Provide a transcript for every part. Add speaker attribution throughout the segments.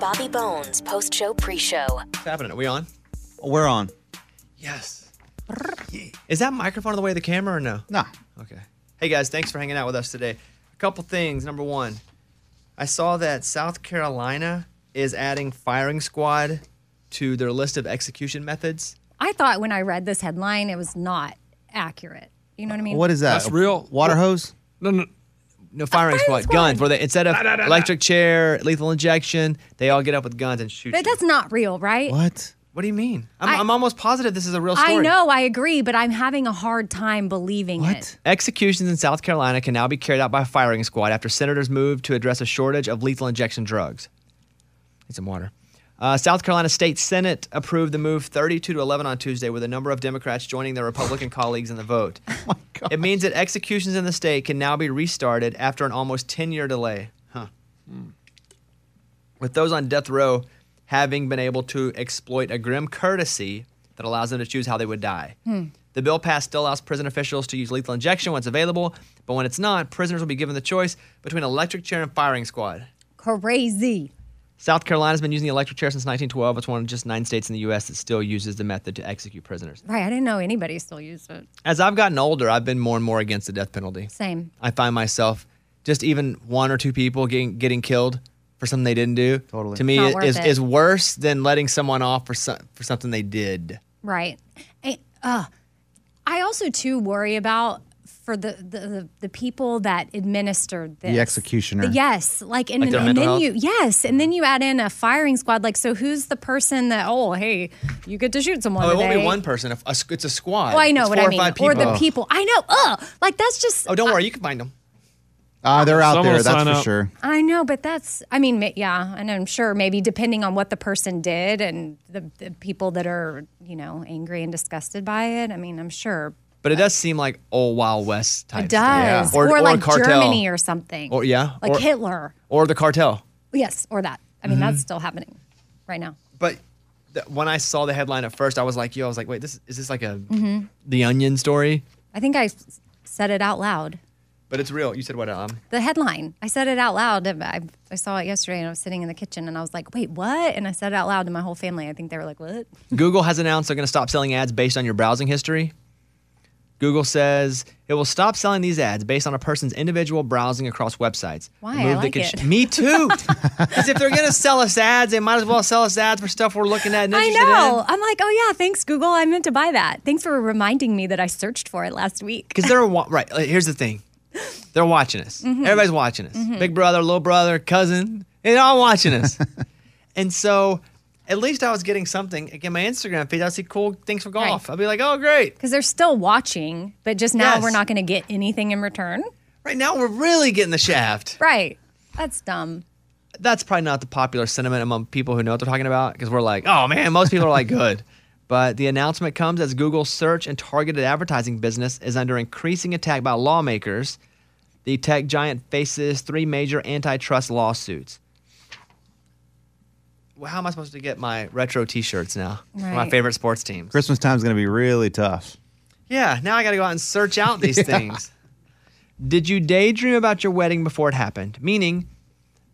Speaker 1: Bobby Bones post show pre show.
Speaker 2: What's happening? Are we on?
Speaker 3: We're on.
Speaker 2: Yes. Is that microphone in the way of the camera or no?
Speaker 3: Nah.
Speaker 2: Okay. Hey guys, thanks for hanging out with us today. A couple things. Number one, I saw that South Carolina is adding firing squad to their list of execution methods.
Speaker 4: I thought when I read this headline, it was not accurate. You know what I mean?
Speaker 3: What is that?
Speaker 5: That's real.
Speaker 3: Water hose?
Speaker 5: No, no.
Speaker 2: No firing, squad.
Speaker 4: squad.
Speaker 2: Guns, where they instead of
Speaker 5: Da, da, da, da.
Speaker 2: electric chair, lethal injection, they all get up with guns and shoot.
Speaker 4: But
Speaker 2: you.
Speaker 4: that's not real, right?
Speaker 3: What?
Speaker 2: What do you mean? I'm, I,
Speaker 4: I-
Speaker 2: am almost positive this is a real story.
Speaker 4: I know, I agree, but I'm having a hard time believing
Speaker 3: What?
Speaker 4: it.
Speaker 2: Executions in South Carolina can now be carried out by a firing squad after senators moved to address a shortage of lethal injection drugs. Need some water. Uh, South Carolina State Senate approved the move 32 to 11 on Tuesday, with a number of Democrats joining their Republican colleagues in the vote. It means that executions in the state can now be restarted after an almost 10 year delay. Huh. With those on death row having been able to exploit a grim courtesy that allows them to choose how they would die. The bill passed still allows prison officials to use lethal injection when it's available, but when it's not, prisoners will be given the choice between electric chair and firing squad.
Speaker 4: Crazy.
Speaker 2: South Carolina's been using the electric chair since 1912. It's one of just nine states in the U.S. that still uses the method to execute prisoners.
Speaker 4: Right. I didn't know anybody still used it.
Speaker 2: As I've gotten older, I've been more and more against the death penalty.
Speaker 4: Same.
Speaker 2: I find myself just even one or two people getting getting killed for something they didn't do.
Speaker 3: Totally.
Speaker 2: To me,
Speaker 4: Not
Speaker 2: it
Speaker 4: worth
Speaker 2: is
Speaker 4: it.
Speaker 2: is worse than letting someone off for some, for something they did.
Speaker 4: Right. I, uh, I also, too, worry about for the, the, the, the people that administered this.
Speaker 3: The executioner.
Speaker 4: Yes, like and,
Speaker 2: Like their
Speaker 4: and
Speaker 2: mental health?
Speaker 4: then you yes, and then you add in a firing squad. Like, so who's the person that? Oh, hey, you get to shoot someone.
Speaker 2: Oh, it
Speaker 4: today.
Speaker 2: won't be one person. A- a s- It's a squad.
Speaker 4: Oh, I know
Speaker 2: It's
Speaker 4: what
Speaker 2: four
Speaker 4: I
Speaker 2: or
Speaker 4: mean.
Speaker 2: five
Speaker 4: Or
Speaker 2: people.
Speaker 4: the people. I know. Ugh. Like that's just.
Speaker 2: Oh, don't worry, you can find them.
Speaker 3: Ah, they're out
Speaker 5: Someone
Speaker 3: there,
Speaker 5: will
Speaker 3: that's
Speaker 5: sign
Speaker 3: for
Speaker 5: up.
Speaker 3: sure.
Speaker 4: I know, but that's. I mean, ma- yeah, and I'm sure maybe depending on what the person did and the, the people that are you know angry and disgusted by it. I mean, I'm sure
Speaker 2: But it does seem like old Wild West type.
Speaker 4: it does.
Speaker 2: Or, or,
Speaker 4: like
Speaker 2: cartel.
Speaker 4: Germany or something.
Speaker 2: Or- yeah,
Speaker 4: like
Speaker 2: or-
Speaker 4: Hitler.
Speaker 2: or the cartel.
Speaker 4: Yes, or that. I mean,
Speaker 2: Mm-hmm.
Speaker 4: that's still happening right now.
Speaker 2: But th- when I saw the headline at first, I was like, yo, I was like, wait, this is this like a
Speaker 4: Mm-hmm.
Speaker 2: the Onion story?
Speaker 4: I think I s- said it out loud.
Speaker 2: But it's real. You said what? Um,
Speaker 4: The headline. I said it out loud. I, I saw it yesterday, and I was sitting in the kitchen, and I was like, "Wait, what?" And I said it out loud to my whole family. I think they were like, "What?"
Speaker 2: Google has announced they're going to stop selling ads based on your browsing history. Google says it will stop selling these ads based on a person's individual browsing across websites. A
Speaker 4: Why? I
Speaker 2: move that
Speaker 4: like
Speaker 2: could
Speaker 4: it.
Speaker 2: Me too. Because if they're going to sell us ads, they might as well sell us ads for stuff we're looking at. And
Speaker 4: I
Speaker 2: interested
Speaker 4: know.
Speaker 2: In.
Speaker 4: I'm like, "Oh yeah, thanks Google. I meant to buy that. Thanks for reminding me that I searched for it last week."
Speaker 2: Because they're wa- right. like, here's the thing, they're watching us.
Speaker 4: Mm-hmm.
Speaker 2: Everybody's watching us. Big brother, little brother, cousin, they're all watching us. and so, at least I was getting something. Again, my Instagram feed, I see cool things for golf.
Speaker 4: Right.
Speaker 2: I'll be like, oh great.
Speaker 4: Because they're still watching, but just now
Speaker 2: Yes.
Speaker 4: we're not going to get anything in return.
Speaker 2: Right now, we're really getting the shaft.
Speaker 4: Right? That's dumb.
Speaker 2: That's probably not the popular sentiment among people who know what they're talking about because we're like, oh man, most people are like good. But the announcement comes as Google's search and targeted advertising business is under increasing attack by lawmakers. The tech giant faces three major antitrust lawsuits. Well, how am I supposed to get my retro t shirts now? for My
Speaker 4: Right.
Speaker 2: favorite sports teams.
Speaker 3: Christmas time's going to be really tough.
Speaker 2: Yeah, now I got to go out and search out these things. Did you daydream about your wedding before it happened? Meaning,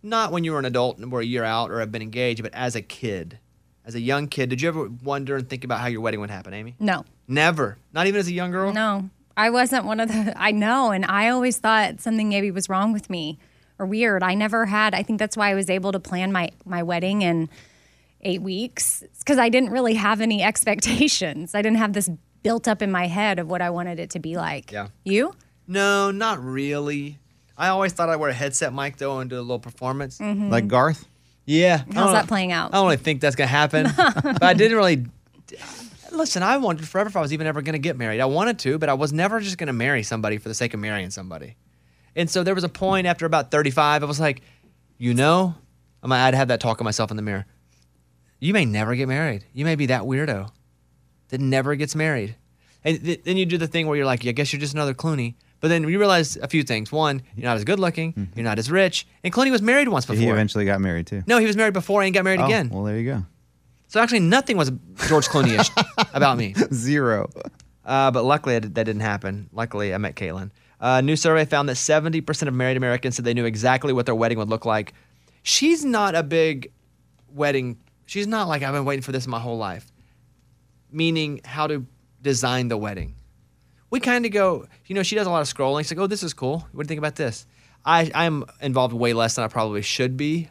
Speaker 2: not when you were an adult and were a year out or have been engaged, but as a kid, as a young kid, did you ever wonder and think about how your wedding would happen, Amy?
Speaker 4: No.
Speaker 2: Never. Not even as a young girl?
Speaker 4: No, I wasn't one of the. I know, and I always thought something maybe was wrong with me or weird. I never had. I think that's why I was able to plan my my wedding in eight weeks because I didn't really have any expectations. I didn't have this built up in my head of what I wanted it to be like.
Speaker 2: Yeah.
Speaker 4: You?
Speaker 2: No, not really. I always thought I'd wear a headset mic though and do a little performance.
Speaker 3: Like Garth?
Speaker 2: Yeah. I
Speaker 4: Mm-hmm. How's
Speaker 2: don't-
Speaker 4: that playing out?
Speaker 2: I don't really think that's going to happen. but I didn't really. Listen, I wondered forever if I was even ever going to get married. I wanted to, but I was never just going to marry somebody for the sake of marrying somebody. And so there was a point after about 35, I was like, you know, I'm, I'd have that talk with myself in the mirror. You may never get married. You may be that weirdo that never gets married. And th- then you do the thing where you're like, yeah, I guess you're just another Clooney. But then you realize a few things. One, you're not as good looking, you're not as rich. And Clooney was married once before.
Speaker 3: Mm-hmm. He eventually got married too.
Speaker 2: No, he was married before and got married
Speaker 3: Oh,
Speaker 2: again.
Speaker 3: Well, there you go.
Speaker 2: so actually, nothing was George Clooney-ish about me.
Speaker 3: Zero.
Speaker 2: Uh, but luckily, I did- that didn't happen. Luckily, I met Caitlin. A new survey found that 70% of married Americans said they knew exactly what their wedding would look like. She's not a big wedding. She's not like I've been waiting for this my whole life. Meaning how to design the wedding. We kind of go, you know, she does a lot of scrolling. She's like, oh, this is cool. What do you think about this? I I'm involved way less than I probably should be.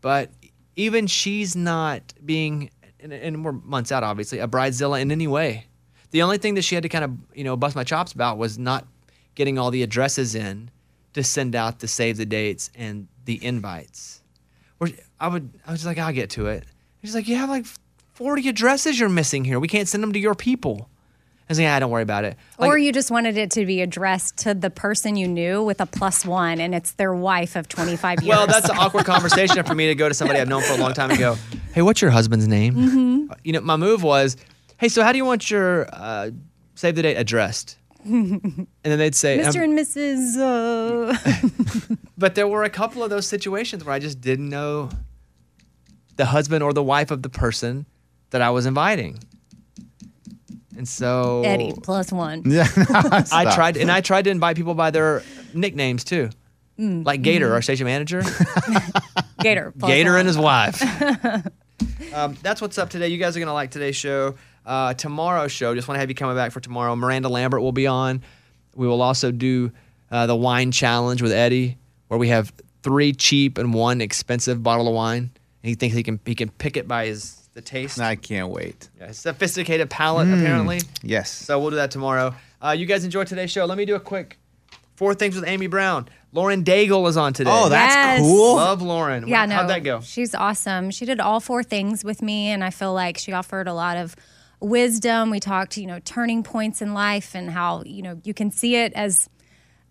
Speaker 2: But even she's not being, and, and we're months out, obviously, a bridezilla in any way. The only thing that she had to kind of, you know, bust my chops about was not getting all the addresses in to send out the save the dates and the invites. Where I would, I was like, I'll get to it. She's like, you have like 40 addresses you're missing here. We can't send them to your people. I was like, yeah, don't worry about it. Like,
Speaker 4: or you just wanted it to be addressed to the person you knew with a plus one, and it's their wife of 25 years.
Speaker 2: Well, that's an awkward conversation for me to go to somebody I've known for a long time and go, "Hey, what's your husband's name?"
Speaker 4: Mm-hmm.
Speaker 2: You know, my move was, "Hey, so how do you want your uh, save the date addressed?" and then they'd say,
Speaker 4: Mr.
Speaker 2: um,
Speaker 4: and Mrs. Uh,
Speaker 2: "But there were a couple of those situations where I just didn't know the husband or the wife of the person that I was inviting." And so
Speaker 4: Eddie plus one.
Speaker 3: Yeah,
Speaker 2: I tried, and I tried to invite people by their nicknames too,
Speaker 4: Mm,
Speaker 2: like Gator, our station manager.
Speaker 4: Mm-hmm. Gator. Plus
Speaker 2: Gator
Speaker 4: one.
Speaker 2: and his wife. um, that's what's up today. You guys are going to like today's show. Uh, tomorrow's show, just want to have you coming back for tomorrow. Miranda Lambert will be on. We will also do uh, the wine challenge with Eddie, where we have three cheap and one expensive bottle of wine. And he thinks he can he can pick it by his the taste.
Speaker 3: I can't wait. Mm.
Speaker 2: Yeah, his sophisticated palate, apparently.
Speaker 3: Yes.
Speaker 2: So we'll do that tomorrow. Uh, you guys enjoy today's show. Let me do a quick four things with Amy Brown. Lauren Daigle is on today.
Speaker 3: oh, that's
Speaker 4: Yes.
Speaker 3: cool.
Speaker 2: Love Lauren.
Speaker 4: Yeah,
Speaker 2: How'd
Speaker 4: no.
Speaker 2: that go?
Speaker 4: She's awesome. She did all four things with me, and I feel like she offered a lot of wisdom. We talked, you know, turning points in life and how, you know, you can see it as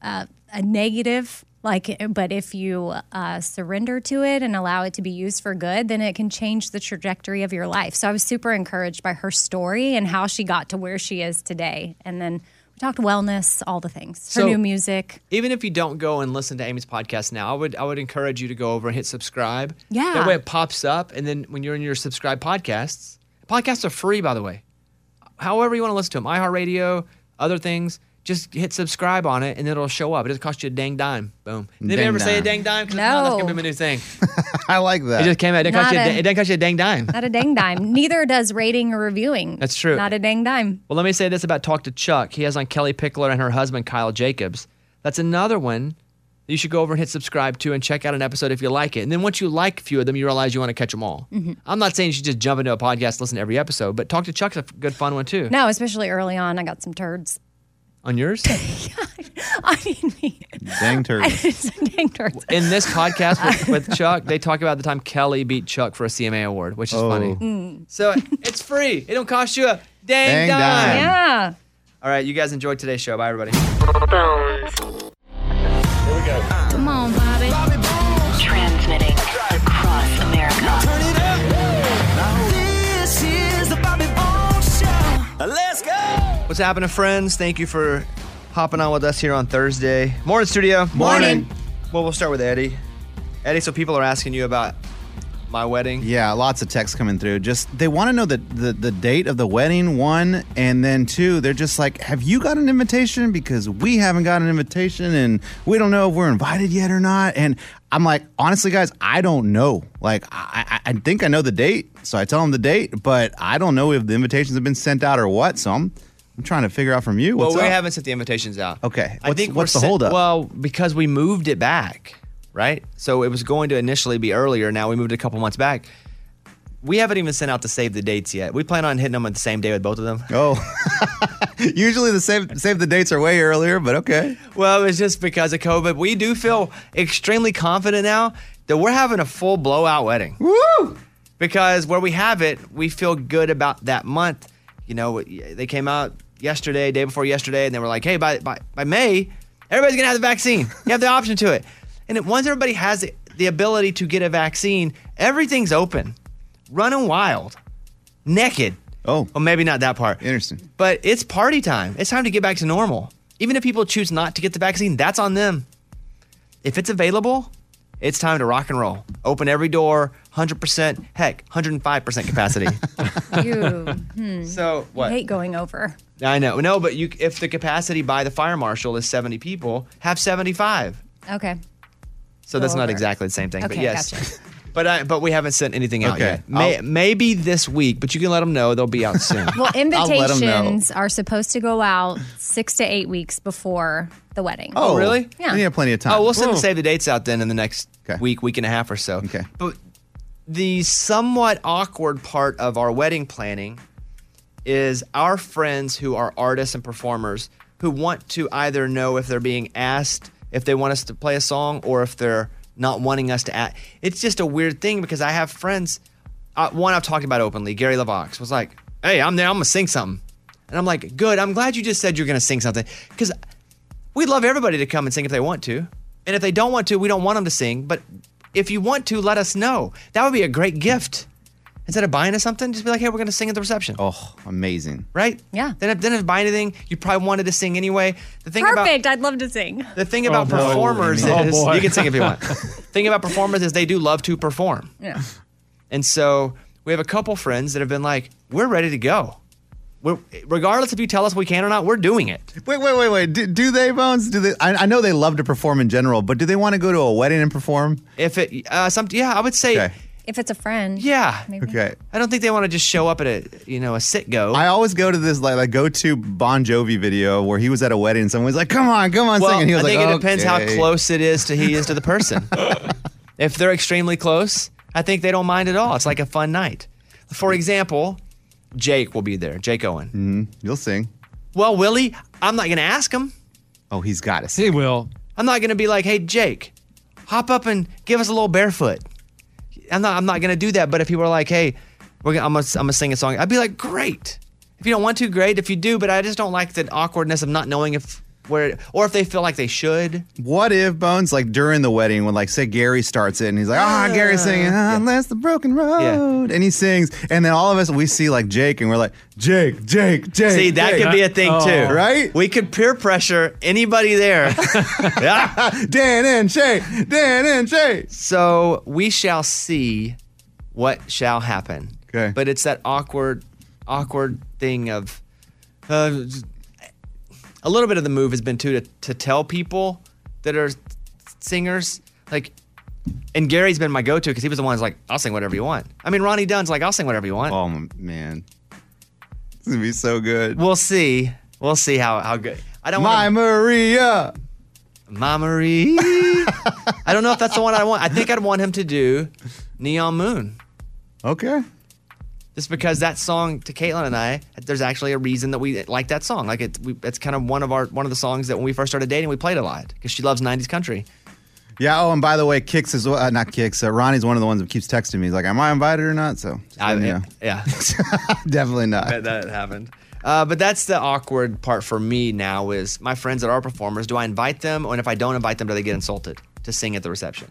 Speaker 4: uh, a negative, like, but if you uh, surrender to it and allow it to be used for good, then it can change the trajectory of your life. So I was super encouraged by her story and how she got to where she is today. And then we talked wellness, all the things, her
Speaker 2: So-
Speaker 4: new music.
Speaker 2: even if you don't go and listen to Amy's podcast now, I would I would encourage you to go over and hit subscribe.
Speaker 4: Yeah.
Speaker 2: That way it pops up and then when you're in your subscribe podcasts, podcasts are free by the way. However you want to listen to them, iHeartRadio, other things, just hit subscribe on it and it'll show up. It doesn't cost you a dang dime. Boom. Did you
Speaker 3: Dang
Speaker 2: ever say a
Speaker 3: dime.
Speaker 2: dang dime? 'Cause if not, that's
Speaker 4: No.
Speaker 2: gonna be my new thing.
Speaker 3: I like that.
Speaker 2: It just came out. It didn't, cost you a,
Speaker 4: Not
Speaker 2: da-
Speaker 4: a-
Speaker 2: it didn't cost you a dang dime.
Speaker 4: Not a dang dime. Neither does rating or reviewing.
Speaker 2: That's true.
Speaker 4: Not a dang dime.
Speaker 2: Well, let me say this about Talk to Chuck. He has on Kelly Pickler and her husband, Kyle Jacobs. That's another one that you should go over and hit subscribe to and check out an episode if you like it. And then once you like a few of them, you realize you want to catch them all.
Speaker 4: Mm-hmm.
Speaker 2: I'm not saying you should just jump into a podcast, listen to every episode, but Talk to Chuck's a f- good fun one too.
Speaker 4: No, especially early on, I got some turds.
Speaker 2: On yours?
Speaker 4: I mean,
Speaker 3: Dang
Speaker 4: I
Speaker 3: turkey.
Speaker 4: did some dang turds.
Speaker 2: In this podcast with, with Chuck, they talk about the time Kelly beat Chuck for a CMA award, which is
Speaker 3: Oh.
Speaker 2: funny.
Speaker 4: Mm.
Speaker 2: So it's free. It don't cost you a
Speaker 3: Dang
Speaker 2: dang, dime.
Speaker 3: dime.
Speaker 4: Yeah.
Speaker 2: All right, you guys enjoyed today's show. Bye, everybody.
Speaker 1: Bones.
Speaker 4: Come on, Bobby.
Speaker 1: Transmitting across America.
Speaker 5: This is the Bobby Bones Show. Let's go.
Speaker 2: What's happening, friends? Thank you for hopping on with us here on Thursday. Morning, studio.
Speaker 3: Morning.
Speaker 2: Well, we'll start with Eddie. Eddie, so people are asking you about my wedding.
Speaker 3: Yeah, lots of texts coming through. Just they want to know the, the the date of the wedding, one, and then two, they're just like, "Have you got an invitation?" Because we haven't got an invitation, and we don't know if we're invited yet or not. And I'm like, honestly, guys, I don't know. Like, I I, I think I know the date, so I tell them the date, but I don't know if the invitations have been sent out or what. So I'm I'm trying to figure out from you.
Speaker 2: Well,
Speaker 3: What's
Speaker 2: we
Speaker 3: up?
Speaker 2: haven't sent the invitations out.
Speaker 3: Okay.
Speaker 2: I
Speaker 3: What's-
Speaker 2: think
Speaker 3: what's
Speaker 2: we're
Speaker 3: the
Speaker 2: sen-
Speaker 3: holdup?
Speaker 2: Well, because we moved it back, right? So it was going to initially be earlier. Now we moved it a couple months back. We haven't even sent out to save the dates yet. We plan on hitting them on the same day with both of them.
Speaker 3: Oh, usually the save save the dates are way earlier, but okay.
Speaker 2: Well, it's just because of COVID. We do feel extremely confident now that we're having a full blowout wedding.
Speaker 3: Woo!
Speaker 2: because where we have it, we feel good about that month. You know, they came out yesterday, day before yesterday, and they were like, "Hey, by by, by May, everybody's gonna have the vaccine. You have the option to it." And it, once everybody has the, the ability to get a vaccine, everything's open, running wild, naked.
Speaker 3: Oh.
Speaker 2: well, maybe not that part.
Speaker 3: Interesting.
Speaker 2: But it's party time. It's time to get back to normal. Even if people choose not to get the vaccine, that's on them. If it's available, it's time to rock and roll. Open every door, 100%, heck, 105% capacity.
Speaker 4: You
Speaker 3: Oh,
Speaker 2: so, what?
Speaker 4: hate going over.
Speaker 2: I know. No, but you if the capacity by the fire marshal is 70 people, have 75.
Speaker 4: Okay.
Speaker 2: So that's
Speaker 4: Go
Speaker 2: not
Speaker 4: over.
Speaker 2: exactly the same thing, but
Speaker 4: Oh, Okay,
Speaker 2: yes.
Speaker 4: gotcha.
Speaker 2: But I, but we haven't sent anything out
Speaker 3: Okay.
Speaker 2: yet. May,
Speaker 3: I'll-
Speaker 2: maybe this week, but you can let them know they'll be out soon.
Speaker 4: Well,
Speaker 3: let 'em know.
Speaker 4: invitations are supposed to go out six to eight weeks before the wedding.
Speaker 2: Oh, really?
Speaker 4: Yeah.
Speaker 3: Yeah. You have plenty of time.
Speaker 2: Oh, we'll send
Speaker 3: Whoa.
Speaker 2: the save the dates out then in the next
Speaker 3: Okay.
Speaker 2: week, week and a half or so.
Speaker 3: Okay.
Speaker 2: But the somewhat awkward part of our wedding planning is our friends who are artists and performers who want to either know if they're being asked if they want us to play a song or if they're not wanting us to act. It's just a weird thing because I have friends. Uh, one I've talked about openly, Gary LaVox, was like, "Hey, I'm there. I'm gonna sing something," and I'm like, "Good. I'm glad you just said you're gonna sing something because we'd love everybody to come and sing if they want to. And if they don't want to, we don't want them to sing. But if you want to, let us know. That would be a great gift. Instead of buying us something, just be like, hey, we're going to sing at the reception.
Speaker 3: Oh, amazing.
Speaker 2: Right?
Speaker 4: Yeah.
Speaker 2: Then if, then if buy anything, you probably wanted to sing anyway. The thing
Speaker 4: Perfect.
Speaker 2: about
Speaker 4: I'd love to sing.
Speaker 2: the thing about
Speaker 6: Oh, boy.
Speaker 2: performers
Speaker 6: Oh,
Speaker 2: is
Speaker 6: boy.
Speaker 2: you can sing if you want. thing about performers is they do love to perform.
Speaker 4: Yeah.
Speaker 2: And so we have a couple friends that have been like, we're ready to go. We're, regardless if you tell us we can or not, we're doing it.
Speaker 3: Wait, wait, wait, wait. Do, do they, Bones? Do they? I, I know they love to perform in general, but do they want to go to a wedding and perform?
Speaker 2: If it, uh, some, yeah, I would say,
Speaker 3: Okay.
Speaker 4: If it's a friend.
Speaker 2: yeah.
Speaker 4: Maybe.
Speaker 3: Okay.
Speaker 2: I don't think they want to just show up at a you know a sit go.
Speaker 3: I always go to this like I go to Bon Jovi video where he was at a wedding and someone was like, "Come on, come on,
Speaker 2: well,
Speaker 3: sing," and he
Speaker 2: I
Speaker 3: was
Speaker 2: think
Speaker 3: like,
Speaker 2: it depends
Speaker 3: "Okay."
Speaker 2: how close it is to he is to the person. if they're extremely close, I think they don't mind at all. It's like a fun night. For example, Jake will be there. Jake Owen.
Speaker 3: Mm-hmm. You'll sing.
Speaker 2: Well, Willie, I'm not going to ask him.
Speaker 3: Oh, he's got us.
Speaker 6: He will.
Speaker 2: I'm not going to be like, hey, Jake, hop up and give us a little barefoot. I'm not. I'm not going to do that. But if you were like, hey, we're gonna, I'm gonna, I'm gonna sing a song, I'd be like, great. If you don't want to, great. If you do, but I just don't like the awkwardness of not knowing if where or if they feel like they should.
Speaker 3: What if Bones like during the wedding when like say Gary starts it and he's like, "Ah, Gary's singing unless the broken road," and he sings, and then all of us we see like Jake and we're like, "Jake, Jake, Jake."
Speaker 2: See, that
Speaker 3: Jake.
Speaker 2: could be a thing
Speaker 6: Oh.
Speaker 2: too,
Speaker 3: Right?
Speaker 2: We could peer pressure anybody there. yeah.
Speaker 3: Dan and Shay, Dan and Shay.
Speaker 2: So we shall see what shall happen.
Speaker 3: Okay.
Speaker 2: But it's that awkward, awkward thing of uh, a little bit of the move has been too to, to tell people that are singers like. And Gary's been my go-to because he was the one who's like, "I'll sing whatever you want." I mean, Ronnie Dunn's like, "I'll sing whatever you want."
Speaker 3: Oh man, this is gonna be so good.
Speaker 2: We'll see. We'll see how how good. I don't
Speaker 3: My
Speaker 2: want
Speaker 3: Maria.
Speaker 2: Ma Marie. I don't know if that's the one I want. I think I'd want him to do Neon Moon.
Speaker 3: Okay.
Speaker 2: just because that song to Caitlin and I, there's actually a reason that we like that song. Like it, we, it's kind of one of our one of the songs that when we first started dating, we played a lot because she loves '90s country.
Speaker 3: Yeah. Oh, and by the way, Kicks is uh, not Kicks. Uh, Ronnie's one of the ones that keeps texting me. He's like, "Am I invited or not?" So,
Speaker 2: I,
Speaker 3: yeah,
Speaker 2: yeah,
Speaker 3: definitely not.
Speaker 2: that, that happened. Uh, but that's the awkward part for me now is my friends that are performers. Do I invite them, or if I don't invite them, do they get insulted to sing at the reception?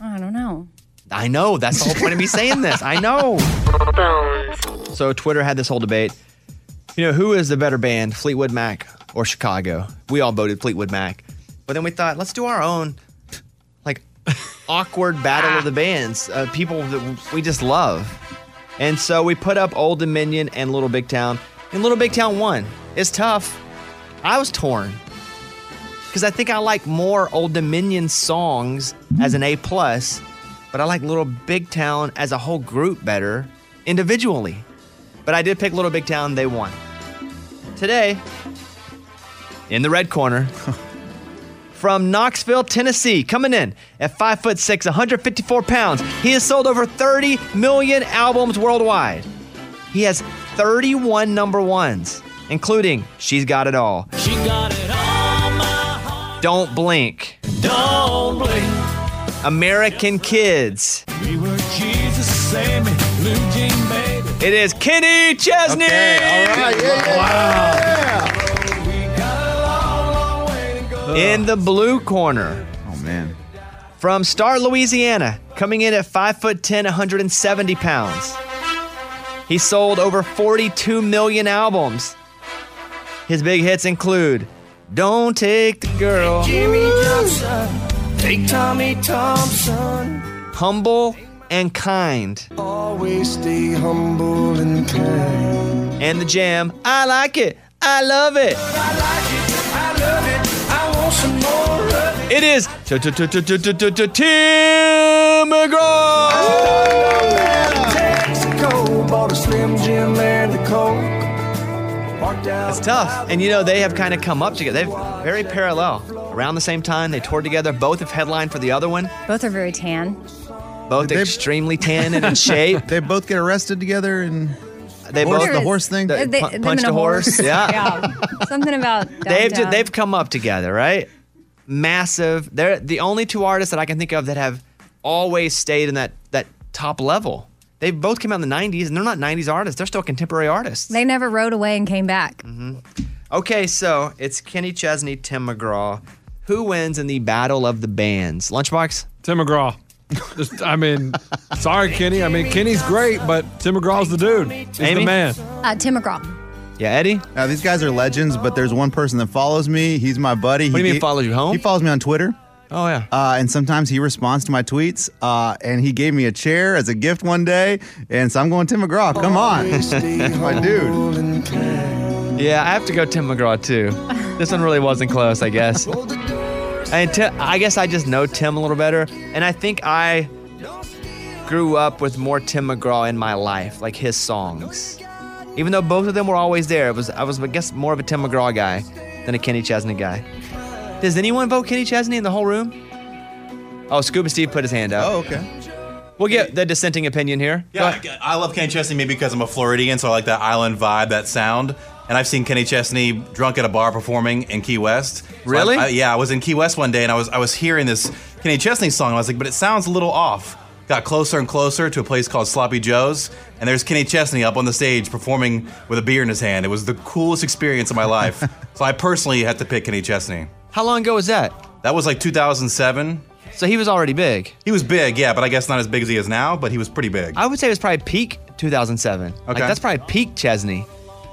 Speaker 4: I don't know.
Speaker 2: I know that's the whole point of me saying this. I know.
Speaker 1: Bones.
Speaker 2: So Twitter had this whole debate. You know, who is the better band, Fleetwood Mac or Chicago? We all voted Fleetwood Mac. But then we thought, let's do our own like awkward battle of the bands, uh, people that we just love. And so we put up Old Dominion and Little Big Town. And Little Big Town won. It's tough. I was torn because I think I like more Old Dominion songs as an A plus, but I like Little Big Town as a whole group better individually. But I did pick Little Big Town. They won. Today, in the red corner, from Knoxville, Tennessee, coming in at five foot six, 154 pounds. He has sold over 30 million albums worldwide. He has 31 number ones, including "She's Got It All,"
Speaker 5: She got it all, my heart
Speaker 2: "Don't Blink,"
Speaker 5: don't blink.
Speaker 2: "American Kids."
Speaker 5: We were Jesus, Sammy, Blue Jean, baby.
Speaker 2: It is Kenny Chesney.
Speaker 3: Okay, all right, yeah, yeah, yeah.
Speaker 5: We got a long, long way to go.
Speaker 2: In the blue corner.
Speaker 3: Oh man,
Speaker 2: from Star, Louisiana, coming in at 5 foot 10, 170 pounds. He sold over 42 million albums. His big hits include Don't Take the Girl,
Speaker 5: Jimmy Johnson, take Tommy Thompson.
Speaker 2: Humble and Kind,
Speaker 5: Always stay humble and kind.
Speaker 2: and the jam I Like It, I Love It.
Speaker 5: I like it, I love it, I want some more of it.
Speaker 2: It is Tim McGraw. It's tough. And you know, they have kind of come up together. They're very parallel. Around the same time, they toured together. Both have headlined for the other one.
Speaker 4: Both are very tan.
Speaker 2: Both
Speaker 3: Did they-
Speaker 2: extremely tan and in shape.
Speaker 3: They both get arrested together and
Speaker 2: They
Speaker 3: Horse-
Speaker 2: both
Speaker 3: the horse thing?
Speaker 4: Uh,
Speaker 2: pu-
Speaker 4: them
Speaker 2: punched
Speaker 4: and
Speaker 2: a horse. Yeah.
Speaker 4: Yeah. Something about
Speaker 2: they've ju-
Speaker 4: downtown.
Speaker 2: they've come up together, right? Massive. They're the only two artists that I can think of that have always stayed in that that top level. They both came out in the '90s, and they're not '90s artists. They're still contemporary artists.
Speaker 4: They never rode away and came back.
Speaker 2: okay, so it's Kenny Chesney, Tim McGraw. Who wins in the battle of the bands? Lunchbox.
Speaker 6: Tim McGraw. Just- I mean, sorry, Kenny. I mean, Kenny's great, but Tim McGraw's the dude. He's
Speaker 2: Amy?
Speaker 6: the man.
Speaker 4: Uh, Tim McGraw.
Speaker 2: Yeah, Eddie.
Speaker 3: now these guys are legends. But there's one person that follows me. He's my buddy.
Speaker 2: What do you mean follows you home?
Speaker 3: He follows me on Twitter.
Speaker 2: Oh yeah.
Speaker 3: Uh, and sometimes he responds to my tweets. Uh, and he gave me a chair as a gift one day. And so I'm going Tim McGraw. Come on, my dude.
Speaker 2: Yeah, I have to go Tim McGraw too. This one really wasn't close, I guess. And Ti- I guess I just know Tim a little better, and I think I grew up with more Tim McGraw in my life, like his songs. Even though both of them were always there, it was I was I guess more of a Tim McGraw guy than a Kenny Chesney guy. Does anyone vote Kenny Chesney in the whole room? Oh, Scuba Steve put his hand up.
Speaker 3: Oh, okay.
Speaker 2: We'll get the dissenting opinion here. Go
Speaker 7: Yeah,
Speaker 2: ahead.
Speaker 7: I, I love Kenny Chesney maybe because I'm a Floridian, so I like that island vibe, that sound. And I've seen Kenny Chesney drunk at a bar performing in Key West. So
Speaker 2: Really?
Speaker 7: I- I- yeah, I was in Key West one day and I was I was hearing this Kenny Chesney song. And I was like, but it sounds a little off. Got closer and closer to a place called Sloppy Joe's, and there's Kenny Chesney up on the stage performing with a beer in his hand. It was the coolest experience of my life. so I personally had to pick Kenny Chesney.
Speaker 2: How long ago was that?
Speaker 7: That was like 2007.
Speaker 2: So he was already big.
Speaker 7: He was big, yeah, but I guess not as big as he is now. But he was pretty big.
Speaker 2: I would say it was probably peak 2007. Like
Speaker 7: Okay.
Speaker 2: that's probably peak Chesney.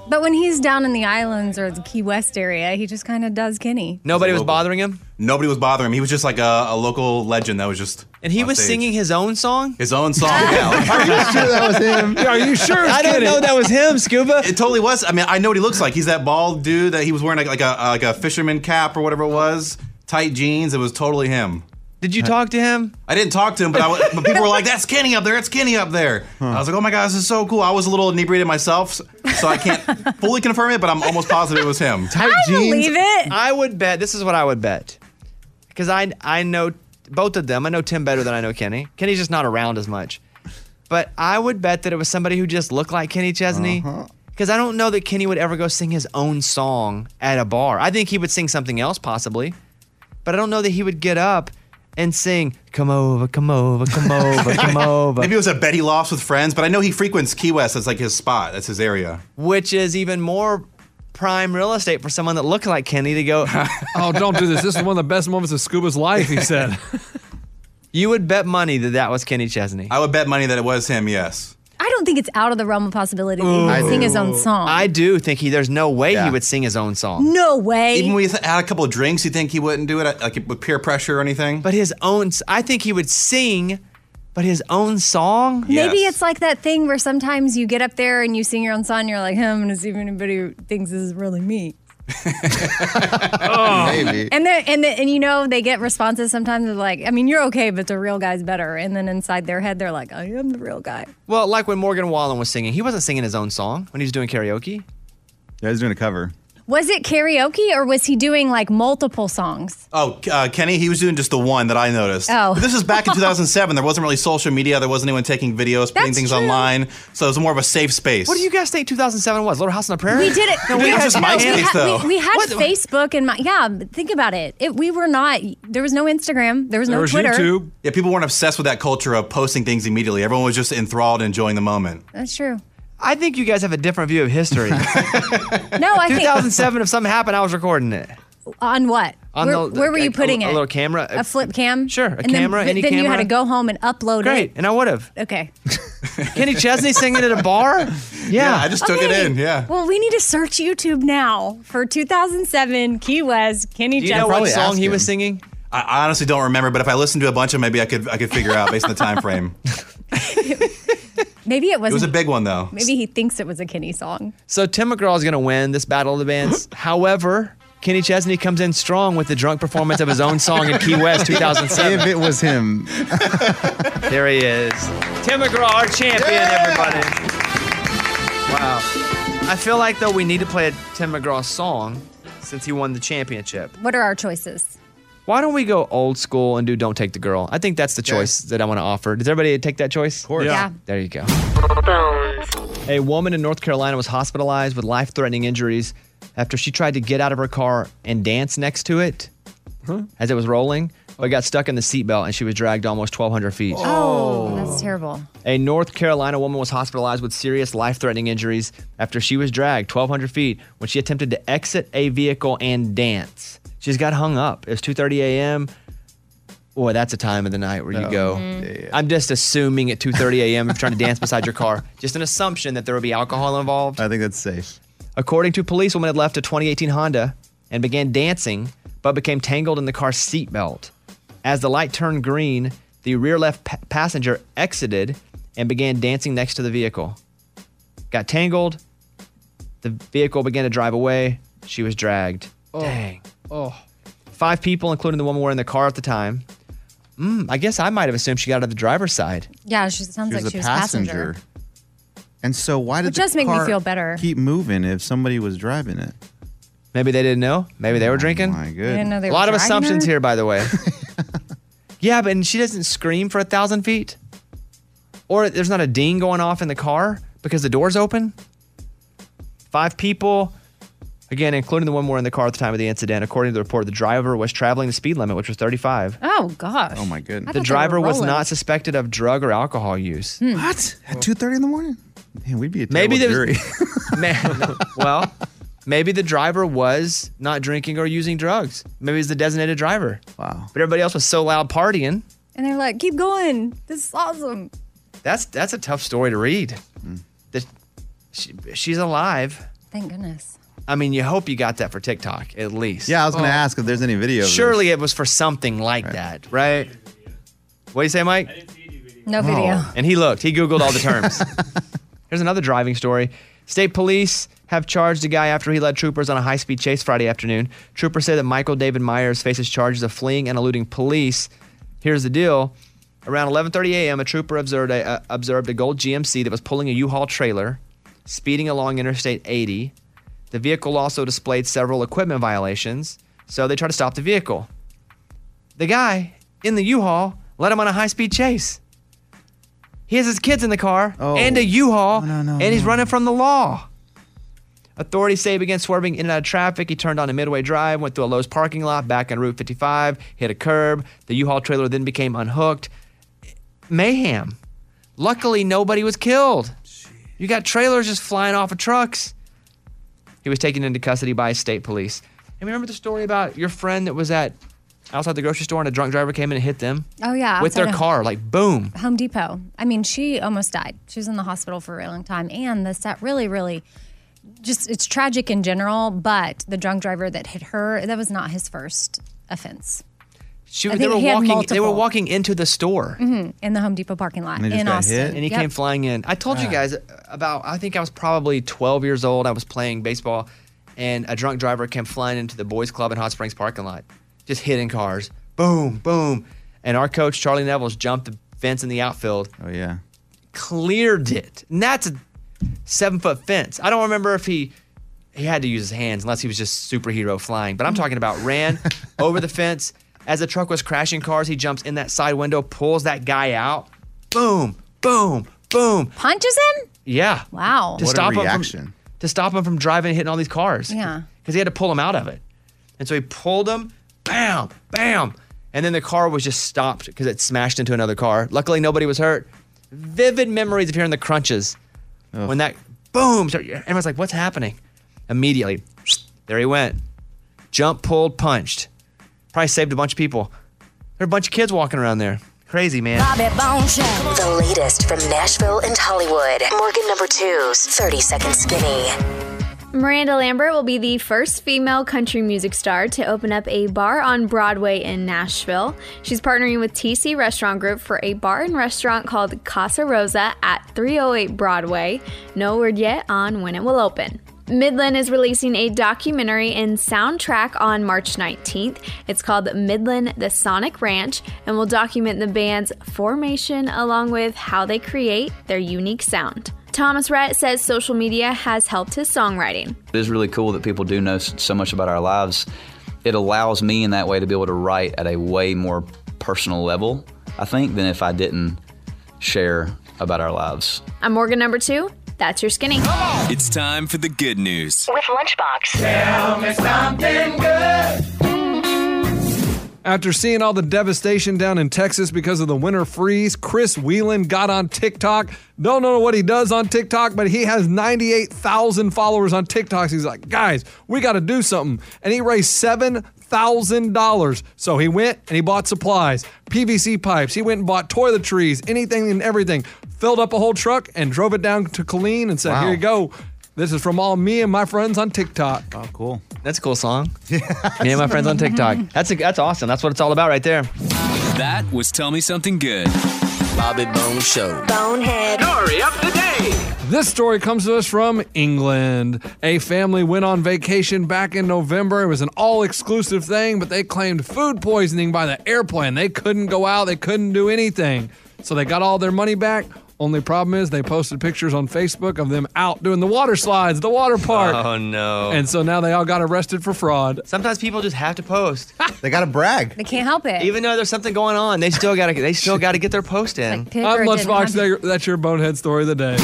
Speaker 4: But when he's down in the islands or the Key West area, he just kind of does Kenny.
Speaker 2: Nobody was
Speaker 7: local.
Speaker 2: bothering him,
Speaker 7: Nobody was bothering him. He was just like a, a local legend that was just.
Speaker 2: and he
Speaker 7: on
Speaker 2: was
Speaker 7: stage.
Speaker 2: singing his own song.
Speaker 7: his own song. yeah, like,
Speaker 3: Sure, that was him.
Speaker 6: Yeah, are you sure? it's
Speaker 2: I don't
Speaker 6: Kenny?
Speaker 2: know that was him, Scuba.
Speaker 7: it totally was. I mean, I know what he looks like. He's that bald dude that he was wearing like, like a like a fisherman cap or whatever it was, tight jeans. It was totally him.
Speaker 2: Did you talk to him?
Speaker 7: I didn't talk to him, but I w- but people were like, "That's Kenny up there. That's Kenny up there." I was like, "Oh my god, this is so cool." I was a little inebriated myself, so I can't fully confirm it, but I'm almost positive it was him.
Speaker 3: Tight jeans.
Speaker 4: Believe it?
Speaker 2: I would bet. This is what I would bet, because I I know both of them. I know Tim better than I know Kenny. Kenny's just not around as much, but I would bet that it was somebody who just looked like Kenny Chesney.
Speaker 3: Uh-huh.
Speaker 2: Because I don't know that Kenny would ever go sing his own song at a bar. I think he would sing something else possibly, but I don't know that he would get up and sing "Come over, come over, come over, come over."
Speaker 7: Maybe it was a Betty Lofts with friends, but I know he frequents Key West. That's like his spot. That's his area.
Speaker 2: which is even more prime real estate for someone that looked like Kenny to go.
Speaker 6: Oh, don't do this. This is one of the best moments of Scuba's life, he said.
Speaker 2: you would bet money that that was Kenny Chesney. I,
Speaker 7: I would bet money that it was him. Yes.
Speaker 4: I don't think it's out of the realm of possibility that he would sing his own song.
Speaker 2: do think he. There's no way he
Speaker 3: Yeah.
Speaker 2: would sing his own song.
Speaker 4: no way.
Speaker 7: Even when we th- had a couple of drinks, you think he wouldn't do it, like with peer pressure or anything?
Speaker 2: But his own. s- I think he would sing, but his own song.
Speaker 4: Maybe
Speaker 7: Yes.
Speaker 4: it's like that thing where sometimes you get up there and you sing your own song and you're like, hmm, I'm going to see if anybody thinks this is really me.
Speaker 3: Maybe.
Speaker 4: And then, and then, and you know, they get responses sometimes of like, I mean, you're okay, but the real guy's better. And then inside their head, they're like, I am the real guy.
Speaker 2: Well, like when Morgan Wallen was singing, he wasn't singing his own song when he was doing karaoke.
Speaker 3: Yeah, he's doing a cover.
Speaker 4: Was it karaoke or was he doing like multiple songs?
Speaker 7: oh, uh, Kenny, he was doing just the one that I noticed.
Speaker 4: Oh.
Speaker 7: But this is back in 2007. There wasn't really social media. There wasn't anyone taking videos, putting
Speaker 4: That's
Speaker 7: things
Speaker 4: true.
Speaker 7: online. So it was more of a safe space.
Speaker 2: What do you guys think? 2007 was Little House on the Prairie.
Speaker 4: We did it.
Speaker 2: No, we
Speaker 4: we,
Speaker 2: had
Speaker 7: just MySpace,
Speaker 4: we had,
Speaker 7: though.
Speaker 4: we- we had
Speaker 2: What the-
Speaker 4: Facebook and my, yeah, but think about it. It we were not, there was no Instagram, there was no
Speaker 6: There was
Speaker 4: Twitter.
Speaker 6: YouTube.
Speaker 7: Yeah, people weren't obsessed with that culture of posting things immediately. Everyone was just enthralled, enjoying the moment.
Speaker 4: That's true.
Speaker 2: I think you guys have a different view of history.
Speaker 4: No, I think
Speaker 2: 2007. If something happened, I was recording it.
Speaker 4: on what?
Speaker 2: On
Speaker 4: where,
Speaker 2: the-
Speaker 4: where were
Speaker 2: a-
Speaker 4: you putting
Speaker 2: a,
Speaker 4: it?
Speaker 2: A little camera.
Speaker 4: a flip cam.
Speaker 2: Sure, a
Speaker 4: and
Speaker 2: camera,
Speaker 4: Then,
Speaker 2: any
Speaker 4: but then you had
Speaker 2: camera.
Speaker 4: to go home and upload
Speaker 2: Great,
Speaker 4: it.
Speaker 2: and I would have.
Speaker 4: Okay.
Speaker 2: Kenny Chesney singing at a bar? Yeah.
Speaker 7: I just took it
Speaker 4: Okay.
Speaker 7: in. Yeah.
Speaker 4: Well, we need to search YouTube now for 2007 Key West Kenny
Speaker 2: Do you know
Speaker 4: Jeff.
Speaker 2: what
Speaker 3: Probably
Speaker 2: song
Speaker 3: ask
Speaker 2: he
Speaker 3: him.
Speaker 2: was singing?
Speaker 7: I, I honestly don't remember, but if I listened to a bunch of, 'em, maybe I could I could figure out based on the time frame. It
Speaker 4: Maybe it
Speaker 7: was
Speaker 4: wasn't.
Speaker 7: a big one though.
Speaker 4: maybe he thinks it was a Kenny song.
Speaker 2: So Tim McGraw is going to win this battle of the bands. However, Kenny Chesney comes in strong with the drunk performance of his own song in Key West 2007.
Speaker 3: If it was him,
Speaker 2: there he is. Tim McGraw, our champion, everybody. Wow. I feel like though we need to play a Tim McGraw song since he won the championship.
Speaker 4: What are our choices?
Speaker 2: Why don't we go old school and do "Don't Take the Girl"? I think that's the choice that I want to offer. Does everybody take that choice? Of course.
Speaker 4: Yeah.
Speaker 2: There you go.
Speaker 1: Bones.
Speaker 2: A woman in North Carolina was hospitalized with life threatening injuries after she tried to get out of her car and dance next to it as it was rolling, but got stuck in the seatbelt and she was dragged almost 1,200 feet.
Speaker 4: Oh, that's terrible.
Speaker 2: A North Carolina woman was hospitalized with serious life threatening injuries after she was dragged 1,200 feet when she attempted to exit a vehicle and dance. She's got hung up. It was 2.30 a.m. Boy, that's a time of the night where you go.
Speaker 3: Mm-hmm.
Speaker 2: I'm just assuming at 2.30 a.m. if you're trying to dance beside your car. Just an assumption that there will be alcohol involved.
Speaker 3: I think that's safe.
Speaker 2: According to police, woman had left a 2018 Honda and began dancing, but became tangled in the car's seatbelt. As the light turned green, the rear left pa- passenger exited and began dancing next to the vehicle. Got tangled. The vehicle began to drive away. She was dragged. Dang.
Speaker 6: Oh.
Speaker 2: Five people, including the woman, were in the car at the time. Mm, I guess I might have assumed she got out of the driver's side.
Speaker 4: Yeah, she sounds
Speaker 3: She was
Speaker 4: like
Speaker 3: a
Speaker 4: she was
Speaker 3: passenger.
Speaker 4: passenger.
Speaker 3: And so why did
Speaker 4: Which
Speaker 3: the
Speaker 4: does make me
Speaker 3: car
Speaker 4: feel better.
Speaker 3: Keep moving if somebody was driving it. Oh
Speaker 2: Maybe they didn't know. Maybe they were drinking.
Speaker 3: My
Speaker 4: I didn't know
Speaker 3: good.
Speaker 4: they
Speaker 2: A
Speaker 4: were
Speaker 2: lot of
Speaker 4: dragging
Speaker 2: assumptions
Speaker 4: her.
Speaker 2: here, by the way. yeah, but and she doesn't scream for a thousand feet, or there's not a ding going off in the car because the door's open. Five people, again, including the one more in the car at the time of the incident. According to the report, the driver was traveling the speed limit, which was 35.
Speaker 4: Oh gosh.
Speaker 3: Oh my goodness.
Speaker 2: The
Speaker 4: I thought they
Speaker 2: driver
Speaker 4: were
Speaker 2: was
Speaker 4: rolling.
Speaker 2: not suspected of drug or alcohol use.
Speaker 4: Hmm.
Speaker 3: What? At two thirty in the morning? Man, we'd be a
Speaker 2: Maybe
Speaker 3: terrible
Speaker 2: there was-
Speaker 3: jury.
Speaker 2: Man, well, maybe the driver was not drinking or using drugs. Maybe he's the designated driver.
Speaker 3: wow.
Speaker 2: But everybody else was so loud partying.
Speaker 4: And they're like, keep going. This is awesome.
Speaker 2: That's that's a tough story to read.
Speaker 3: Hmm.
Speaker 2: That she, she's alive.
Speaker 4: Thank goodness.
Speaker 2: I mean, you hope you got that for TikTok at least.
Speaker 3: Yeah, I was gonna ask if there's any video. Of this.
Speaker 2: Oh. Surely it was for something like that, right? What do you say, Mike?
Speaker 4: No video.
Speaker 2: And he looked. He Googled all the terms. Here's another driving story. State police have charged a guy after he led troopers on a high speed chase Friday afternoon. Troopers say that Michael David Myers faces charges of fleeing and eluding police. Here's the deal. Around 11:30 a.m., a trooper observed a, uh, observed a gold GMC that was pulling a U-Haul trailer speeding along Interstate 80. The vehicle also displayed several equipment violations, so they tried to stop the vehicle. The guy in the U-Haul led him on a high-speed chase. He has his kids in the car
Speaker 3: Oh.
Speaker 2: and a U-Haul,
Speaker 3: No, no, no,
Speaker 2: and he's
Speaker 3: no.
Speaker 2: running from the law. Authorities say he began swerving in and out of traffic. He turned onto Midway Drive, went through a Lowe's parking lot, back on Route 55, hit a curb. The U-Haul trailer then became unhooked. Mayhem. Luckily, nobody was killed. You got trailers just flying off of trucks. He was taken into custody by state police. And remember the story about your friend that was at outside the grocery store and a drunk driver came in and hit them?
Speaker 4: Oh, yeah,
Speaker 2: With their
Speaker 4: outside of-
Speaker 2: car, like boom.
Speaker 4: Home Depot. I mean, she almost died. She was in the hospital for a really long time. And this that really, really just it's tragic in general, but the drunk driver that hit her, that was not his first offense
Speaker 2: She,
Speaker 4: I
Speaker 2: they
Speaker 4: think
Speaker 2: were
Speaker 4: he had
Speaker 2: walking they were
Speaker 4: multiple. Mm-hmm.
Speaker 2: walking into the store
Speaker 4: in the Home Depot parking lot
Speaker 3: And they just
Speaker 4: in
Speaker 3: got
Speaker 4: Austin.
Speaker 3: hit?
Speaker 2: and he
Speaker 4: Yep.
Speaker 2: came flying in. I told you guys about I think I was probably 12 years old. I was playing baseball and a drunk driver came flying into the boys club in Hot Springs parking lot. Just hitting cars. Boom, boom. And our coach Charlie Neville's jumped the fence in the outfield
Speaker 3: Oh yeah.
Speaker 2: cleared it. And that's a seven foot fence. I don't remember if he he had to use his hands unless he was just superhero flying. But I'm talking about ran over the fence. As the truck was crashing cars, he jumps in that side window, pulls that guy out. Boom, boom, boom.
Speaker 4: Punches him?
Speaker 2: Yeah.
Speaker 4: Wow.
Speaker 2: To
Speaker 3: What a
Speaker 2: stop him
Speaker 3: reaction.
Speaker 2: from, to stop him from driving and hitting all these cars.
Speaker 4: Yeah.
Speaker 2: Because he had to pull him out of it. And so he pulled him, bam, bam. And then the car was just stopped because it smashed into another car. Luckily, nobody was hurt. Vivid memories of hearing the crunches when that boom. started- Everyone's like, what's happening? Immediately, there he went. Jump, pulled, punched. Probably saved a bunch of people. There were a bunch of kids walking around there. Crazy, man.
Speaker 1: The latest from Nashville and Hollywood. Morgan number two's 30 Second Skinny.
Speaker 8: Miranda Lambert will be the first female country music star to open up a bar on Broadway in Nashville. She's partnering with TC Restaurant Group for a bar and restaurant called Casa Rosa at 308 Broadway. No word yet on when it will open. Midland is releasing a documentary and soundtrack on March 19th. It's called Midland The Sonic Ranch and will document the band's formation along with how they create their unique sound. Thomas Rhett says social media has helped his songwriting.
Speaker 9: It is really cool that people do know s- so much about our lives. It allows me in that way to be able to write at a way more personal level, I think, than if I didn't share about our lives.
Speaker 8: I'm Morgan number two. That's your skinny.
Speaker 10: It's time for the good news.
Speaker 1: With Lunchbox.
Speaker 6: After seeing all the devastation down in Texas because of the winter freeze, Chris Whelan got on TikTok. Don't know what he does on TikTok, but he has 98,000 followers on TikTok. So he's like, guys, we got to do something. And he raised $7,000. So he went and he bought supplies, PVC pipes. He went and bought toiletries, anything and everything. Filled up a whole truck and drove it down to Colleen and said,
Speaker 3: Wow.
Speaker 6: here you go. This is from all me and my friends on TikTok.
Speaker 3: Oh, cool.
Speaker 2: That's a cool song. Me and my friends on TikTok. That's a, that's awesome. That's what it's all about right there.
Speaker 10: That was Tell Me Something Good.
Speaker 5: Bobby Bone Show.
Speaker 1: Bonehead.
Speaker 6: This story comes to us from England. A family went on vacation back in November. It was an all exclusive thing, but they claimed food poisoning by the airplane. They couldn't go out, they couldn't do anything. So they got all their money back. Only problem is they posted pictures on Facebook of them out doing the water slides, the water park.
Speaker 2: Oh, no.
Speaker 6: And so now they all got arrested for fraud.
Speaker 2: Sometimes people just have to post,
Speaker 3: They got to brag.
Speaker 4: They can't help it.
Speaker 2: even though there's something going on. They still gotta they still gotta get their post in.
Speaker 4: Pick or
Speaker 6: I'm
Speaker 4: it didn't
Speaker 6: Lunchbox.
Speaker 4: happen.
Speaker 6: There- That's your bonehead story of the day.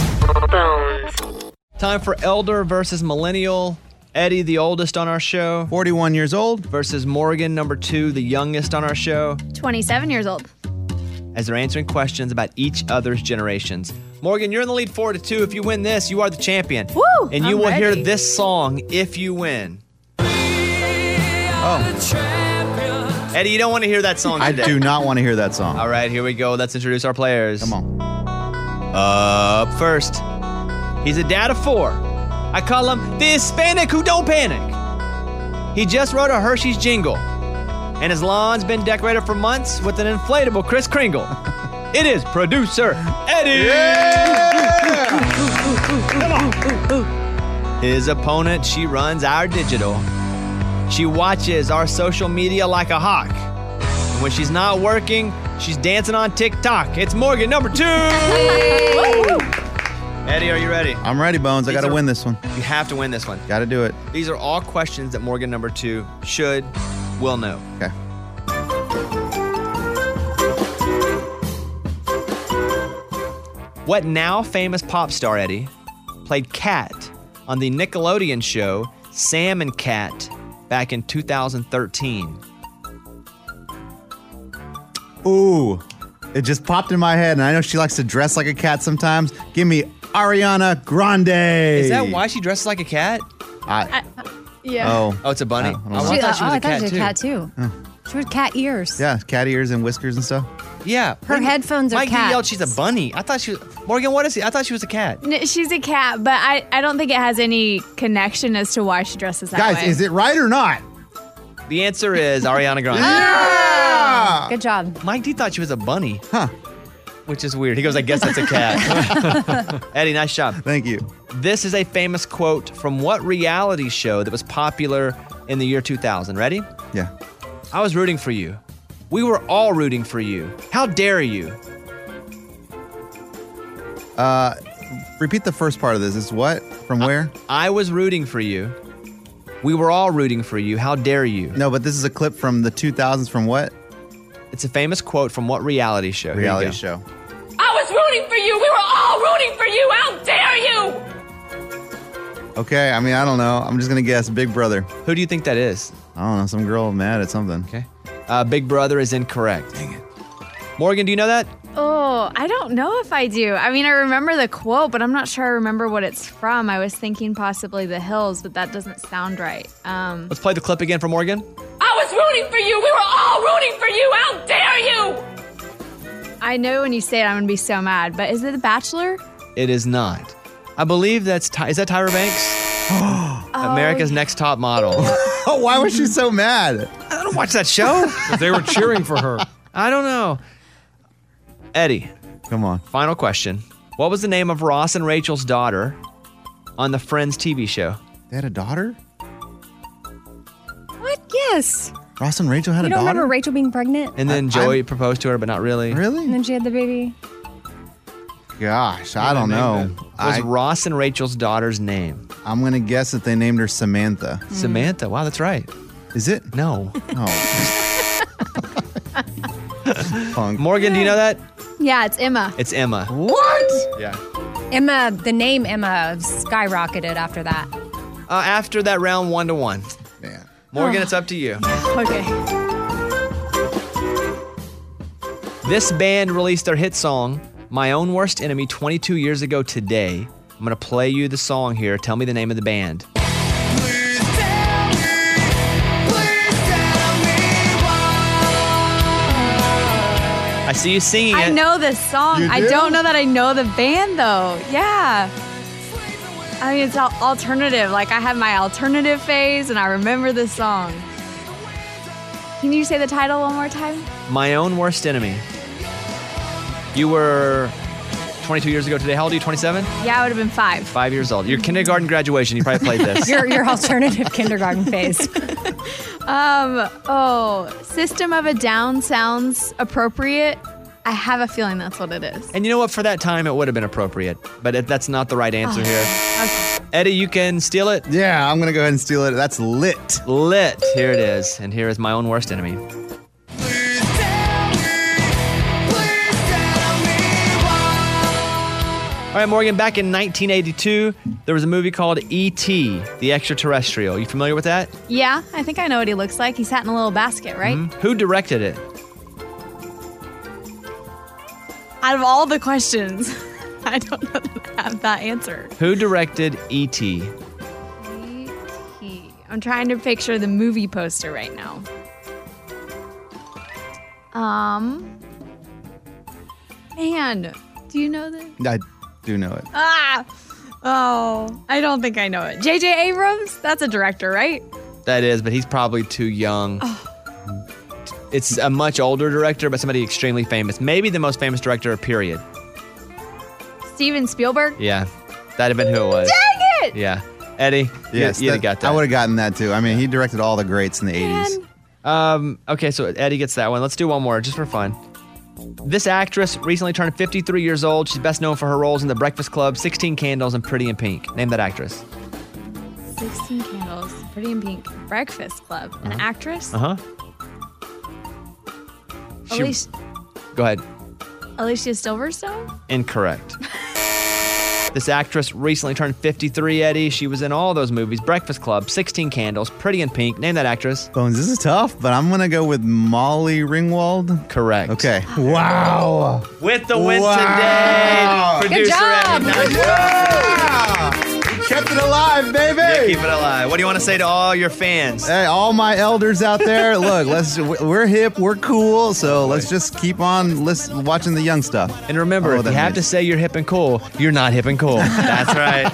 Speaker 1: Bones.
Speaker 2: Time for elder versus millennial. Eddie, the oldest on our show,
Speaker 3: 41 years old.
Speaker 2: versus Morgan, number two, the youngest on our show,
Speaker 8: 27 years old.
Speaker 2: as they're answering questions about each other's generations. Morgan, you're in the lead four to two. If you win this, you are the champion. Woo! And you
Speaker 4: I'm
Speaker 2: will hear
Speaker 4: ready.
Speaker 2: this song if you win.
Speaker 3: Oh.
Speaker 2: Oh. Eddie, you don't want to hear that song
Speaker 3: I
Speaker 2: today.
Speaker 3: do not want to hear that song.
Speaker 2: All right, here we go. Let's introduce our players.
Speaker 3: Come on.
Speaker 2: Up first, he's a dad of four. I call him the Hispanic who don't panic. He just wrote a Hershey's jingle, and his lawn's been decorated for months with an inflatable Kris Kringle. it is producer Eddie. Come on. His opponent, she runs our digital. She watches our social media like a hawk. And when she's not working, she's dancing on TikTok. It's Morgan, number two. Eddie, are you ready?
Speaker 3: I'm ready, Bones. I
Speaker 2: These
Speaker 3: got to
Speaker 2: are-
Speaker 3: win this one.
Speaker 2: You have to win this one.
Speaker 3: Got to do it.
Speaker 2: These are all questions that Morgan number two should, will know.
Speaker 3: Okay.
Speaker 2: What now famous pop star, Eddie, played Cat on the Nickelodeon show Sam and Cat back in 2013?
Speaker 3: Ooh. It just popped in my head, and I know she likes to dress like a cat sometimes. Give me Ariana Grande.
Speaker 2: Is that why she dresses like a cat?
Speaker 3: I,
Speaker 8: Yeah.
Speaker 3: oh.
Speaker 2: Oh, it's a bunny?
Speaker 3: I don't
Speaker 2: Oh,
Speaker 3: know.
Speaker 2: I thought she
Speaker 4: oh,
Speaker 2: was
Speaker 4: I
Speaker 2: a cat,
Speaker 4: thought she was
Speaker 2: too.
Speaker 4: a cat too. She was cat ears.
Speaker 3: Yeah, cat ears and whiskers and stuff.
Speaker 2: Yeah.
Speaker 4: Her
Speaker 2: Wait,
Speaker 4: headphones are
Speaker 2: Mike, you yelled
Speaker 4: cats.
Speaker 2: she's a bunny. I thought she was. Morgan, what is he? I thought she was a cat.
Speaker 8: She's a cat, but I, I don't think it has any connection as to why she dresses that
Speaker 3: Guys, is it right or not?
Speaker 2: The answer is Ariana Grande.
Speaker 4: Good job.
Speaker 2: Mike D thought she was a bunny. Huh. Which is weird. He goes, I guess that's a cat. Eddie, nice job.
Speaker 3: Thank you.
Speaker 2: This is a famous quote from what reality show that was popular in the year 2000? Ready?
Speaker 3: Yeah.
Speaker 2: I was rooting for you. We were all rooting for you. How dare you?
Speaker 3: Uh, Repeat the first part of this. It's what? From where?
Speaker 2: I was rooting for you. We were all rooting for you. How dare you?
Speaker 3: No, but this is a clip from the 2000s from what?
Speaker 2: It's a famous quote from what reality show? Here you
Speaker 3: Reality
Speaker 2: go.
Speaker 3: show.
Speaker 11: I was rooting for you. We were all rooting for you. How dare you?
Speaker 3: Okay, I mean, I don't know. I'm just going to guess Big Brother.
Speaker 2: Who do you think that is?
Speaker 3: I don't know. Some girl mad at something.
Speaker 2: Okay. Uh, Big Brother is incorrect. Dang it. Morgan, do you know that?
Speaker 8: Oh, I don't know if I do. I mean, I remember the quote, but I'm not sure I remember what it's from. I was thinking possibly The Hills, but that doesn't sound right. Um,
Speaker 2: Let's play the clip again for Morgan.
Speaker 11: I was rooting for you. We were all rooting for you. How dare you?
Speaker 8: I know when you say it, I'm gonna be so mad. But is it The Bachelor?
Speaker 2: It is not. I believe that's Ty- is that Tyra Banks?
Speaker 6: Oh.
Speaker 2: America's Next Top Model. I
Speaker 3: Oh, why was she so mad?
Speaker 2: don't watch that show.
Speaker 6: They were cheering for her.
Speaker 2: I don't know. Eddie,
Speaker 3: Come on.
Speaker 2: final question. What was the name of Ross and Rachel's daughter on the Friends TV show?
Speaker 3: They had a daughter?
Speaker 4: What? Yes.
Speaker 3: Ross and Rachel had
Speaker 4: You
Speaker 3: a
Speaker 4: don't
Speaker 3: daughter?
Speaker 4: remember Rachel being pregnant?
Speaker 2: And then
Speaker 3: I-
Speaker 2: Joey proposed to her, but not really.
Speaker 4: And
Speaker 3: really?
Speaker 4: then she had the baby.
Speaker 3: gosh, I don't know.
Speaker 2: What's Ross and Rachel's daughter's name?
Speaker 3: I'm gonna guess that they named her Samantha.
Speaker 2: Hmm. Samantha. Wow, that's right.
Speaker 3: Is it?
Speaker 2: No.
Speaker 3: Oh.
Speaker 2: Morgan, do you know that?
Speaker 4: Yeah, it's Emma.
Speaker 2: It's Emma.
Speaker 4: What?
Speaker 2: Yeah.
Speaker 4: Emma, the name Emma skyrocketed after that.
Speaker 2: Uh, after that round, one to one.
Speaker 3: Man.
Speaker 2: Morgan,
Speaker 4: Oh.
Speaker 2: it's up to you.
Speaker 4: Okay.
Speaker 2: This band released their hit song, My Own Worst Enemy, 22 years ago today. I'm going to play you the song here. Tell me the name of the band. I see you singing
Speaker 12: I
Speaker 2: it.
Speaker 12: know this song.
Speaker 2: You
Speaker 12: I
Speaker 2: do?
Speaker 12: don't know that I know the band though. Yeah. I mean, it's al- alternative. Like I had my alternative phase, and I remember this song. Can you say the title one more time?
Speaker 2: My Own Worst Enemy. You were 22 years ago today. How old are you? 27?
Speaker 12: Yeah, I would have been five.
Speaker 2: Five years old. Your kindergarten graduation. You probably played this.
Speaker 4: your your alternative kindergarten phase.
Speaker 12: Um. Oh, System of a Down sounds appropriate. I have a feeling that's what it is.
Speaker 2: And you know what? For that time, it would have been appropriate, but it, that's not the right answer
Speaker 12: Oh.
Speaker 2: here. Eddie, you can steal it.
Speaker 3: Yeah, I'm gonna go ahead and steal it. That's lit.
Speaker 2: Lit. Here it is, and here is my own worst enemy. All right, Morgan. Back in 1982, there was a movie called E.T. the Extraterrestrial. You familiar with that?
Speaker 12: Yeah, I think I know what he looks like. He sat in a little basket, right?
Speaker 2: Mhm. Who directed it?
Speaker 12: Out of all the questions, I don't know that I have that answer.
Speaker 2: Who directed E E.T.?
Speaker 12: I'm trying to picture the movie poster right now. Um, man, do you know this?
Speaker 3: I do know it.
Speaker 12: Ah, oh, I don't think I know it. J.J. Abrams, that's a director, right?
Speaker 2: That is, but he's probably too young.
Speaker 12: Oh.
Speaker 2: It's a much older director, but somebody extremely famous. Maybe the most famous director, period.
Speaker 12: Steven Spielberg.
Speaker 2: Yeah, that'd have been who it was.
Speaker 12: Dang it!
Speaker 2: Yeah, Eddie.
Speaker 3: Yes,
Speaker 2: you, would
Speaker 3: that-
Speaker 2: have got that.
Speaker 3: I would have gotten that too. I mean, he directed all the greats in the
Speaker 2: Um, okay, so Eddie gets that one. Let's do one more just for fun. This actress recently turned 53 years old. She's best known for her roles in The Breakfast Club, 16 Candles, and Pretty in Pink. Name that actress.
Speaker 12: 16 Candles, Pretty in Pink, Breakfast Club, an actress.
Speaker 2: Uh huh. She-
Speaker 12: Alicia,
Speaker 2: Go ahead.
Speaker 12: Alicia Silverstone?
Speaker 2: Incorrect. this actress recently turned 53, Eddie. She was in all those movies Breakfast Club, 16 Candles, Pretty in Pink. Name that actress.
Speaker 3: Bones, this is tough, but I'm gonna go with Molly Ringwald.
Speaker 2: Correct.
Speaker 3: Okay. Wow.
Speaker 2: With the win
Speaker 3: Wow.
Speaker 2: today, producer Eddie. Nice
Speaker 3: Kept it alive, baby.
Speaker 2: keep it alive. What do you want to say to all your fans?
Speaker 3: Hey, all my elders out there, look, let's we're hip, we're cool, so let's just keep on listen, watching the young stuff.
Speaker 2: And remember, if you have to say you're hip and cool, you're not hip and cool. That's right.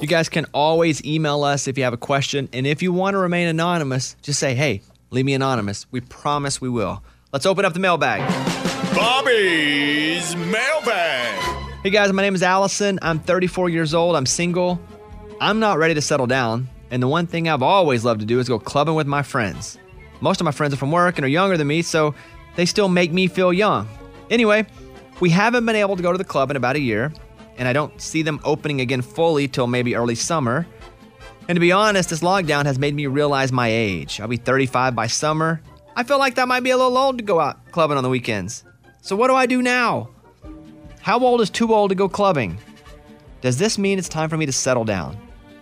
Speaker 2: You guys can always email us if you have a question. And if you want to remain anonymous, just say, hey, leave me anonymous. We promise we will. Let's open up the mailbag.
Speaker 5: Bobby's mailbag.
Speaker 2: Hey guys, my name is Allison. I'm 34 years old. I'm single. I'm not ready to settle down. And the one thing I've always loved to do is go clubbing with my friends. Most of my friends are from work and are younger than me, so they still make me feel young. Anyway, we haven't been able to go to the club in about a year, and I don't see them opening again fully till maybe early summer. And to be honest, this lockdown has made me realize my age. I'll be 35 by summer. I feel like that might be a little old to go out clubbing on the weekends. So, what do I do now? How old is too old to go clubbing? Does this mean it's time for me to settle down?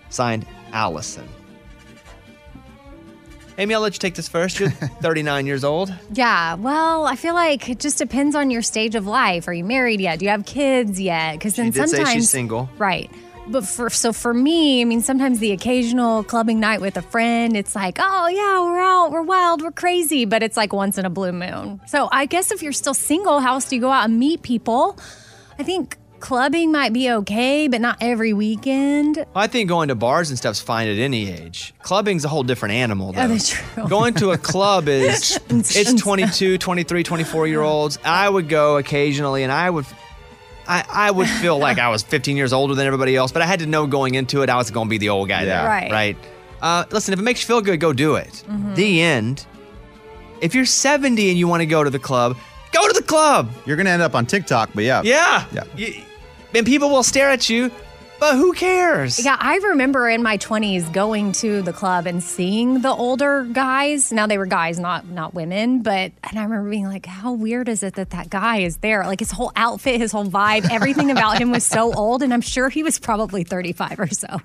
Speaker 2: Signed, Allison. Amy, I'll let you take this first. You're 39 years old.
Speaker 4: Yeah, well, I feel like it just depends on your stage of life. Are you married yet? Do you have kids yet? Because
Speaker 2: She
Speaker 4: then
Speaker 2: did say
Speaker 4: sometimes
Speaker 2: she's single.
Speaker 4: right? But for so for me, I mean, sometimes the occasional clubbing night with a friend, it's like, oh yeah, we're out, we're wild, we're crazy, but it's like once in a blue moon. So I guess if you're still single, how else do you go out and meet people? I think clubbing might be okay, but not every weekend.
Speaker 2: I think going to bars and stuff's fine at any age. Clubbing's a whole different animal, though.
Speaker 4: Oh, that's true.
Speaker 2: Going to a club is it's 22, 23, 24 year olds. I would go occasionally and I would I, I would feel like I was 15 years older than everybody else, but I had to know going into it I was going to be the old guy there.
Speaker 4: Right. Mm-hmm.
Speaker 2: Right. Uh, listen, if it makes you feel good, go do it. The end. If you're 70 and you want to go to the club, Go to the club.
Speaker 3: You're gonna end up on TikTok, but yeah,
Speaker 2: yeah, yeah. and people will stare at you, but who cares?
Speaker 4: Yeah, I remember in my 20s going to the club and seeing the older guys. Now they were guys, not not women, but and I remember being like, how weird is it that that guy is there? Like his whole outfit, his whole vibe, everything about him was so old and I'm sure he was probably 35 or so.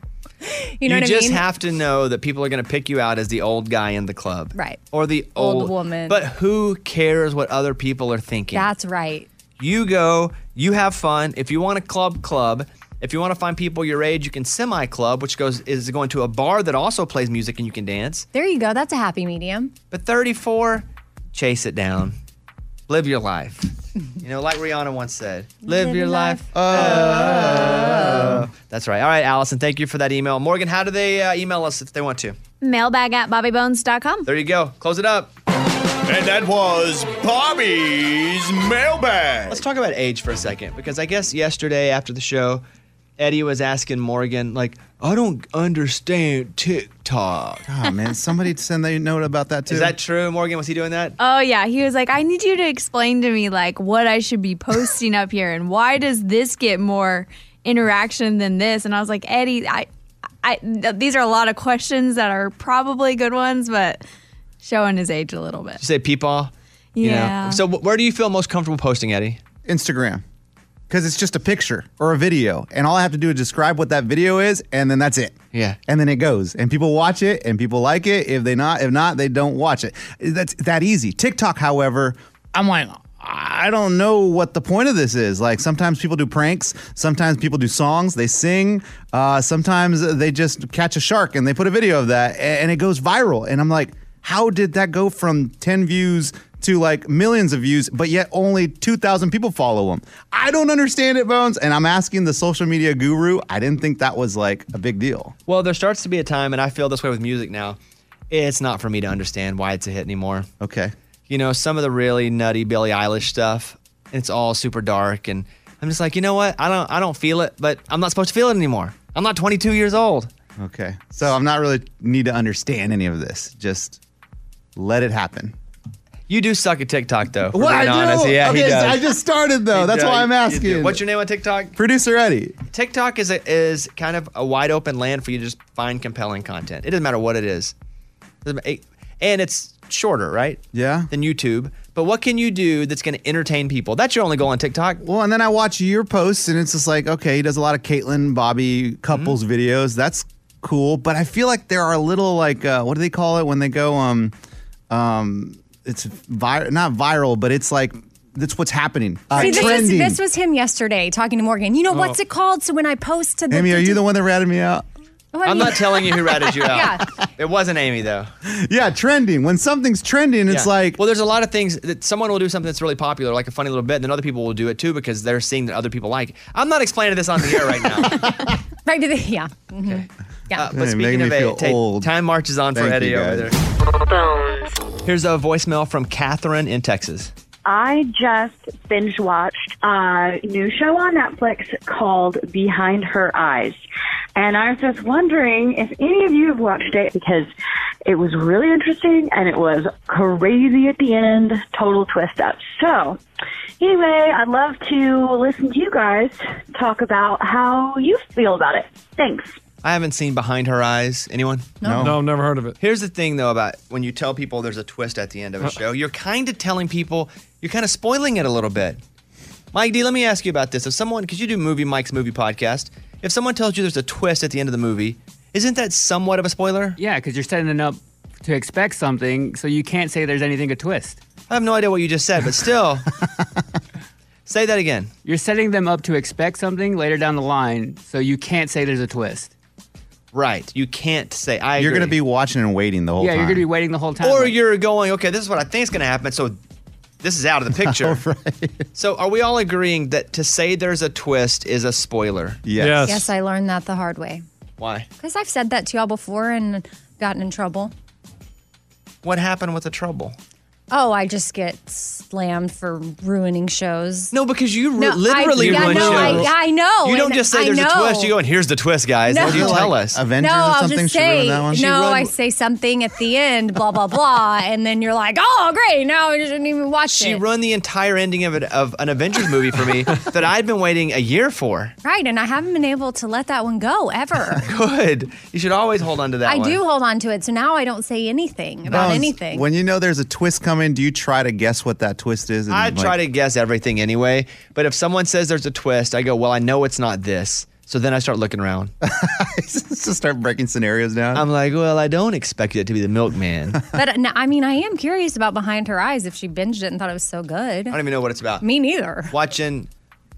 Speaker 4: You know what
Speaker 2: just
Speaker 4: I mean?
Speaker 2: have to know that people are going to pick you out as the old guy in the club,
Speaker 4: right.
Speaker 2: Or the
Speaker 4: Old
Speaker 2: old,
Speaker 4: woman.
Speaker 2: But who cares what other people are thinking?
Speaker 4: That's right.
Speaker 2: You go, you have fun. If you want a club, club. If you want to find people your age, you can semi club, which goes is going to a bar that also plays music and you can dance.
Speaker 4: There you go. That's a happy medium.
Speaker 2: But 34, chase it down. Live your life. You know, like Rihanna once said, live, your life. Oh. That's right. All right, Allison, thank you for that email. Morgan, how do they uh, email us if they want to?
Speaker 8: Mailbag at bobbybones.com.
Speaker 2: There you go. Close it up.
Speaker 13: And that was Bobby's mailbag.
Speaker 2: Let's talk about age for a second because I guess yesterday after the show, Eddie was asking Morgan, like, I don't understand TikTok.
Speaker 3: Oh man, somebody send a note about that too.
Speaker 2: Is that true, Morgan? Was he doing that?
Speaker 12: Oh yeah, he was like, I need you to explain to me like what I should be posting up here and why does this get more interaction than this? And I was like, Eddie, I, I th- these are a lot of questions that are probably good ones, but showing his age a little bit.
Speaker 2: You say peepaw? You know?
Speaker 12: Yeah.
Speaker 2: So, wh- where do you feel most comfortable posting, Eddie?
Speaker 3: Instagram. Because it's just a picture or a video, and all I have to do is describe what that video is, and then that's it.
Speaker 2: Yeah.
Speaker 3: And then it goes, and people watch it, and people like it. If they not, if not, they don't watch it. That's that easy. TikTok, however, I'm like, I don't know what the point of this is. Like sometimes people do pranks, sometimes people do songs, they sing, uh, sometimes they just catch a shark and they put a video of that, a- and it goes viral. And I'm like, how did that go from 10 views to like millions of views, but yet only 2,000 people follow him? I don't understand it, Bones. And I'm asking the social media guru. I didn't think that was like a big deal.
Speaker 2: Well, there starts to be a time, and I feel this way with music now. It's not for me to understand why it's a hit anymore.
Speaker 3: Okay.
Speaker 2: You know, some of the really nutty Billie Eilish stuff, it's all super dark, and I'm just like, you know what? I don't, I don't feel it, but I'm not supposed to feel it anymore. I'm not 22 years old.
Speaker 3: Okay. So I'm not really need to understand any of this. Just let it happen.
Speaker 2: You do suck at TikTok, though. for
Speaker 3: What
Speaker 2: being
Speaker 3: I do?
Speaker 2: honest. Yeah, he
Speaker 3: Okay, so
Speaker 2: does.
Speaker 3: I just started, though.
Speaker 2: He
Speaker 3: That's
Speaker 2: does.
Speaker 3: why I'm
Speaker 2: You do.
Speaker 3: asking.
Speaker 2: What's your name on TikTok?
Speaker 3: Producer Eddie.
Speaker 2: TikTok is a, is kind of a wide open land for you to just find compelling content. It doesn't matter what it is. Doesn't ma- it- And it's shorter, right?
Speaker 3: Yeah.
Speaker 2: Than YouTube. But what can you do that's going to entertain people? That's your only goal on TikTok.
Speaker 3: Well, and then I watch your posts, and it's just like, okay, he does a lot of Caitlyn Bobby couples
Speaker 2: Mm-hmm.
Speaker 3: videos. That's cool, but I feel like there are little like, uh, what do they call it when they go, um, um, it's vi- not viral, but it's like that's what's happening. Uh,
Speaker 4: See, this, is,
Speaker 3: trending.
Speaker 4: this was him yesterday talking to Morgan. You know,
Speaker 3: Oh.
Speaker 4: what's it called? So when I post to the.
Speaker 3: Amy, are you the one that ratted me out?
Speaker 4: Oh, I
Speaker 2: I'm
Speaker 4: mean-
Speaker 2: not telling you who ratted you out.
Speaker 4: Yeah.
Speaker 2: It wasn't Amy, though.
Speaker 3: Yeah, trending. When something's trending, it's
Speaker 2: Yeah.
Speaker 3: like.
Speaker 2: well, there's a lot of things that someone will do something that's really popular, like a funny little bit, and then other people will do it too because they're seeing that other people like. it. I'm not explaining this on the air right now.
Speaker 4: Right to the. Yeah. Mhm. Yeah.
Speaker 2: Uh, but speaking of it, take- time marches on for
Speaker 3: Thank
Speaker 2: Eddie
Speaker 3: you,
Speaker 2: over
Speaker 3: guys.
Speaker 2: there. Here's a voicemail from Catherine in Texas.
Speaker 14: I just binge watched a new show on Netflix called Behind Her Eyes. And I was just wondering if any of you have watched it because it was really interesting and it was crazy at the end, total twist up. So, anyway, I'd love to listen to you guys talk about how you feel about it. Thanks.
Speaker 2: I haven't seen Behind Her Eyes. Anyone?
Speaker 6: No. No, never heard of it.
Speaker 2: Here's the thing, though, about when you tell people there's a twist at the end of a
Speaker 6: Uh.
Speaker 2: show, you're kind of telling people, you're kind of spoiling it a little bit. Mike D, let me ask you about this. If someone, because you do Movie Mike's Movie Podcast, if someone tells you there's a twist at the end of the movie, isn't that somewhat of a spoiler?
Speaker 15: Yeah, because you're setting it up to expect something, so you can't say there's anything a twist.
Speaker 2: I have no idea what you just said, but still. say that again.
Speaker 15: You're setting them up to expect something later down the line, so you can't say there's a twist.
Speaker 2: Right. You can't say, I
Speaker 3: You're going to
Speaker 2: agree.
Speaker 3: be watching and waiting the whole
Speaker 15: yeah,
Speaker 3: time.
Speaker 15: you're going to be waiting the whole time.
Speaker 2: Or
Speaker 15: like,
Speaker 2: you're going, okay, this is what I think is going to happen, so this is out of the picture. So are we all agreeing that to say there's a twist is a spoiler?
Speaker 4: Yes. I learned that the hard way
Speaker 2: Why?
Speaker 4: because I've said that to y'all before and gotten in trouble.
Speaker 2: What happened with the trouble?
Speaker 4: Oh, I just get slammed for ruining shows.
Speaker 2: No, because you
Speaker 4: no,
Speaker 2: literally
Speaker 4: I, yeah,
Speaker 2: ruin
Speaker 4: no, I,
Speaker 2: shows.
Speaker 4: yeah, I know.
Speaker 2: You don't
Speaker 4: and
Speaker 2: just say
Speaker 4: I
Speaker 2: there's
Speaker 4: know.
Speaker 2: a twist. You go and here's the twist, guys.
Speaker 4: No.
Speaker 2: What do you
Speaker 4: Like
Speaker 2: tell us?
Speaker 4: no, I'll just say, No, I say something at the end, blah, blah, blah. and then you're like, oh, great. Now I didn't even watch
Speaker 2: she
Speaker 4: it.
Speaker 2: ruined the entire ending of, it, of an Avengers movie for me that I'd been waiting a year for.
Speaker 4: right. And I haven't been able to let that one go ever.
Speaker 2: Good. You should always hold on to that
Speaker 4: I
Speaker 2: one.
Speaker 4: do hold on to it. So now I don't say anything about
Speaker 3: Bones,
Speaker 4: anything.
Speaker 3: When you know there's a twist coming, do you try to guess what that twist is? and,
Speaker 2: I
Speaker 3: like-
Speaker 2: try to guess everything anyway, but if someone says there's a twist, I go, well, I know it's not this. So then I start looking around.
Speaker 3: Just start breaking scenarios down.
Speaker 2: I'm like, well, I don't expect it to be the milkman. I
Speaker 4: but uh, no, I mean, I am curious about Behind Her Eyes if she binged it and thought it was so good.
Speaker 2: don't even know what it's about.
Speaker 4: Me neither.
Speaker 2: Watching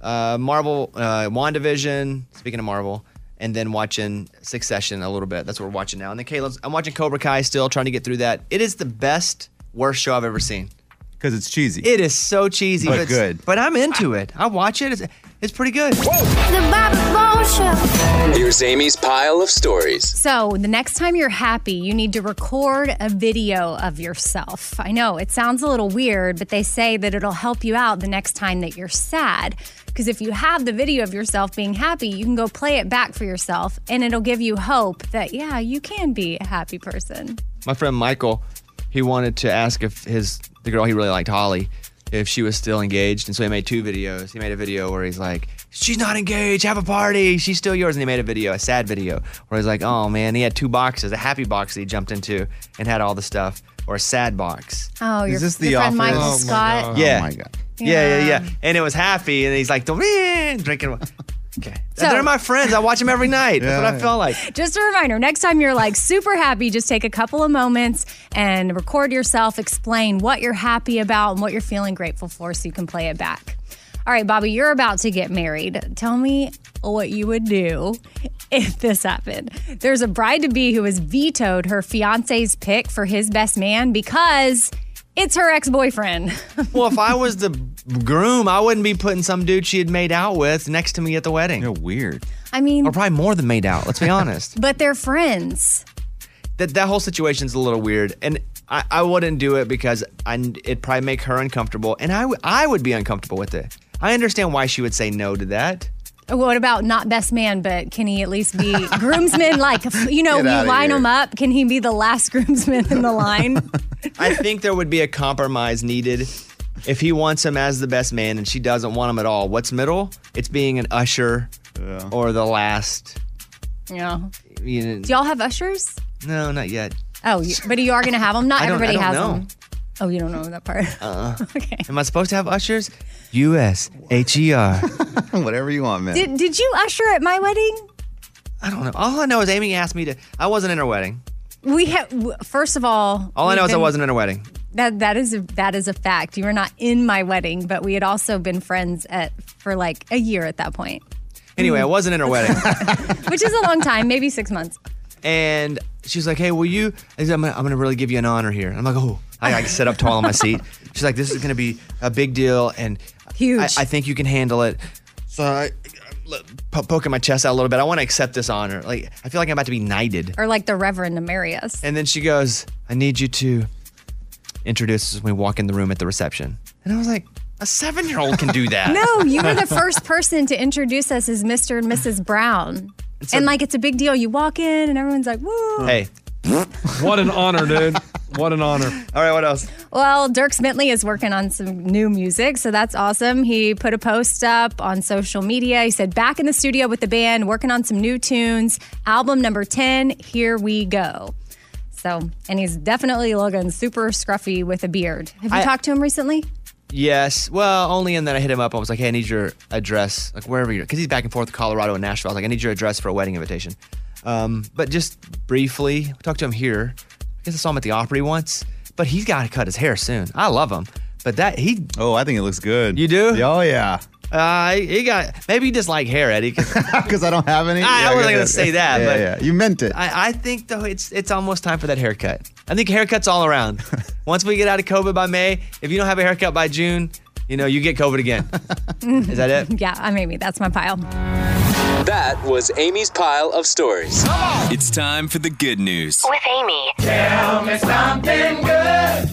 Speaker 2: uh, Marvel, uh, WandaVision, speaking of Marvel, and then watching Succession a little bit. That's what we're watching now. And then Caleb's, I'm watching Cobra Kai still, trying to get through that. It is the best, worst show I've ever seen.
Speaker 3: Because it's cheesy.
Speaker 2: It is so cheesy,
Speaker 3: But
Speaker 2: but, it's-
Speaker 3: good.
Speaker 2: But I'm into it. I watch it. It's, it's pretty good.
Speaker 10: Here's Amy's pile of stories.
Speaker 4: So, the next time you're happy, you need to record a video of yourself. I know it sounds a little weird, but they say that it'll help you out the next time that you're sad. Because if you have the video of yourself being happy, you can go play it back for yourself and it'll give you hope that, yeah, you can be a happy person.
Speaker 2: My friend Michael, he wanted to ask if his the girl he really liked, Holly, if she was still engaged, and so he made two videos. He made a video where he's like, "She's not engaged. Have a party. She's still yours." And he made a video, a sad video, where he's like, "Oh man." He had two boxes, a happy box that he jumped into and had all the stuff, or a sad box.
Speaker 4: Oh, your, your friend Michael Scott.
Speaker 2: yeah. Yeah, yeah,
Speaker 4: Yeah.
Speaker 2: yeah. And it was happy, and he's like, "Man," drinking. Okay,
Speaker 4: So-
Speaker 2: they're my friends. I watch them every night. That's what I
Speaker 4: Yeah.
Speaker 2: felt like.
Speaker 4: Just a reminder next time you're like super happy, just take a couple of moments and record yourself, explain what you're happy about and what you're feeling grateful for so you can play it back. All right, Bobby, you're about to get married. Tell me what you would do if this happened. There's a bride to be who has vetoed her fiance's pick for his best man because it's her ex boyfriend.
Speaker 2: Well, if I was the groom, I wouldn't be putting some dude she had made out with next to me at the wedding. You're
Speaker 3: weird.
Speaker 4: I mean,
Speaker 2: Or probably more than made out, let's be honest.
Speaker 4: but they're friends.
Speaker 2: that that whole situation's a little weird. And I, I wouldn't do it because I, it'd probably make her uncomfortable. And I, w- I would be uncomfortable with it. I understand why she would say no to that.
Speaker 4: What about not best man, but can he at least be groomsman? Like, you know,
Speaker 2: Get
Speaker 4: you
Speaker 2: outta
Speaker 4: line
Speaker 2: here.
Speaker 4: him up. Can he be the last groomsman in the line?
Speaker 2: I think there would be a compromise needed. If he wants him as the best man and she doesn't want him at all, what's middle? It's being an usher or the last.
Speaker 4: no.
Speaker 2: You know,
Speaker 4: Do y'all have ushers?
Speaker 2: no, not yet.
Speaker 4: Oh, you, but you are going to have them. Not
Speaker 2: I don't- I
Speaker 4: everybody
Speaker 2: don't
Speaker 4: has
Speaker 2: know.
Speaker 4: them. Oh, you don't know that part.
Speaker 2: Uh-uh. okay. Am I supposed to have ushers? U S H E R.
Speaker 3: Whatever you want, man.
Speaker 4: Did, did you usher at my wedding?
Speaker 2: I don't know. All I know is Amy asked me to. I wasn't in her wedding.
Speaker 4: We had. First of all,
Speaker 2: All I
Speaker 4: we've
Speaker 2: know is I
Speaker 4: been-
Speaker 2: wasn't in her wedding.
Speaker 4: That that is a, that is a fact. You were not in my wedding, but we had also been friends at for like a year at that point,
Speaker 2: Anyway, I wasn't in her wedding.
Speaker 4: which is a long time, maybe six months.
Speaker 2: And she's like, hey, will you? I said, I'm going to really give you an honor here. And I'm like, oh, I, I sit up tall in my seat. She's like, this is going to be a big deal. And
Speaker 4: huge.
Speaker 2: I, I think you can handle it. So I, I'm po- poking my chest out a little bit. I want to accept this honor. Like, I feel like I'm about to be knighted.
Speaker 4: Or like the Reverend to marry us.
Speaker 2: And then she goes, I need you to introduce us when we walk in the room at the reception. And I was like, a seven year old can do that.
Speaker 4: No, you were the first person to introduce us as Mr. and Mrs. Brown. and like it's a big deal. You walk in and everyone's like, woo.
Speaker 2: Hey.
Speaker 6: what an honor, dude. What an honor.
Speaker 2: All right, what else?
Speaker 4: Well, Dirk Smitley is working on some new music, so that's awesome. He put a post up on social media. He said, back in the studio with the band, working on some new tunes. Album number 10, here we go. So, and he's definitely looking super scruffy with a beard. Have you
Speaker 2: I-
Speaker 4: talked to him recently?
Speaker 2: Yes. Well, only in that I hit him up. I was like, hey, I need your address, like wherever you're, because he's back and forth to Colorado and Nashville. I was like, I need your address for a wedding invitation. Um, but just briefly, I talked to him here. I guess I saw him at the Opry once, but he's got to cut his hair soon. I love him. But that, he.
Speaker 3: Oh, I think it looks good.
Speaker 2: You do?
Speaker 3: Oh, yeah.
Speaker 2: Uh, he he got, maybe you just like hair, Eddie. Because
Speaker 3: I don't have any.
Speaker 2: I,
Speaker 3: Yeah,
Speaker 2: wasn't
Speaker 3: got
Speaker 2: going to say that,
Speaker 3: Yeah,
Speaker 2: but
Speaker 3: yeah. you meant it.
Speaker 2: I, I think though it's it's almost time for that haircut. I think haircuts all around. Once we get out of COVID by May, if you don't have a haircut by June, you know you get COVID again. Is that it?
Speaker 4: yeah, I maybe. That's my pile.
Speaker 10: That was Amy's pile of stories. It's time for the good news.
Speaker 1: With Amy.
Speaker 5: Tell me something good.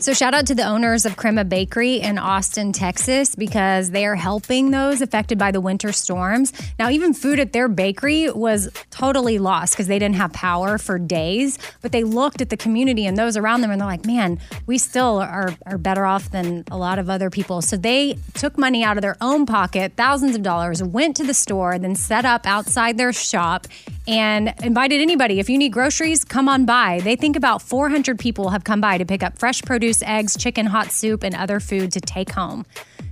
Speaker 4: So shout out to the owners of Crema Bakery in Austin, Texas, because they are helping those affected by the winter storms. Now, even food at their bakery was totally lost because they didn't have power for days. But they looked at the community and those around them, and they're like, "Man, we still are are better off than a lot of other people." So they took money out of their own pocket, thousands of dollars, went to the store, then set up outside their shop and invited anybody. If you need groceries, come on by. They think about 400 people have come by to pick up fresh produce, eggs, chicken, hot soup, and other food to take home.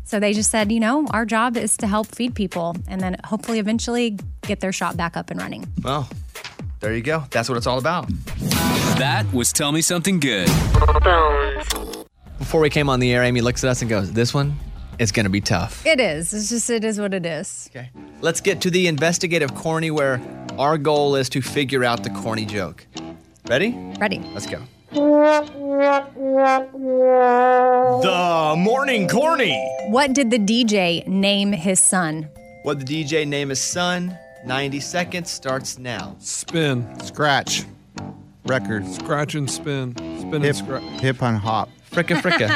Speaker 4: So they just said, you know, our job is to help feed people and then hopefully eventually get their shop back up and running.
Speaker 2: Well, there you go. That's what it's all about.
Speaker 10: That was Tell Me Something Good.
Speaker 2: Before we came on the air, Amy looks at us and goes, This one is going to be tough.
Speaker 4: It is. It's just, it is what it is. Okay.
Speaker 2: Let's get to the investigative corny where our goal is to figure out the corny joke. Ready?
Speaker 4: Ready.
Speaker 2: Let's go.
Speaker 4: The
Speaker 2: morning corny.
Speaker 4: What did the DJ name his son?
Speaker 2: What the DJ name is Son. 90 seconds starts now.
Speaker 6: Spin.
Speaker 3: Scratch. Record.
Speaker 6: Scratch and spin. Spin and
Speaker 3: hip,
Speaker 6: scratch.
Speaker 3: Hip and hop.
Speaker 2: Fricka fricka.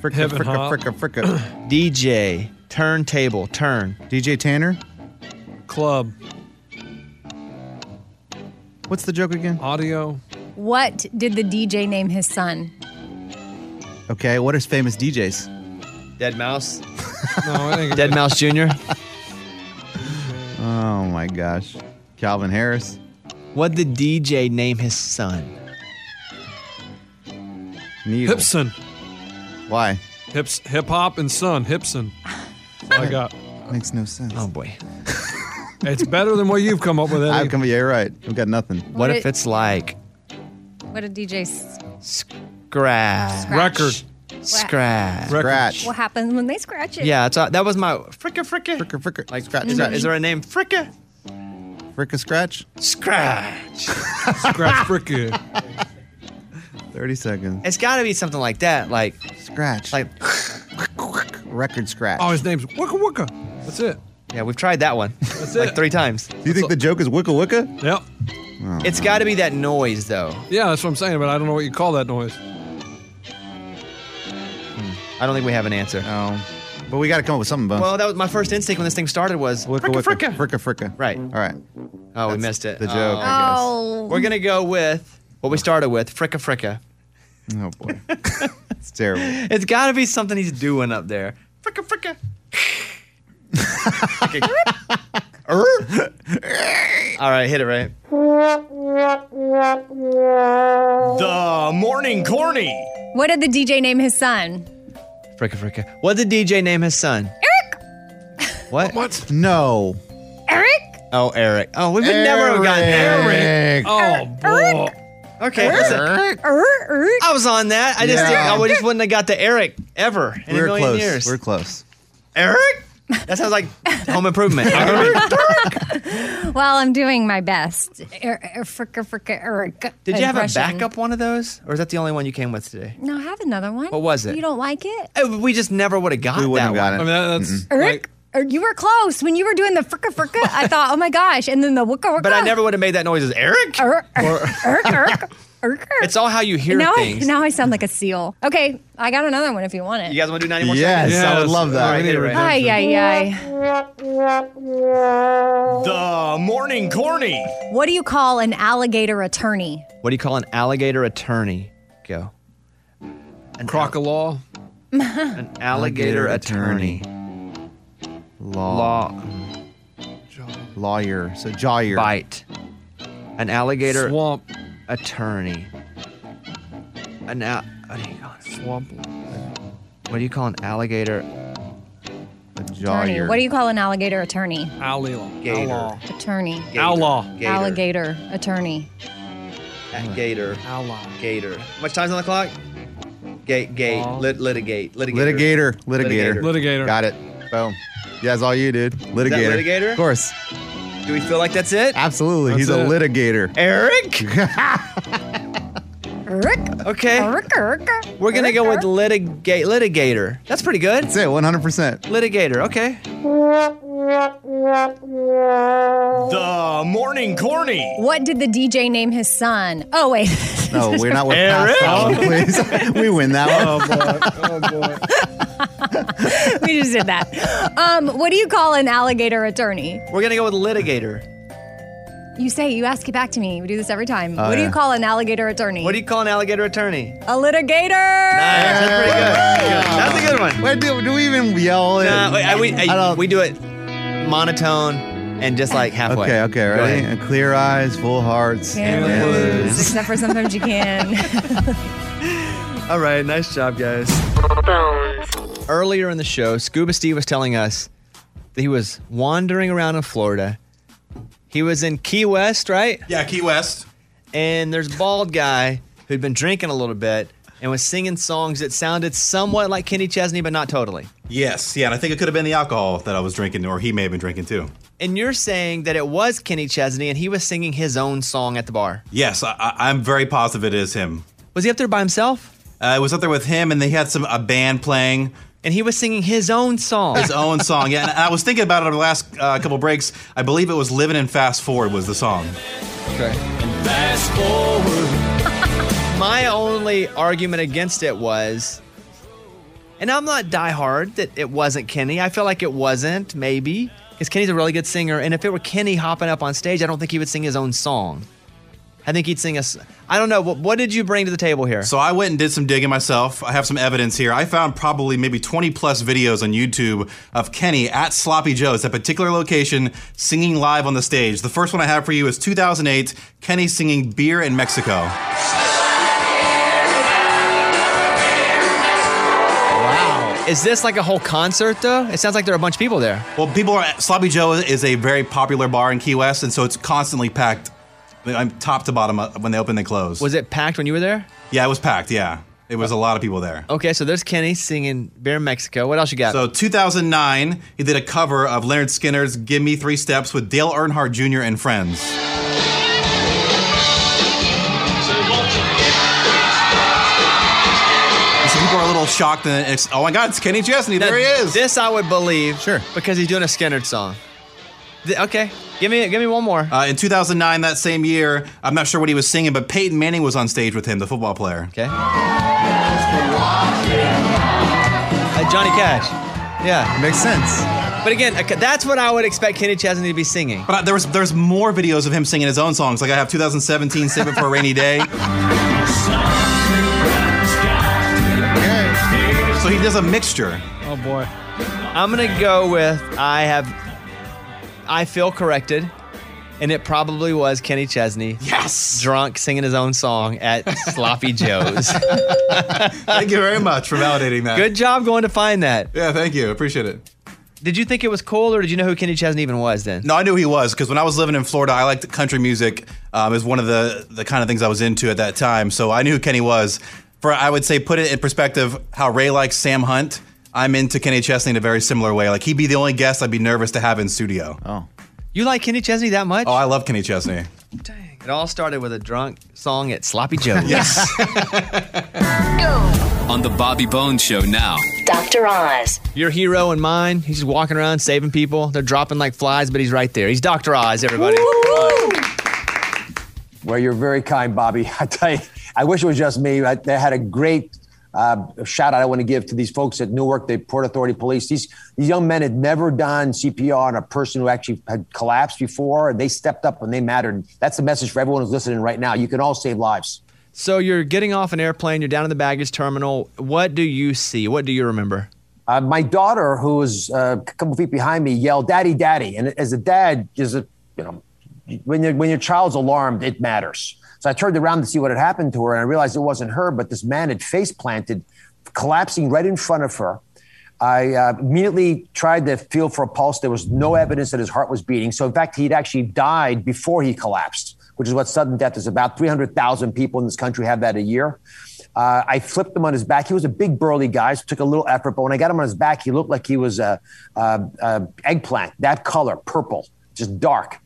Speaker 3: Fricka
Speaker 6: Hip and
Speaker 3: fricka
Speaker 6: hop.
Speaker 3: fricka fricka.
Speaker 2: DJ. Turntable. Turn.
Speaker 3: DJ Tanner.
Speaker 6: Club.
Speaker 3: What's the joke again?
Speaker 6: Audio.
Speaker 4: What did the DJ name his son?
Speaker 3: Okay. What are famous DJs?
Speaker 2: Dead Mouse.
Speaker 6: no, it ain't
Speaker 2: Dead Mouse Jr.
Speaker 3: Oh my gosh. Calvin Harris.
Speaker 2: What did DJ name his son?
Speaker 3: Needle.
Speaker 6: Hipson.
Speaker 3: Why?
Speaker 6: Hips, hip hop and son. Hipson. I got.
Speaker 3: Makes no sense.
Speaker 2: Oh boy.
Speaker 6: It's better than what you've come up with.
Speaker 3: I've come. Yeah, you're right. I've got nothing.
Speaker 4: What if it-
Speaker 2: it's like
Speaker 4: What did DJ s-
Speaker 2: Scratch.
Speaker 4: Scratch.
Speaker 2: Record. Scratch.
Speaker 3: Scratch.
Speaker 4: What happens when they scratch it?
Speaker 2: Yeah, it's, uh, that was my fricka fricka. Fricka
Speaker 3: fricka.
Speaker 2: Like,
Speaker 3: Scratch,
Speaker 2: is,
Speaker 3: scratch.
Speaker 2: There, is there a name? Fricka.
Speaker 3: Fricka Scratch.
Speaker 2: Scratch.
Speaker 6: Scratch fricka.
Speaker 3: 30 seconds.
Speaker 2: It's got to be something like that. Like,
Speaker 3: Scratch.
Speaker 2: Like,
Speaker 3: record scratch.
Speaker 6: Oh, his name's Wooka Wooka. That's it.
Speaker 2: Yeah, we've tried that one.
Speaker 6: That's
Speaker 2: like
Speaker 6: it.
Speaker 2: three times.
Speaker 3: Do you think the joke is wicka wicka?
Speaker 6: Yep.
Speaker 2: It's got to be that noise, though.
Speaker 6: Yeah, that's what I'm saying, but I don't know what you call that noise.
Speaker 2: I don't think we have an answer.
Speaker 3: No. But we got to come up with something, Bones.
Speaker 2: Well, that was my first instinct when this thing started was
Speaker 3: Wicka
Speaker 2: fricka
Speaker 3: wicka.
Speaker 2: fricka.
Speaker 3: Fricka fricka.
Speaker 2: Right.
Speaker 3: All right.
Speaker 2: Oh, we missed it.
Speaker 3: the joke, I guess.
Speaker 4: Oh.
Speaker 2: We're going to go with what we started with, fricka fricka.
Speaker 3: Oh boy. it's terrible.
Speaker 2: It's got to be something he's doing up there. Fricka fricka. All right, hit it right.
Speaker 13: The morning corny.
Speaker 4: What did the DJ name his son?
Speaker 2: Fricka fricka. What did DJ name his son? Eric. What?
Speaker 6: What?
Speaker 3: No.
Speaker 4: Eric?
Speaker 2: Oh, Eric. Oh, we would never have gotten
Speaker 3: Eric.
Speaker 2: Eric.
Speaker 6: Oh boy.
Speaker 2: Okay. listen. I was on that. I just
Speaker 3: Yeah.
Speaker 2: didn't- I just wouldn't have got to Eric ever in
Speaker 3: We're
Speaker 2: a million
Speaker 3: close.
Speaker 2: years.
Speaker 3: We're close.
Speaker 2: Eric? That sounds like home improvement.
Speaker 4: Well, I'm doing my best. Er, er, fricka, fricka, Eric.
Speaker 2: Did you have a
Speaker 4: impression.
Speaker 2: backup one of those? Or is that the only one you came with today?
Speaker 4: No, I have another one.
Speaker 2: What was it?
Speaker 4: You don't like it?
Speaker 2: Eh, We just never would have got
Speaker 3: We
Speaker 2: that
Speaker 3: wouldn't have
Speaker 2: one.
Speaker 3: gotten it.
Speaker 6: I mean, that, that's.
Speaker 4: Eric? Er, you were close when you were doing the fricka fricka. I thought, oh my gosh, and then the wicka wicka.
Speaker 2: But I never would have made that noise as Eric.
Speaker 4: Er, er, er, er, er, er.
Speaker 2: It's all how you hear
Speaker 4: now I,
Speaker 2: things.
Speaker 4: now I sound like a seal. Okay, I got another one if you want it.
Speaker 2: You guys want to do 90 more
Speaker 3: Yes,
Speaker 2: seconds?
Speaker 3: I would love that.
Speaker 2: All right, hit it right.
Speaker 4: Ay, ay, ay.
Speaker 13: The morning corny.
Speaker 4: What do you call an alligator attorney?
Speaker 2: What do you call an alligator attorney? Go. An, al-
Speaker 6: Crocolaw.
Speaker 2: an alligator, attorney.
Speaker 3: Law.
Speaker 2: Law
Speaker 3: Lawyer. So jawyer.
Speaker 2: bite. An alligator
Speaker 6: Swamp.
Speaker 2: attorney. An al- what, do you call it?
Speaker 6: Swamp.
Speaker 2: what do you call an
Speaker 3: A
Speaker 2: alligator?
Speaker 4: Attorney.
Speaker 3: jawyer.
Speaker 4: What do you call an alligator attorney?
Speaker 6: Alley.
Speaker 2: Gator.
Speaker 6: Outlaw.
Speaker 4: Attorney.
Speaker 6: Outlaw.
Speaker 2: Gator.
Speaker 4: Alligator attorney.
Speaker 2: A- gator.
Speaker 6: Outlaw.
Speaker 2: Gator. How much time's on the clock? Gate. Gate.
Speaker 6: Law.
Speaker 2: Lit- litigate. Litigator.
Speaker 3: Litigator. Litigator.
Speaker 2: Litigator.
Speaker 6: Litigator.
Speaker 3: Got it. Boom. Yeah, that's all you, dude. Litigator.
Speaker 2: litigator?
Speaker 3: Of course.
Speaker 2: Do we feel like that's it?
Speaker 3: Absolutely.
Speaker 6: That's
Speaker 3: He's a
Speaker 6: it.
Speaker 3: litigator.
Speaker 2: Eric.
Speaker 4: Eric.
Speaker 2: Okay.
Speaker 4: Eric, Eric,
Speaker 2: We're gonna
Speaker 4: Eric,
Speaker 2: go with
Speaker 4: Eric.
Speaker 2: litigate. Litigator. That's pretty good.
Speaker 3: That's it. 100%.
Speaker 2: Litigator. Okay.
Speaker 13: The morning corny.
Speaker 4: What did the DJ name his son? Oh wait.
Speaker 3: No, we're not with past
Speaker 2: Oh.
Speaker 3: that one, please. we win that one.
Speaker 4: we just did that. Um, what do you call an alligator attorney?
Speaker 2: We're gonna go with litigator.
Speaker 4: You say you ask it back to me. We do this every time.
Speaker 2: Oh,
Speaker 4: what do
Speaker 2: yeah.
Speaker 4: you call an alligator attorney?
Speaker 2: What do you call an alligator attorney?
Speaker 4: a litigator.
Speaker 2: That's pretty good. That's a good one.
Speaker 3: Wait, do, do we even yell? it?
Speaker 2: Nah, wait, I, we, I- we do it monotone and just like halfway.
Speaker 3: Okay, okay,
Speaker 2: Go
Speaker 3: ready?
Speaker 2: ahead.
Speaker 3: And clear eyes, full hearts.
Speaker 4: Can't
Speaker 3: and-
Speaker 4: lose, Except for sometimes you can.
Speaker 2: All right, nice job, guys. Earlier in the show, Scuba Steve was telling us that he was wandering around in Florida. He was in Key West, right?
Speaker 7: Yeah, Key West.
Speaker 2: And there's a bald guy who'd been drinking a little bit and was singing songs that sounded somewhat like Kenny Chesney, but not totally.
Speaker 7: Yes, yeah, and I think it could have been the alcohol that I was drinking, or he may have been drinking too.
Speaker 2: And you're saying that it was Kenny Chesney and he was singing his own song at the bar.
Speaker 7: Yes, I, I, I'm very positive it is him.
Speaker 2: Was he up there by himself?
Speaker 7: Uh, I was up there with him, and they had some a band playing.
Speaker 2: And he was singing his own song.
Speaker 7: His own song, yeah. And I was thinking about it over the last uh, couple breaks. I believe it was "Living in Fast Forward" was the song.
Speaker 2: Okay.
Speaker 5: Fast forward.
Speaker 2: My only argument against it was, and I'm not diehard that it wasn't Kenny. I feel like it wasn't, maybe, because Kenny's a really good singer. And if it were Kenny hopping up on stage, I don't think he would sing his own song. I think he'd sing a. s- I don't know. What, what did you bring to the table here?
Speaker 7: So I went and did some digging myself. I have some evidence here. I found probably maybe 20 plus videos on YouTube of Kenny at Sloppy Joe's, that particular location, singing live on the stage. The first one I have for you is 2008, Kenny singing Beer in Mexico.
Speaker 2: Wow. Is this like a whole concert though? It sounds like there are a bunch of people there.
Speaker 7: Well, people are Sloppy Joe is a very popular bar in Key West, and so it's constantly packed. I'm top to bottom uh, when they open, they close.
Speaker 2: Was it packed when you were there?
Speaker 7: Yeah, it was packed. Yeah, it was a lot of people there.
Speaker 2: Okay, so there's Kenny singing Beer in Mexico. What else you got?
Speaker 7: So 2009, he did a cover of Leonard Skinner's "Give Me Three Steps" with Dale Earnhardt Jr. and friends. And So people are a little shocked, and it's, oh my God, it's Kenny Chesney. There he
Speaker 2: Now,
Speaker 7: is.
Speaker 2: This I would believe. Sure. Because he's doing a Skinner song. Th- okay. Give me give me one more.
Speaker 7: Uh, in 2009, that same year, I'm not sure what he was singing, but Peyton Manning was on stage with him, the football player.
Speaker 2: Okay. Uh, Johnny Cash. Yeah.
Speaker 3: Makes sense.
Speaker 2: But again, okay, that's what I would expect Kenny Chesney to be singing.
Speaker 7: But I- there was there's more videos of him singing his own songs. Like I have 2017, Save It for a Rainy Day. So he does a mixture.
Speaker 2: Oh boy. I'm gonna go with I have I feel corrected. And it probably was Kenny Chesney.
Speaker 7: Yes.
Speaker 2: Drunk singing his own song at Sloppy Joe's.
Speaker 7: Thank you very much for validating that.
Speaker 2: Good job going to find that.
Speaker 7: Yeah, thank you. Appreciate it.
Speaker 2: Did you think it was cool or did you know who Kenny Chesney even was then?
Speaker 7: No, I knew he was because when I was living in Florida, I liked country music. Um, is one of the the kind of things I was into at that time. So I knew who Kenny was. For I would say, put it in perspective, how Ray likes Sam Hunt. I'm into Kenny Chesney in a very similar way. Like he'd be the only guest I'd be nervous to have in studio.
Speaker 3: Oh,
Speaker 2: You like Kenny Chesney that much?
Speaker 7: oh, I love Kenny Chesney.
Speaker 2: It all started with a drunk song at Sloppy Joe's.
Speaker 7: Yes.
Speaker 10: On the Bobby Bones Show now.
Speaker 1: Dr. Oz.
Speaker 2: Your hero and mine, he's just walking around saving people. They're dropping like flies, but he's right there. He's Dr. Oz, everybody.
Speaker 16: Well, you're very kind, Bobby. I tell you, I wish it was just me. I, they had a great uh, shout out I want to give to these folks at Newark, the Port Authority Police. These, these young men had never done CPR on a person who actually had collapsed before, and they stepped up and they mattered. That's the message for everyone who's listening right now. You can all save lives.
Speaker 2: So you're getting off an airplane, you're down in the baggage terminal. What do you see? What do you remember?
Speaker 16: Uh, my daughter, who was uh, a couple feet behind me, yelled, "Daddy, Daddy!" And as a dad, is a you know, when your when your child's alarmed, it matters. So I turned around to see what had happened to her, and I realized it wasn't her, but this man had face planted, collapsing right in front of her. I uh, immediately tried to feel for a pulse. There was no evidence that his heart was beating. So in fact, he'd actually died before he collapsed, which is what sudden death is about. Three hundred thousand people in this country have that a year. Uh, I flipped him on his back. He was a big burly guy, so it took a little effort. But when I got him on his back, he looked like he was a, a, a eggplant, that color, purple, just dark.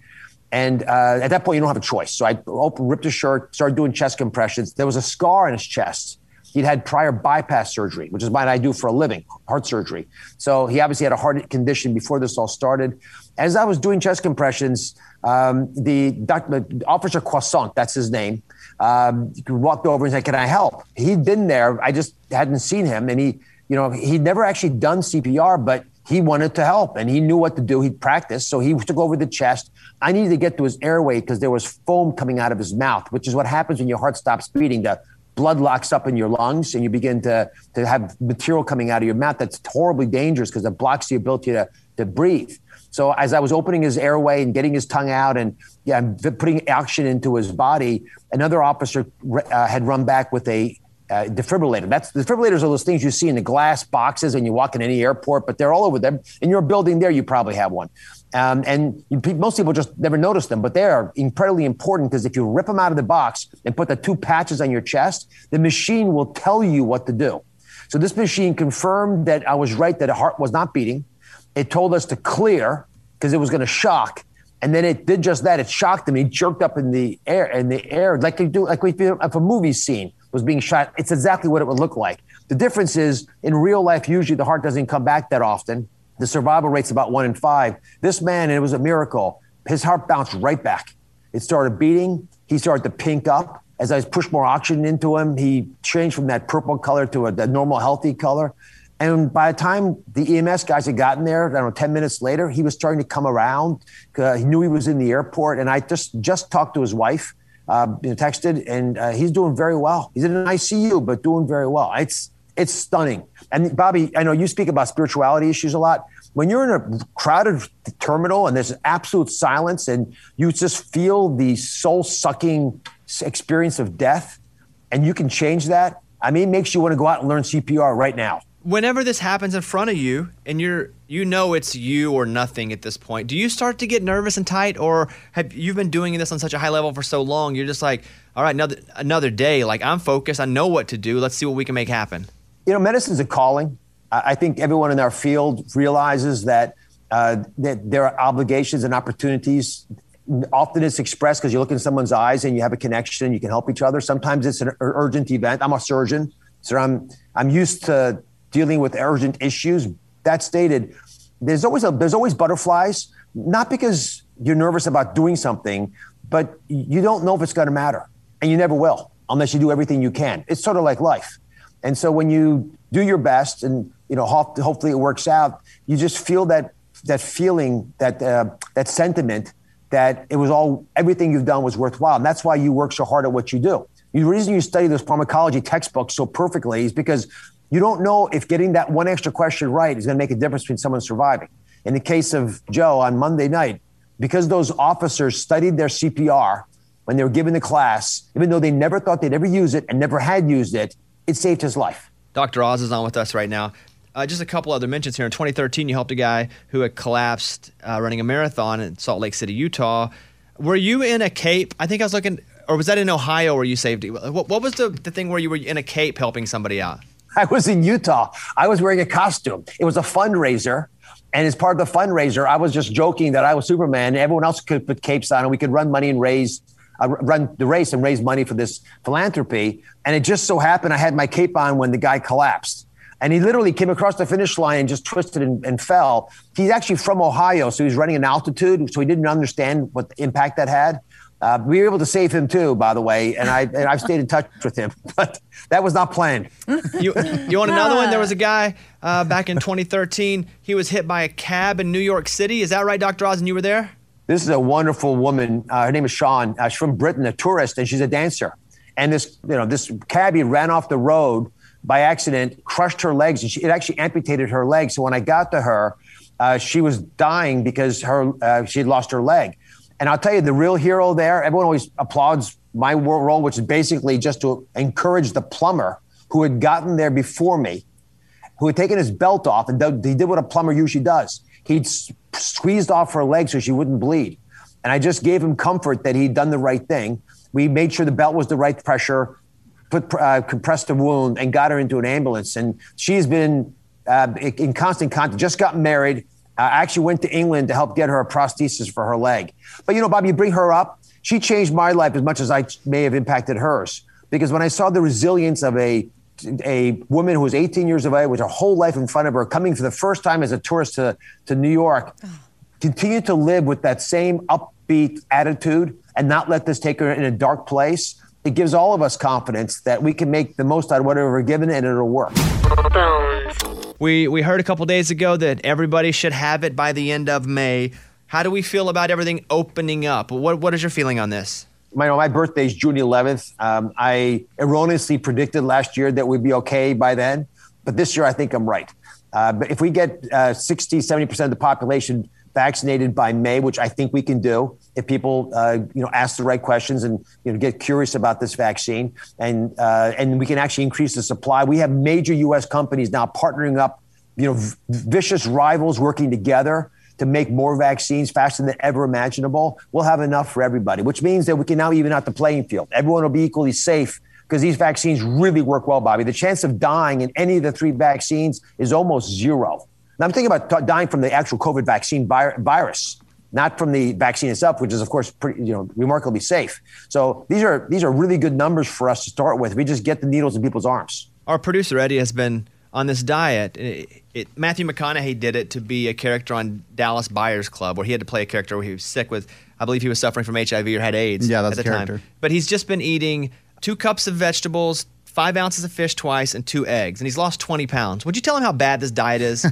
Speaker 16: And uh, at that point, you don't have a choice. So I opened, ripped his shirt, started doing chest compressions. There was a scar on his chest. He'd had prior bypass surgery, which is mine I do for a living, heart surgery. So he obviously had a heart condition before this all started. As I was doing chest compressions, um, the doctor, Officer Croissant, that's his name, um, walked over and said, "Can I help?" He'd been there. I just hadn't seen him, and he, you know, he'd never actually done CPR, but he wanted to help and he knew what to do. He'd practiced. So he took over the chest. I needed to get to his airway because there was foam coming out of his mouth, which is what happens when your heart stops beating. The blood locks up in your lungs and you begin to, to have material coming out of your mouth that's horribly dangerous because it blocks the ability to, to breathe. So as I was opening his airway and getting his tongue out and yeah, putting oxygen into his body, another officer uh, had run back with a uh, defibrillator. That's defibrillators are those things you see in the glass boxes and you walk in any airport, but they're all over them. In your building there, you probably have one. Um, and you, pe- most people just never notice them, but they are incredibly important because if you rip them out of the box and put the two patches on your chest, the machine will tell you what to do. So this machine confirmed that I was right that a heart was not beating. It told us to clear because it was going to shock. And then it did just that. It shocked him. He jerked up in the air, in the air, like you do, like we feel if a movie scene was being shot. It's exactly what it would look like. The difference is in real life, usually the heart doesn't come back that often. The survival rate's about one in five. This man, and it was a miracle, his heart bounced right back. It started beating. He started to pink up. As I pushed more oxygen into him, he changed from that purple color to a, a normal, healthy color. And by the time the EMS guys had gotten there, I don't know, 10 minutes later, he was starting to come around. Uh, he knew he was in the airport. And I just, just talked to his wife. Uh, you know, texted, and uh, he's doing very well. He's in an ICU, but doing very well. It's it's stunning. And Bobby, I know you speak about spirituality issues a lot. When you're in a crowded terminal and there's absolute silence, and you just feel the soul sucking experience of death, and you can change that. I mean, it makes you want to go out and learn CPR right now.
Speaker 2: Whenever this happens in front of you, and you're you know it's you or nothing at this point. Do you start to get nervous and tight, or have you've been doing this on such a high level for so long? You're just like, all right, another another day. Like I'm focused. I know what to do. Let's see what we can make happen.
Speaker 16: You know, medicine's a calling. I I think everyone in our field realizes that uh, that there are obligations and opportunities. Often it's expressed because you look in someone's eyes and you have a connection. You can help each other. Sometimes it's an ur- urgent event. I'm a surgeon, so I'm I'm used to dealing with urgent issues. That stated, there's always a, there's always butterflies, not because you're nervous about doing something, but you don't know if it's going to matter, and you never will unless you do everything you can. It's sort of like life, and so when you do your best, and you know, hop- hopefully it works out, you just feel that that feeling, that uh, that sentiment that it was all everything you've done was worthwhile, and that's why you work so hard at what you do. The reason you study those pharmacology textbooks so perfectly is because you don't know if getting that one extra question right is going to make a difference between someone surviving. In the case of Joe on Monday night, because those officers studied their CPR when they were given the class, even though they never thought they'd ever use it and never had used it, it saved his life.
Speaker 2: Dr. Oz is on with us right now. Uh, just a couple other mentions here. In 2013, you helped a guy who had collapsed uh, running a marathon in Salt Lake City, Utah. Were you in a cape? I think I was looking, or was that in Ohio where you saved? What, what was the, the thing where you were in a cape helping somebody out?
Speaker 16: I was in Utah. I was wearing a costume. It was a fundraiser. And as part of the fundraiser, I was just joking that I was Superman. Everyone else could put capes on and we could run money and raise, uh, run the race and raise money for this philanthropy. And it just so happened I had my cape on when the guy collapsed. And he literally came across the finish line and just twisted and, and fell. He's actually from Ohio, so he's running in altitude. So he didn't understand what impact that had. Uh, we were able to save him too, by the way, and I and I've stayed in touch with him, but that was not planned.
Speaker 2: you, you want another one? There was a guy uh, back in 2013. He was hit by a cab in New York City. Is that right, Dr. Oz? And you were there?
Speaker 16: This is a wonderful woman. Uh, her name is Sean. Uh, she's from Britain, a tourist, and she's a dancer. And this, you know, this cabbie ran off the road by accident, crushed her legs, and she, it actually amputated her leg. So when I got to her, uh, she was dying because her she had lost her leg. And I'll tell you, the real hero there, everyone always applauds my role, which is basically just to encourage the plumber who had gotten there before me, who had taken his belt off, and th- he did what a plumber usually does. He'd s- squeezed off her leg so she wouldn't bleed. And I just gave him comfort that he'd done the right thing. We made sure the belt was the right pressure, put, uh, compressed the wound, and got her into an ambulance. And she's been uh, in constant contact, just got married, Uh, I actually went to England to help get her a prosthesis for her leg. But you know, Bob, you bring her up. She changed my life as much as I may have impacted hers. Because when I saw the resilience of a a woman who was 18 years of age with her whole life in front of her, coming for the first time as a tourist to, to New York, continue to live with that same upbeat attitude and not let this take her in a dark place. It gives all of us confidence that we can make the most out of whatever we're given and it'll work.
Speaker 2: We we heard a couple days ago that everybody should have it by the end of May. How do we feel about everything opening up? What what is your feeling on this?
Speaker 16: my, my birthday is June 11th. Um, I erroneously predicted last year that we'd be okay by then, but this year I think I'm right. Uh, but if we get uh, 60, 70% of the population vaccinated by May, which I think we can do, if people uh, you know ask the right questions and you know get curious about this vaccine, and uh, and we can actually increase the supply. We have major U.S. companies now partnering up, you know, v- vicious rivals working together to make more vaccines faster than ever imaginable, we'll have enough for everybody, which means that we can now even out the playing field. Everyone will be equally safe because these vaccines really work well, Bobby. The chance of dying in any of the three vaccines is almost zero. Now, I'm thinking about t- dying from the actual COVID vaccine vi- virus. Not from the vaccine itself, which is of course pretty, you know, remarkably safe. So these are these are really good numbers for us to start with. We just get the needles in people's arms.
Speaker 2: Our producer Eddie has been on this diet. It, it, Matthew McConaughey did it to be a character on Dallas Buyers Club, where he had to play a character where he was sick with, I believe he was suffering from HIV or had AIDS.
Speaker 3: Yeah, that's
Speaker 2: at the
Speaker 3: a character.
Speaker 2: time. But he's just been eating two cups of vegetables, five ounces of fish twice, and two eggs, and he's lost twenty pounds. Would you tell him how bad this diet is?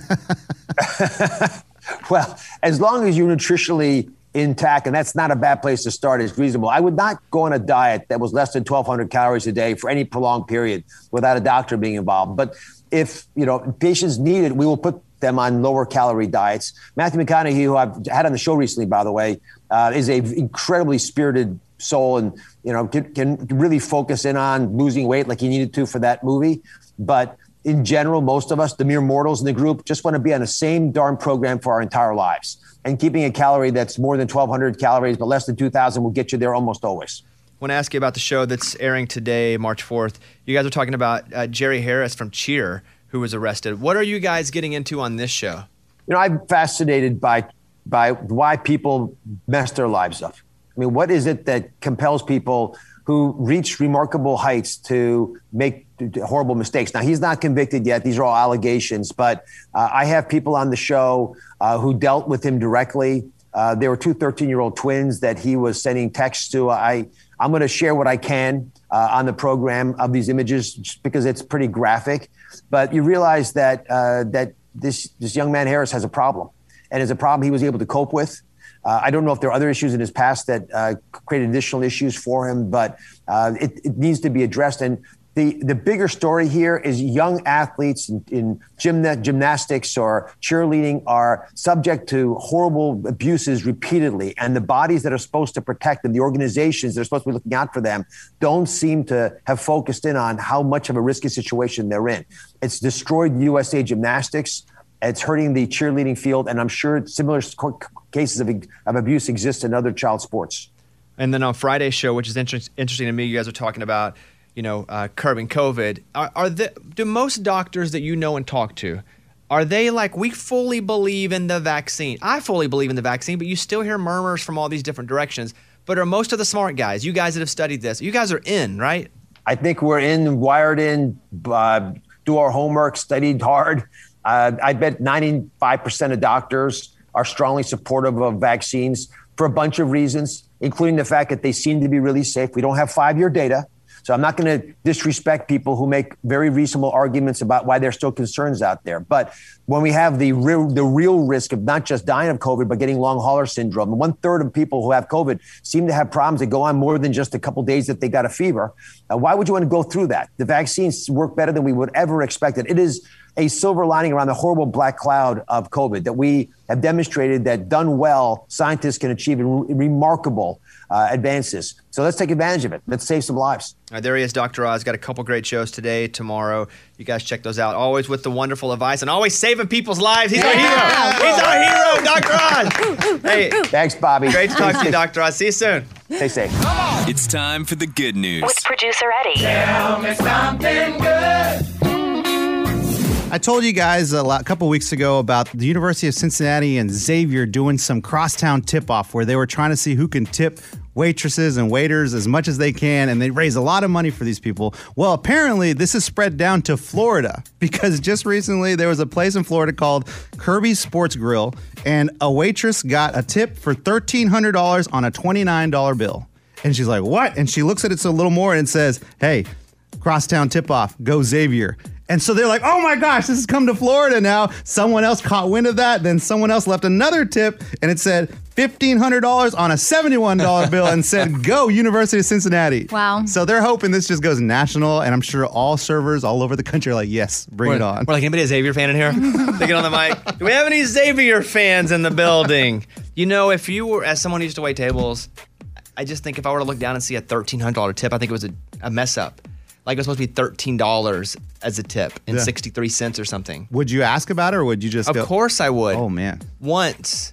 Speaker 16: well, as long as you're nutritionally intact, and that's not a bad place to start, it's reasonable. I would not go on a diet that was less than 1,200 calories a day for any prolonged period without a doctor being involved. But if you know patients need it, we will put them on lower calorie diets. Matthew McConaughey, who I've had on the show recently, by the way, uh, is a incredibly spirited soul, and you know can, can really focus in on losing weight like he needed to for that movie. But in general, most of us, the mere mortals in the group, just want to be on the same darn program for our entire lives. And keeping a calorie that's more than 1,200 calories but less than 2,000 will get you there almost always.
Speaker 2: want to ask you about the show that's airing today, March 4th. You guys are talking about uh, Jerry Harris from Cheer, who was arrested. What are you guys getting into on this show?
Speaker 16: you know, I'm fascinated by by why people mess their lives up. I mean, what is it that compels people who reach remarkable heights to make horrible mistakes? Now, he's not convicted yet; these are all allegations. But uh, I have people on the show uh, who dealt with him directly. Uh, there were two 13 year old twins that he was sending texts to. I I'm going to share what I can uh, on the program of these images just because it's pretty graphic. But you realize that uh, that this this young man Harris has a problem, and it's a problem he was able to cope with. Uh, I don't know if there are other issues in his past that uh, created additional issues for him, but uh, it, it needs to be addressed. And the the bigger story here is young athletes in, in gymna- gymnastics or cheerleading are subject to horrible abuses repeatedly, and the bodies that are supposed to protect them, the organizations that are supposed to be looking out for them, don't seem to have focused in on how much of a risky situation they're in. It's destroyed USA Gymnastics. It's hurting the cheerleading field, and I'm sure similar c- cases of, of abuse exist in other child sports.
Speaker 2: And then on Friday's show, which is inter- interesting to me, you guys are talking about, you know, uh, curbing COVID. Are, are the, do most doctors that you know and talk to, are they like, we fully believe in the vaccine? I fully believe in the vaccine, but you still hear murmurs from all these different directions. But are most of the smart guys, you guys that have studied this, you guys are in, right?
Speaker 16: I think we're in, wired in, uh, do our homework, studied hard. Uh, I bet 95% of doctors are strongly supportive of vaccines for a bunch of reasons, including the fact that they seem to be really safe. We don't have five year data. So I'm not going to disrespect people who make very reasonable arguments about why there's still concerns out there. But when we have the real, the real risk of not just dying of COVID, but getting long hauler syndrome, one third of people who have COVID seem to have problems that go on more than just a couple days that they got a fever. Uh, why would you want to go through that? The vaccines work better than we would ever expect it. It is a silver lining around the horrible black cloud of COVID that we have demonstrated that done well, scientists can achieve re- remarkable uh, advances. So let's take advantage of it. Let's save some lives.
Speaker 2: All right, there he is, Dr. Oz. Got a couple great shows today, tomorrow. You guys check those out. Always with the wonderful advice and always saving people's lives. He's our hero. He's our hero, Dr. Oz. hey,
Speaker 16: Thanks, Bobby.
Speaker 2: great to talk to you, Dr. Oz. See you soon.
Speaker 16: Stay safe.
Speaker 10: It's time for the good news.
Speaker 1: With producer Eddie.
Speaker 5: Tell me something good.
Speaker 3: I told you guys a lot, couple weeks ago about the University of Cincinnati and Xavier doing some crosstown tip off where they were trying to see who can tip waitresses and waiters as much as they can, and they raise a lot of money for these people. Well, apparently, this is spread down to Florida because just recently there was a place in Florida called Kirby's Sports Grill, and a waitress got a tip for $1,300 on a $29 bill. And she's like, What? And she looks at it a little more and says, Hey, crosstown tip off, go Xavier. And so they're like, oh my gosh, this has come to Florida now. Someone else caught wind of that. Then someone else left another tip and it said $1,500 on a $71 bill and said, go University of Cincinnati.
Speaker 4: Wow.
Speaker 3: So they're hoping this just goes national. And I'm sure all servers all over the country are like, yes, bring
Speaker 2: we're,
Speaker 3: it on.
Speaker 2: We're like, anybody a Xavier fan in here? they get on the mic. Do we have any Xavier fans in the building? You know, if you were, as someone who used to wait tables, I just think if I were to look down and see a $1,300 tip, I think it was a, a mess up. Like it was supposed to be $13 as a tip and
Speaker 3: Yeah.
Speaker 2: 63 cents or something.
Speaker 3: Would you ask about it or would you just
Speaker 2: Of
Speaker 3: go?
Speaker 2: course I would.
Speaker 3: Oh man.
Speaker 2: Once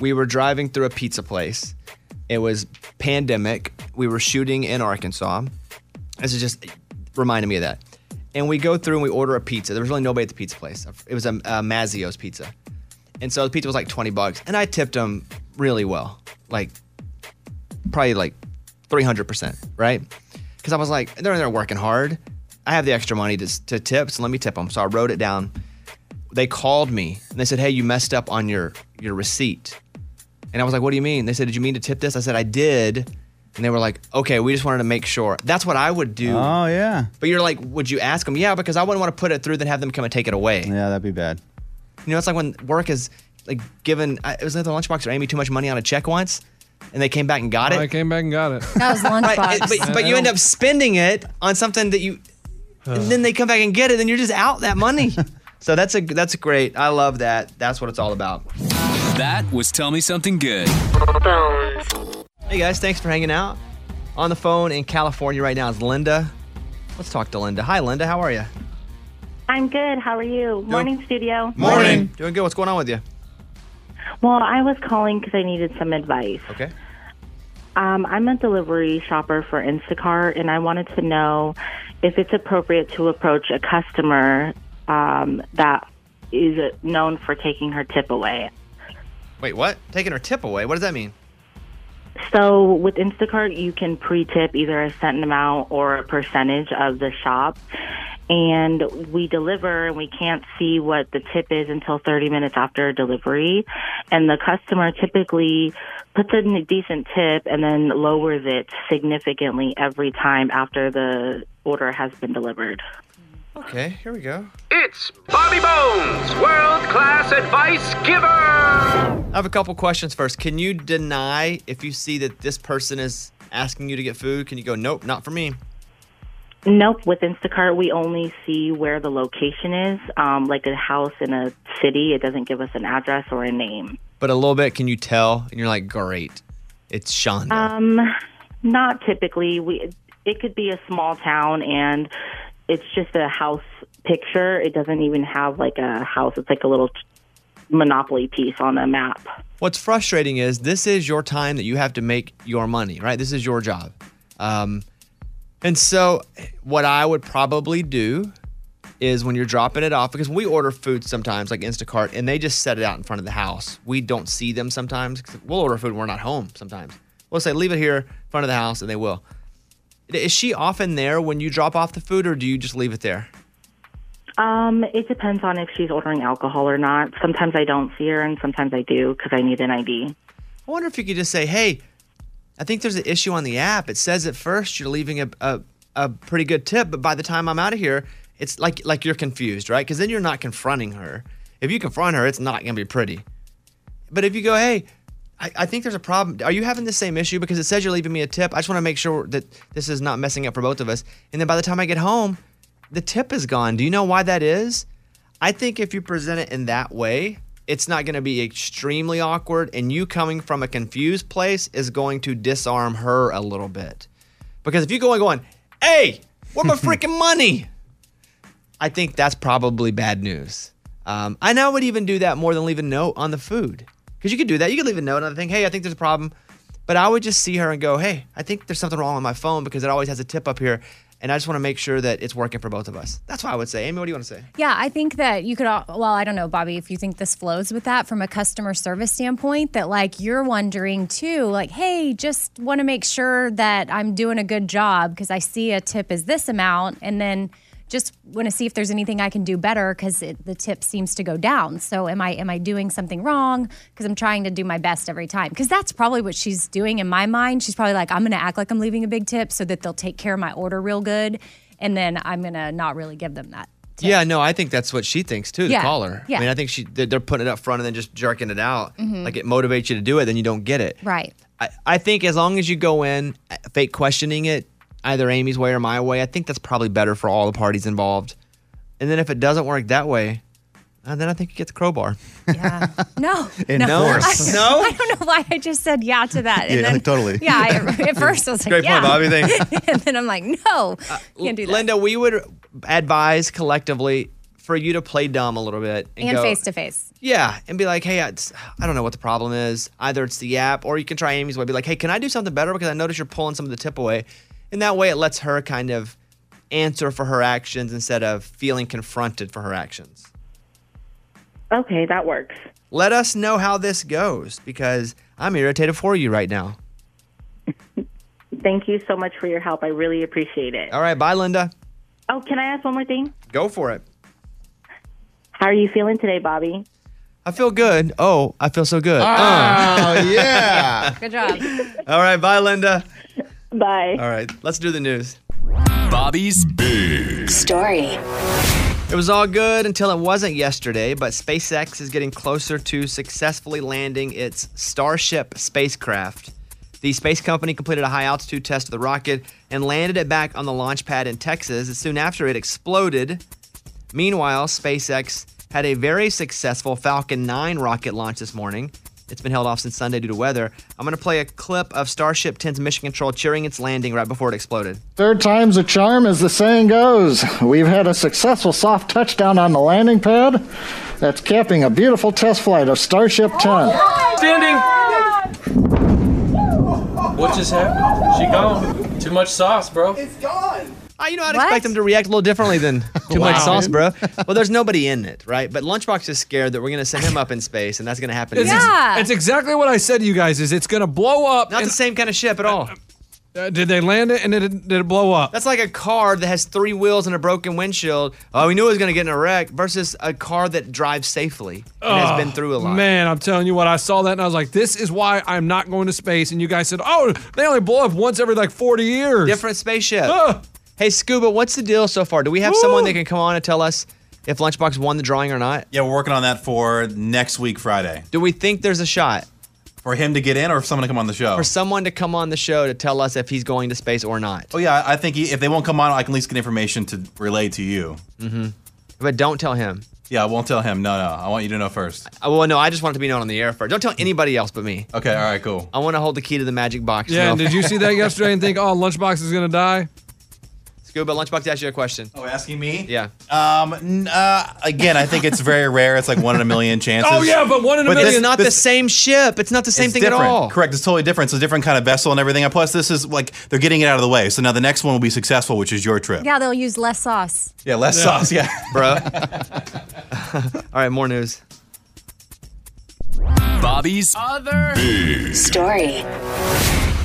Speaker 2: we were driving through a pizza place. It was pandemic. We were shooting in Arkansas. This is just reminded me of that. And we go through and we order a pizza. There was really nobody at the pizza place. It was a, a Mazio's pizza. And so the pizza was like 20 bucks. And I tipped them really well. Like probably like 300%, right? Because I was like, they're in there working hard. I have the extra money to, to tip, so let me tip them. So I wrote it down. They called me and they said, hey, you messed up on your, your receipt. And I was like, what do you mean? They said, did you mean to tip this? I said, I did. And they were like, okay, we just wanted to make sure. That's what I would do.
Speaker 3: Oh, yeah.
Speaker 2: But you're like, would you ask them? Yeah, because I wouldn't want to put it through, then have them come and take it away.
Speaker 3: Yeah, that'd be bad.
Speaker 2: You know, it's like when work is like given. I, it was at the lunchbox or Amy too much money on a check once, and they came back and got it.
Speaker 6: I came back and got it.
Speaker 4: That was lunchbox.
Speaker 2: Right, it- but, but you end up spending it on something that you, and then they come back and get it, and you're just out that money. so that's a that's great. I love that. That's what it's all about.
Speaker 10: That was Tell Me Something Good.
Speaker 2: Hey guys, thanks for hanging out. On the phone in California right now is Linda. Let's talk to Linda. Hi, Linda. How are you?
Speaker 17: I'm good. How are you? Morning, studio.
Speaker 2: Morning. Doing good. What's going on with you?
Speaker 17: Well, I was calling because I needed some advice.
Speaker 2: Okay.
Speaker 17: Um, I'm a delivery shopper for Instacart, and I wanted to know if it's appropriate to approach a customer um, that is known for taking her tip away.
Speaker 2: Wait, what? Taking her tip away? What does that mean?
Speaker 17: So with Instacart, you can pre-tip either a certain amount or a percentage of the shop. And we deliver and we can't see what the tip is until 30 minutes after delivery. And the customer typically puts in a decent tip and then lowers it significantly every time after the order has been delivered.
Speaker 2: Okay, here we go.
Speaker 5: It's Bobby Bones, world class advice giver.
Speaker 2: I have a couple questions first. Can you deny if you see that this person is asking you to get food? Can you go, nope, not for me?
Speaker 17: Nope. With Instacart, we only see where the location is, um, like a house in a city. It doesn't give us an address or a name.
Speaker 2: But a little bit, can you tell? And you're like, great, it's Sean.
Speaker 17: Um, not typically. We it could be a small town, and it's just a house picture. It doesn't even have like a house. It's like a little monopoly piece on a map.
Speaker 2: What's frustrating is this is your time that you have to make your money, right? This is your job. Um, and so, what I would probably do is when you're dropping it off, because we order food sometimes, like Instacart, and they just set it out in front of the house. We don't see them sometimes. 'cause We'll order food when we're not home sometimes. We'll say, leave it here in front of the house, and they will. Is she often there when you drop off the food, or do you just leave it there?
Speaker 17: Um, it depends on if she's ordering alcohol or not. Sometimes I don't see her, and sometimes I do because I need an ID.
Speaker 2: I wonder if you could just say, hey, I think there's an issue on the app. It says at first you're leaving a, a, a pretty good tip, but by the time I'm out of here, it's like like you're confused, right? Because then you're not confronting her. If you confront her, it's not gonna be pretty. But if you go, hey, I, I think there's a problem. Are you having the same issue? Because it says you're leaving me a tip. I just want to make sure that this is not messing up for both of us. And then by the time I get home, the tip is gone. Do you know why that is? I think if you present it in that way, it's not going to be extremely awkward. And you coming from a confused place is going to disarm her a little bit. Because if you go and going, hey, where my freaking money? I think that's probably bad news. Um, and I would even do that more than leave a note on the food. Because you could do that. You could leave a note on the thing, hey, I think there's a problem. But I would just see her and go, hey, I think there's something wrong on my phone because it always has a tip up here. And I just want to make sure that it's working for both of us. That's what I would say. Amy, what do you want to say?
Speaker 4: Yeah, I think that you could, all, well, I don't know, Bobby, if you think this flows with that from a customer service standpoint, that like you're wondering too, like, hey, just want to make sure that I'm doing a good job because I see a tip is this amount. And then just want to see if there's anything I can do better because the tip seems to go down. So am I am I doing something wrong? Because I'm trying to do my best every time. Because that's probably what she's doing in my mind. She's probably like, I'm going to act like I'm leaving a big tip so that they'll take care of my order real good, and then I'm going to not really give them that.
Speaker 2: Yeah, no, I think that's what she thinks too. The
Speaker 4: Yeah.
Speaker 2: caller.
Speaker 4: Yeah.
Speaker 2: I mean, I think she they're they're putting it up front and then just jerking it out.
Speaker 4: Mhm.
Speaker 2: Like it motivates you to do it, then you don't get it.
Speaker 4: Right.
Speaker 2: I, I think as long as you go in uh, fake questioning it, either Amy's way or my way, I think that's probably better for all the parties involved. And then if it doesn't work that way, uh, then I think you get the crowbar.
Speaker 4: No.
Speaker 2: In
Speaker 4: no.
Speaker 2: force.
Speaker 4: I,
Speaker 2: No?
Speaker 4: I don't know why I just said yeah to that. And
Speaker 2: Yeah,
Speaker 4: then,
Speaker 2: totally.
Speaker 4: Yeah. I, at first I was like,
Speaker 2: Great point,
Speaker 4: yeah.
Speaker 2: Bobby. Thanks.
Speaker 4: and then I'm like, no, can't do that.
Speaker 2: Linda, we would advise collectively for you to play dumb a little bit and
Speaker 4: and
Speaker 2: go-
Speaker 4: face to face.
Speaker 2: Yeah, and be like, hey, I, it's- I don't know what the problem is. Either it's the app, or you can try Amy's way. Be like, hey, can I do something better because I notice you're pulling some of the tip away, and that way it lets her kind of answer for her actions instead of feeling confronted for her actions.
Speaker 17: Okay, that works.
Speaker 2: Let us know how this goes because I'm irritated for you right now.
Speaker 17: Thank you so much for your help. I really appreciate it.
Speaker 2: All right, bye, Linda.
Speaker 17: Oh, can I ask one more thing?
Speaker 2: Go for it.
Speaker 17: How are you feeling today, Bobby?
Speaker 2: I feel good. Oh, I feel so good. Oh, yeah.
Speaker 4: Good job.
Speaker 2: All right, bye, Linda.
Speaker 17: Bye.
Speaker 2: All right, let's do the news.
Speaker 10: Bobby's big
Speaker 1: Story.
Speaker 2: It was all good until it wasn't yesterday, but SpaceX is getting closer to successfully landing its Starship spacecraft. The space company completed a high altitude test of the rocket and landed it back on the launch pad in Texas. And soon after, it exploded. Meanwhile, SpaceX had a very successful Falcon 9 rocket launch this morning. It's been held off since Sunday due to weather. I'm going to play a clip of Starship 10's mission control cheering its landing right before it exploded.
Speaker 18: Third time's a charm, as the saying goes. We've had a successful soft touchdown on the landing pad. That's capping a beautiful test flight of Starship 10.
Speaker 19: Standing. What just happened? She gone. Too much sauce, bro.
Speaker 2: I, you know, I'd expect them to react a little differently than too
Speaker 19: Wow.
Speaker 2: much sauce, bro. Well, there's nobody in it, right? But Lunchbox is scared that we're gonna send him up in space, and that's gonna happen.
Speaker 6: It's, ex- it's exactly what I said to you guys. Is it's going to blow up? Not
Speaker 2: the same kind of ship at all.
Speaker 6: Uh, did they land it and did it, did it blow up?
Speaker 2: That's like a car that has three wheels and a broken windshield. Oh, we knew it was gonna get in a wreck. Versus a car that drives safely and
Speaker 6: Oh,
Speaker 2: has been through a lot.
Speaker 6: Man, I'm telling you what, I saw that and I was like, this is why I'm not going to space. And you guys said, oh, they only blow up once every like 40 years.
Speaker 2: Different spaceship.
Speaker 6: Ah.
Speaker 2: Hey, Scuba, what's the deal so far? Do we have someone that can come on and tell us if Lunchbox won the drawing or not?
Speaker 7: Yeah, we're working on that for next week, Friday.
Speaker 2: Do we think there's a shot
Speaker 7: for him to get in, or for someone to come on the show?
Speaker 2: For someone to come on the show to tell us if he's going to space or not.
Speaker 7: oh yeah, I think he, if they won't come on, I can at least get information to relay to you.
Speaker 2: Mm-hmm. But don't tell him.
Speaker 7: Yeah, I won't tell him. No, no, I want you to know first.
Speaker 2: Uh, Well, no, I just want it to be known on the air first. Don't tell anybody else but me.
Speaker 7: Okay, all right, cool.
Speaker 2: I want to hold the key to the magic box.
Speaker 6: Yeah,
Speaker 2: No.
Speaker 6: and did you see that yesterday and think, oh, Lunchbox is going to die?
Speaker 2: Scuba, Lunchbox asked you a question.
Speaker 7: Oh, asking me?
Speaker 2: Yeah.
Speaker 7: Um, n- uh, again, I think it's very rare. It's like one in a million chances.
Speaker 6: Oh,
Speaker 2: Oh, It's not the same ship. It's not the same
Speaker 7: It's
Speaker 2: thing
Speaker 7: different.
Speaker 2: at all.
Speaker 7: Correct. It's totally different. It's a different kind of vessel and everything. And plus, this is like they're getting it out of the way. So now the next one will be successful, which is your trip.
Speaker 4: Yeah, they'll use less sauce.
Speaker 7: Yeah, less
Speaker 2: Yeah.
Speaker 7: sauce. Yeah,
Speaker 2: bro. all right, more news.
Speaker 10: Bobby's
Speaker 1: Other story.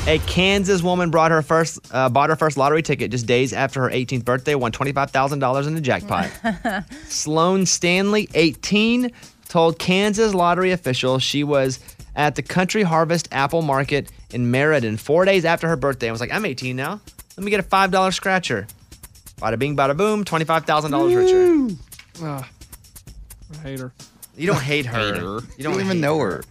Speaker 2: A Kansas woman brought her first uh, bought her first lottery ticket just days after her 18th birthday, won twenty five thousand dollars in the jackpot. Sloan Stanley, 18, told Kansas lottery officials she was at the Country Harvest Apple Market in Meriden four days after her birthday and was like, I'm 18 now. Let me get a $5 scratcher. Bada bing, bada boom, $25,000 richer.
Speaker 6: Ah, I hate her.
Speaker 2: You don't hate her. You don't
Speaker 3: even
Speaker 2: hate
Speaker 3: know her.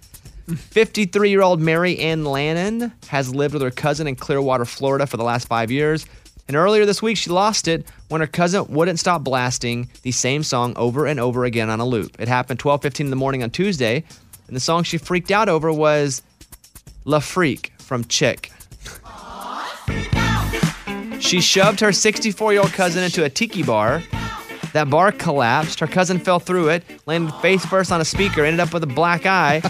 Speaker 2: 53 year old Mary Ann Lannon has lived with her cousin in Clearwater, Florida for the last five years. And earlier this week, she lost it when her cousin wouldn't stop blasting the same song over and over again on a loop. It happened 12:15 in the morning on Tuesday, and the song she freaked out over was "La Freak" from Chick. She shoved her 64 year old cousin into a tiki bar. That bar collapsed. Her cousin fell through it, landed face first on a speaker, ended up with a black eye.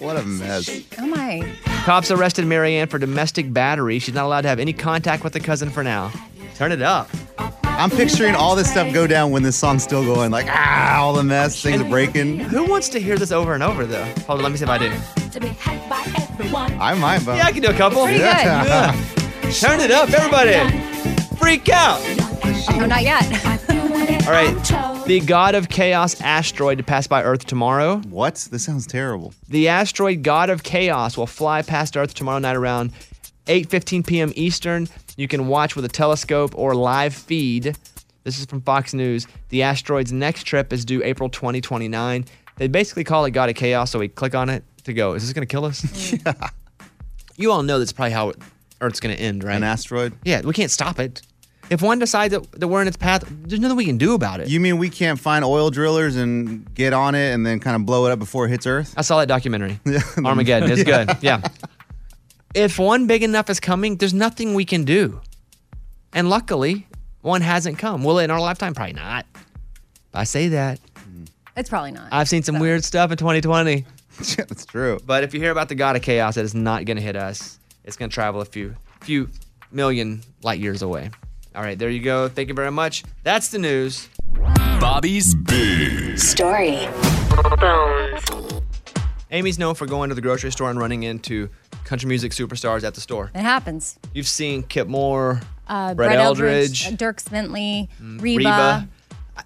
Speaker 2: what a mess.
Speaker 4: Oh my.
Speaker 2: Cops arrested Marianne for domestic battery. She's not allowed to have any contact with the cousin for now. Turn it up.
Speaker 3: I'm picturing all this stuff go down when this song's still going, like ah, all the mess, things are breaking.
Speaker 2: Who wants to hear this over and over though? Hold on, let me see if I do.
Speaker 11: To be had by everyone.
Speaker 3: I might, but
Speaker 2: Yeah, I can do a couple.
Speaker 11: Pretty good.
Speaker 2: Yeah. Turn it up, everybody. Freak out.
Speaker 4: Oh, not yet.
Speaker 2: All right. The god of chaos asteroid to pass by Earth tomorrow.
Speaker 3: What? This sounds terrible.
Speaker 2: The asteroid god of chaos will fly past Earth tomorrow night around 8:15 p.m. Eastern. You can watch with a telescope or live feed. This is from Fox News. The asteroid's next trip is due April 2029. They basically call it God of Chaos, so we click on it to go. Is this going to kill us? yeah. You all know that's probably how Earth's going to end, right? An
Speaker 3: asteroid.
Speaker 2: Yeah, we can't stop it. If one decides that, that we're in its path, there's nothing we can do about it.
Speaker 3: You mean we can't find oil drillers and get on it and then kind of blow it up before it hits Earth?
Speaker 2: I saw that documentary. Armageddon. It's
Speaker 3: Yeah.
Speaker 2: good. Yeah. If one big enough is coming, there's nothing we can do. And luckily, one hasn't come. Will it in our lifetime? Probably not. I say that.
Speaker 4: It's probably not.
Speaker 2: I've seen some weird stuff in 2020.
Speaker 3: That's true.
Speaker 2: But if you hear about the God of Chaos, it is not going to hit us. It's going to travel a few few million light years away. All right, there you go. Thank you very much. That's the news.
Speaker 10: Bobby's Big
Speaker 1: Story.
Speaker 2: Amy's known for going to the grocery store and running into country music superstars at the store.
Speaker 4: It happens.
Speaker 2: You've seen Kip Moore,
Speaker 4: Uh,
Speaker 2: Brett Eldridge,
Speaker 4: uh, Dirk Sventley,
Speaker 2: Mm,
Speaker 4: Reba.
Speaker 2: I,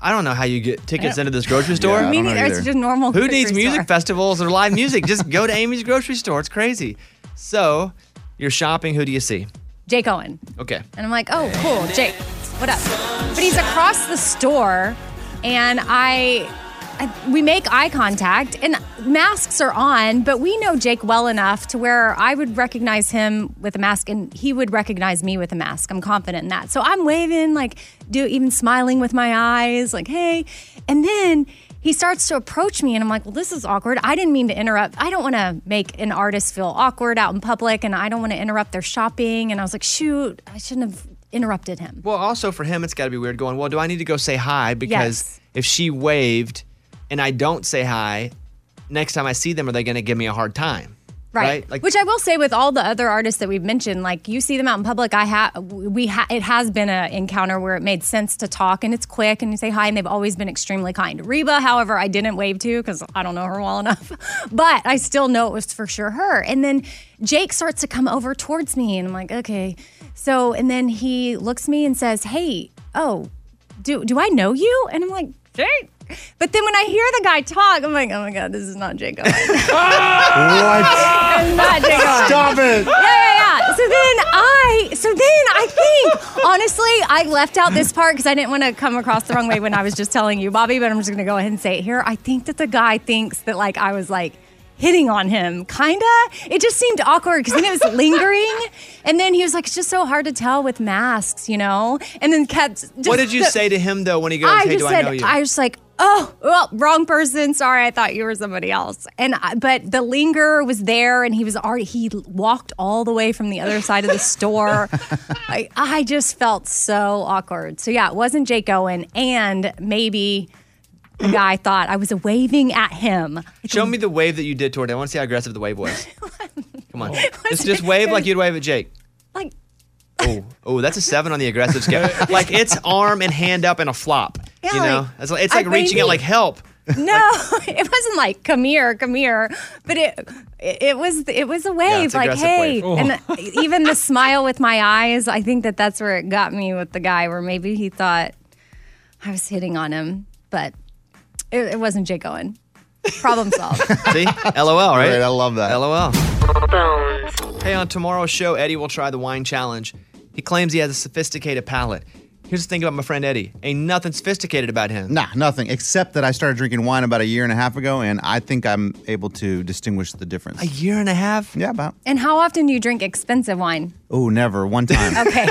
Speaker 2: I don't know how you get tickets
Speaker 4: I don't-
Speaker 2: into this grocery store.
Speaker 4: Me neither. It's just normal.
Speaker 2: Who
Speaker 4: grocery
Speaker 2: needs music
Speaker 4: store.
Speaker 2: festivals or live music? just go to Amy's grocery store. It's crazy. So you're shopping. Who do you see?
Speaker 4: Jake Owen.
Speaker 2: Okay.
Speaker 4: And I'm like, oh, cool, Jake, what up? But he's across the store, and I, I, we make eye contact, and masks are on, but we know Jake well enough to where I would recognize him with a mask, and he would recognize me with a mask. I'm confident in that. So I'm waving, like, do even smiling with my eyes, like, hey. And then he starts to approach me, and I'm like, well, this is awkward. I didn't mean to interrupt. I don't want to make an artist feel awkward out in public, and I don't want to interrupt their shopping. And I was like, shoot, I shouldn't have interrupted him.
Speaker 2: Well, also for him, it's got to be weird going, well, do I need to go say hi? Because
Speaker 4: Yes.
Speaker 2: if she waved and I don't say hi, next time I see them, are they going to give me a hard time?
Speaker 4: Right.
Speaker 2: Like,
Speaker 4: Which I will say with all the other artists that we've mentioned, like you see them out in public, I have we ha- it has been an encounter where it made sense to talk and it's quick and you say hi and they've always been extremely kind. Reba, however, I didn't wave to because I don't know her well enough, but I still know it was for sure her. And then Jake starts to come over towards me and I'm like, okay. So and then he looks at me and says, Hey, oh, do do I know you? And I'm like, Jake. But then when I hear the guy talk, I'm like, oh my God, this is not Jake. I'm not Jake Owen.
Speaker 5: Stop it.
Speaker 4: Yeah, yeah, yeah. So then I, so then I think, honestly, I left out this part because I didn't want to come across the wrong way when I was just telling you, Bobby. But I'm just gonna go ahead and say it here. I think that the guy thinks that like I was like hitting on him, kinda. It just seemed awkward because then it was lingering, and then he was like, "It's just so hard to tell with masks, you know." And then kept. Just
Speaker 2: what did you
Speaker 4: the-
Speaker 2: say to him, though, when he goes,
Speaker 4: I
Speaker 2: hey,
Speaker 4: just
Speaker 2: do
Speaker 4: said,
Speaker 2: I know you?
Speaker 4: was just like, oh, well, wrong person. Sorry, I thought you were somebody else. And I, but the linger was there, and he was already he walked all the way from the other side of the store. I, I just felt so awkward. So yeah, it wasn't Jake Owen, and maybe the guy thought I was waving at him.
Speaker 2: Show me the wave that you did toward him. I want to see how aggressive the wave was. Come on. Just, just wave like you'd wave at Jake.
Speaker 4: Like-
Speaker 2: Oh, oh, that's a seven on the aggressive scale. like it's arm and hand up and a flop.
Speaker 4: Yeah,
Speaker 2: you know,
Speaker 4: like,
Speaker 2: it's like, it's
Speaker 4: I
Speaker 2: like reaching
Speaker 4: wavy.
Speaker 2: out like help.
Speaker 4: No, it wasn't like come here, come here, but it it, it was it was a wave
Speaker 2: it's
Speaker 4: like
Speaker 2: aggressive
Speaker 4: hey,
Speaker 2: wave. Oh.
Speaker 4: and even the smile with my eyes. I think that that's where it got me with the guy, where maybe he thought I was hitting on him, but it, it wasn't Jake Owen. Problem solved.
Speaker 2: See? LOL, right?
Speaker 3: Great, I love that.
Speaker 2: LOL. Hey, on tomorrow's show, Eddie will try the wine challenge. He claims he has a sophisticated palate. Here's the thing about my friend Eddie. Ain't nothing sophisticated about him.
Speaker 3: Nah, nothing except that I started drinking wine about a year and a half ago, and I think I'm able to distinguish the difference. A
Speaker 2: year and a half?
Speaker 3: Yeah, about.
Speaker 4: And how often do you drink expensive wine?
Speaker 3: Oh, never. One time.
Speaker 4: Okay,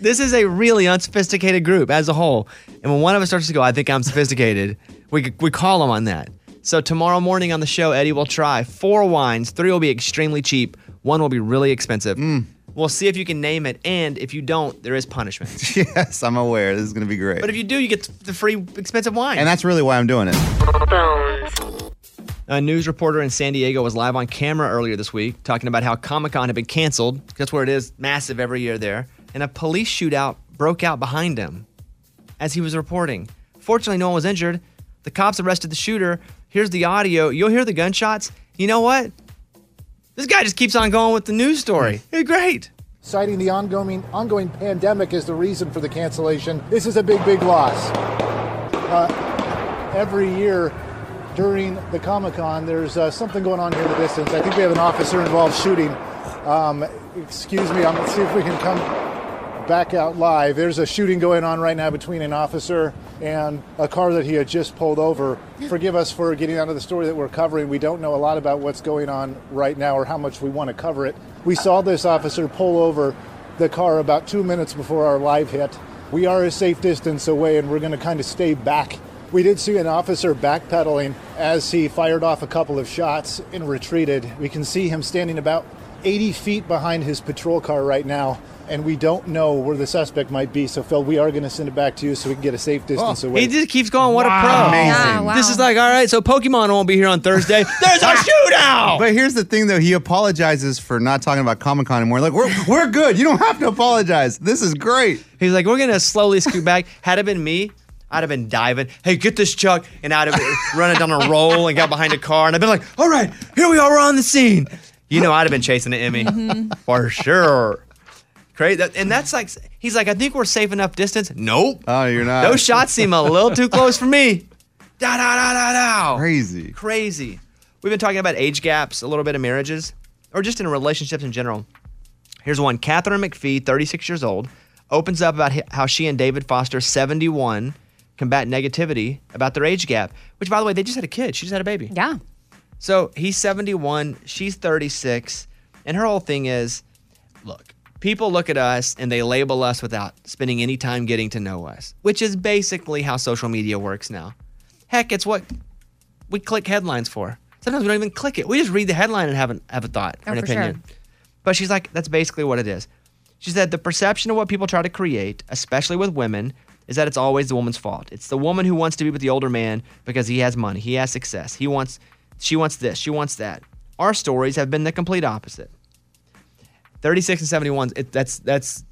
Speaker 2: This is a really unsophisticated group as a whole. And when one of us starts to go, I think I'm sophisticated, we, we call him on that. So tomorrow morning on the show, Eddie will try four wines. Three will be extremely cheap, one will be really expensive. We'll see if you can name it. And if you don't, there is punishment.
Speaker 3: yes, I'm aware. This is going to be great.
Speaker 2: But if you do, you get the free expensive wine.
Speaker 3: and that's really why I'm doing it.
Speaker 2: A news reporter in San Diego was live on camera earlier this week talking about how Comic Con had been canceled. That's where it is, massive every year there. And a police shootout broke out behind him as he was reporting. Fortunately, no one was injured. The cops arrested the shooter. Here's the audio. You'll hear the gunshots. You know what? This guy just keeps on going with the news story. It's great.
Speaker 20: Citing the ongoing ongoing pandemic as the reason for the cancellation, this is a big, big loss. Uh, every year during the Comic Con, there's uh, something going on here in the distance. I think we have an officer involved shooting. Um, excuse me, I'm going to see if we can come back out live. There's a shooting going on right now between an officer and a car that he had just pulled over. Forgive us for getting out of the story that we're covering. We don't know a lot about what's going on right now or how much we want to cover it. We saw this officer pull over the car about two minutes before our live hit. We are a safe distance away and we're going to kind of stay back. We did see an officer backpedaling as he fired off a couple of shots and retreated. We can see him standing about 80 feet behind his patrol car right now, and we don't know where the suspect might be. So, Phil, we are going to send it back to you so we can get a safe distance away.
Speaker 2: Oh, He just keeps going. What a pro!
Speaker 20: Wow. Amazing. Yeah, wow.
Speaker 2: This is like, all right, so Pokemon won't be here on Thursday. There's a shootout.
Speaker 3: But here's the thing, though. He apologizes for not talking about Comic Con anymore. Like, we're, we're good. You don't have to apologize. This is great.
Speaker 2: He's like, we're gonna slowly scoot back. Had it been me. I'd have been diving. Hey, get this Chuck, and I'd have been running down a roll and got behind a car, and I've been like, "All right, here we are, we're on the scene." You know, I'd have been chasing an Emmy
Speaker 21: Mhm.
Speaker 2: for sure. Great, That- and that's like he's like, I think we're safe enough distance. Nope.
Speaker 3: Oh, you're not.
Speaker 2: Those shots seem a little too close for me. Da da da da da.
Speaker 3: Crazy.
Speaker 2: Crazy. We've been talking about age gaps, a little bit of marriages, or just in relationships in general. Here's one. Catherine McPhee, 36 years old, opens up about hi- how she and David Foster, 71, combat negativity about their age gap. Which, by the way, they just had a kid. She just had a baby.
Speaker 4: Yeah.
Speaker 2: So he's 71, she's 36, and her whole thing is look, people look at us and they label us without spending any time getting to know us, which is basically how social media works now. Heck, it's what we click headlines for. Sometimes we don't even click it. We just read the headline and have, an, have a thought or
Speaker 21: Oh,
Speaker 2: an
Speaker 21: for sure.
Speaker 2: opinion. But she's like, that's basically what it is. She said the perception of what people try to create, especially with women, is that it's always the woman's fault. It's the woman who wants to be with the older man because he has money, he has success, he wants, she wants this, she wants that. Our stories have been the complete opposite. 36 and 71, it, that's, that's,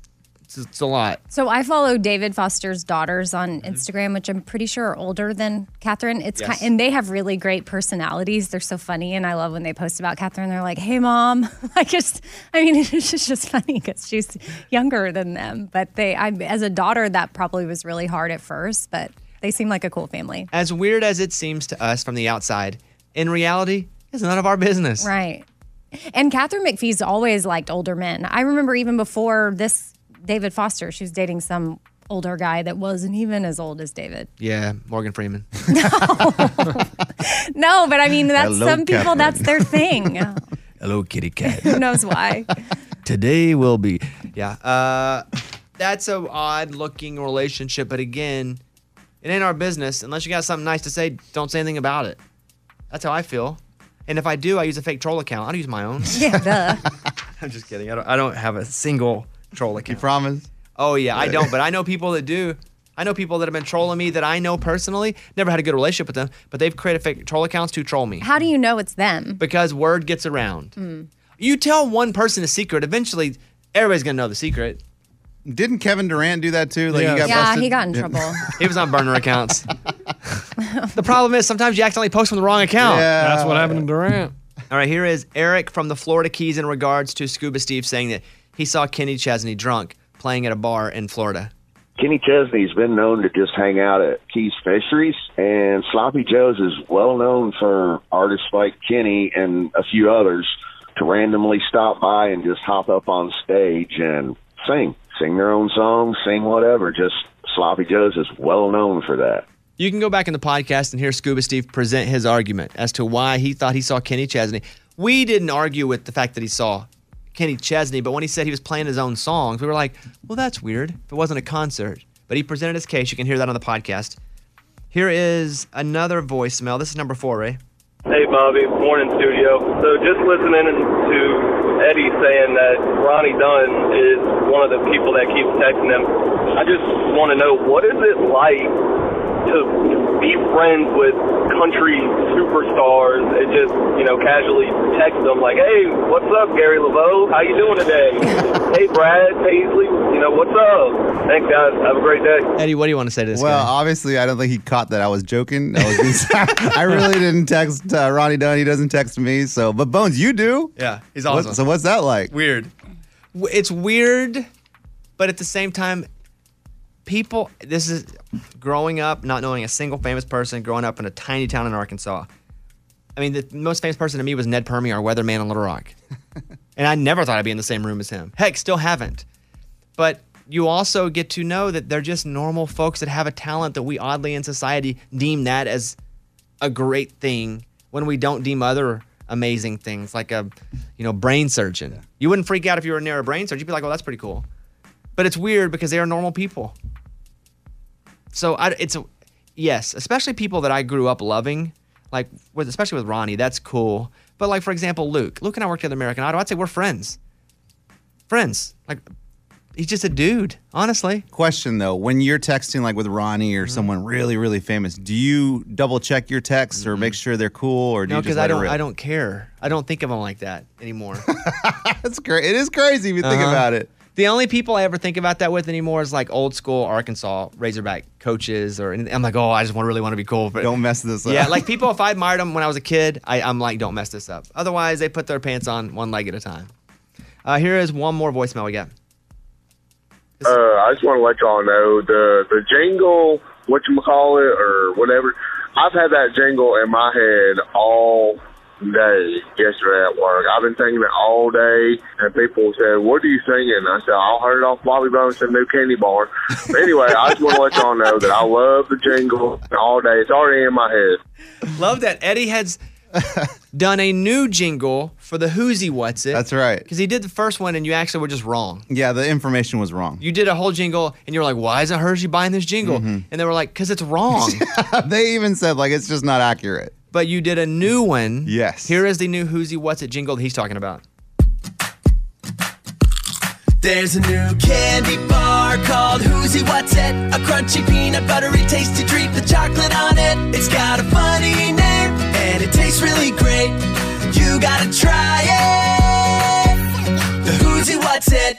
Speaker 2: it's, it's a lot.
Speaker 4: So I follow David Foster's daughters on Instagram, which I'm pretty sure are older than Catherine. It's
Speaker 2: Yes.
Speaker 4: ki- and they have really great personalities. They're so funny, and I love when they post about Catherine. They're like, "Hey, mom." I just, I mean, it's just, just funny because she's younger than them. But they, I, as a daughter, that probably was really hard at first, but they seem like a cool family.
Speaker 2: As weird as it seems to us from the outside, in reality, it's none of our business.
Speaker 4: Right. And Catherine McPhee's always liked older men. I remember even before this David Foster, she was dating some older guy that wasn't even as old as David.
Speaker 2: Yeah, Morgan Freeman.
Speaker 4: No, but I mean that's
Speaker 2: Hello,
Speaker 4: some people
Speaker 2: Catherine.
Speaker 4: that's their thing.
Speaker 2: Hello, kitty cat.
Speaker 4: Who knows why?
Speaker 2: Today will be. Yeah. Uh, that's a odd looking relationship, but again, it ain't our business. Unless you got something nice to say, don't say anything about it. That's how I feel. And if I do, I use a fake troll account. I don't use my own.
Speaker 4: Yeah, duh.
Speaker 2: I'm just kidding. I don't, I don't have a single troll account. You
Speaker 3: promise?
Speaker 2: Oh, yeah, I don't. But I know people that do. I know people that have been trolling me that I know personally. Never had a good relationship with them, but they've created fake troll accounts to troll me
Speaker 4: How do you know it's them?
Speaker 2: because word gets around.
Speaker 4: Mm.
Speaker 2: You tell one person a secret, eventually everybody's gonna know the secret.
Speaker 3: Didn't Kevin Durant do that too? Like
Speaker 4: Yeah.
Speaker 3: he got
Speaker 4: Yeah,
Speaker 3: busted?
Speaker 4: he got in trouble.
Speaker 2: It was on burner accounts. the problem is sometimes you accidentally post from the wrong account.
Speaker 6: Yeah. That's what happened to Durant.
Speaker 2: All right, here is Eric from the Florida Keys in regards to Scuba Steve saying that he saw Kenny Chesney drunk playing at a bar in Florida.
Speaker 22: Kenny Chesney's been known to just hang out at Keys Fisheries, and Sloppy Joe's is well known for artists like Kenny and a few others to randomly stop by and just hop up on stage and sing, sing their own songs, sing whatever. Just Sloppy Joe's is well known for that.
Speaker 2: You can go back in the podcast and hear Scuba Steve present his argument as to why he thought he saw Kenny Chesney. We didn't argue with the fact that he saw Kenny Chesney, but when he said he was playing his own songs, we were like, well, that's weird. If it wasn't a concert. But he presented his case. You can hear that on the podcast. Here is another voicemail. This is number four, Ray.
Speaker 23: Hey, Bobby. Morning, studio. So just listening to Eddie saying that Ronnie Dunn is one of the people that keeps texting him. I just want to know what is it like to be friends with country superstars and just you know casually text them like, "Hey, what's up, Gary Laveau? How you doing today? hey, Brad Paisley, you know what's up? Thanks, guys. Have a great day."
Speaker 2: Eddie, what do you want to say to this?
Speaker 3: Well, obviously, I don't think he caught that I was joking. I, was being serious. I really didn't text uh, Ronnie Dunn. He doesn't text me. So, but Bones, you do.
Speaker 2: Yeah, he's
Speaker 3: What-
Speaker 2: awesome.
Speaker 3: so what's that like?
Speaker 2: Weird. W- It's weird, but at the same time, people. This is growing up, not knowing a single famous person, growing up in a tiny town in Arkansas. I mean, the most famous person to me was Ned Permy, our weatherman in Little Rock, and I never thought I'd be in the same room as him. Heck, still haven't. But you also get to know that they're just normal folks that have a talent that we oddly in society deem that as a great thing when we don't deem other amazing things like a you know brain surgeon you wouldn't freak out if you were near a brain surgeon you'd be like well that's pretty cool but it's weird because they are normal people so I, it's a, yes especially people that i grew up loving like with especially with ronnie that's cool but like for example luke luke and i worked at american idol i'd say we're friends friends like he's just a dude honestly Mm.
Speaker 3: Question though, when you're texting like with Ronnie or someone really, really famous, do you double check your texts or make sure they're cool, or do
Speaker 2: no
Speaker 3: you just
Speaker 2: because
Speaker 3: let
Speaker 2: i
Speaker 3: it
Speaker 2: don't
Speaker 3: rip?
Speaker 2: i don't care i don't think of him like that anymore
Speaker 3: That's great. It is crazy if you think
Speaker 2: Uh-huh.
Speaker 3: about it.
Speaker 2: The only people I ever think about that with anymore is like old school Arkansas Razorback coaches or anything. I'm like, oh, I just want really want to be cool. But
Speaker 3: don't mess this up.
Speaker 2: yeah, like people, if I admired them when I was a kid, I, I'm like, don't mess this up. Otherwise, they put their pants on one leg at a time. Uh, here is one more voicemail we got.
Speaker 8: Uh, I just want to let y'all know the the jingle, what you call it or whatever. I've had that jingle in my head all day yesterday at work. I've been singing it all day, and people said, "What are you singing?" I said, "I heard it off Bobby Bones and New Candy Bar." But anyway, I just want to let y'all know that I love the jingle all day. It's already in my head.
Speaker 2: Love that Eddie has done a new jingle for the Whoosie What's It. That's
Speaker 3: right.
Speaker 2: Because he did the first one and you actually were just wrong.
Speaker 3: Yeah, the information was wrong.
Speaker 2: You did a whole jingle and you were like, why isn't Hershey buying this jingle? And they were like, because it's wrong.
Speaker 3: Mm-hmm. they even said like it's just not accurate.
Speaker 2: But you did a new one.
Speaker 3: Yes.
Speaker 2: Here is the new Whoosie What's It jingle that he's talking about.
Speaker 5: There's a new candy bar called Whoosie What's It? A crunchy peanut buttery tasty treat with chocolate on it. It's got a funny name and it tastes really great. You gotta try it. The Whoosie What's It?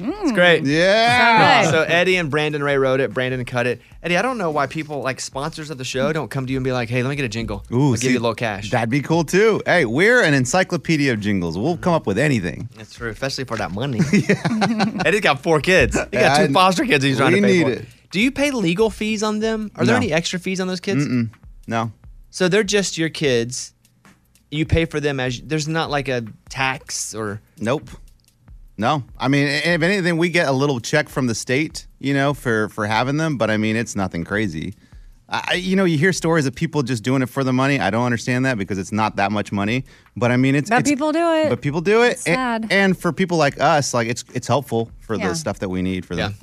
Speaker 2: It's great.
Speaker 3: Yeah.
Speaker 2: So Eddie and Brandon Ray wrote it. Brandon cut it. Eddie, I don't know why people like sponsors of the show don't come to you and be like, "Hey, let me get a jingle. I'll give
Speaker 3: see,
Speaker 2: you a little cash."
Speaker 3: That'd be cool too. Hey, we're an encyclopedia of jingles. We'll come up with anything.
Speaker 2: That's true, especially for that money. Eddie's got four kids. He
Speaker 3: Yeah,
Speaker 2: got two
Speaker 3: I-
Speaker 2: foster kids. He's trying
Speaker 3: we
Speaker 2: to pay
Speaker 3: need
Speaker 2: for.
Speaker 3: it.
Speaker 2: Do you pay legal fees on them? Are there
Speaker 3: No.
Speaker 2: any extra fees on those kids?
Speaker 3: Mm-mm. No.
Speaker 2: So they're just your kids. You pay for them as there's not like a tax or
Speaker 3: Nope. No. I mean, i- if anything, we get a little check from the state, you know, for for having them. But I mean, it's nothing crazy. I, I- you know, you hear stories of people just doing it for the money. I don't understand that because it's not that much money. But I mean, it's
Speaker 4: But
Speaker 3: it's-
Speaker 4: people do it.
Speaker 3: But people do it.
Speaker 4: It's
Speaker 3: and,
Speaker 4: sad.
Speaker 3: and for people like us, like it's it's helpful for
Speaker 4: Yeah.
Speaker 3: the stuff that we need for them.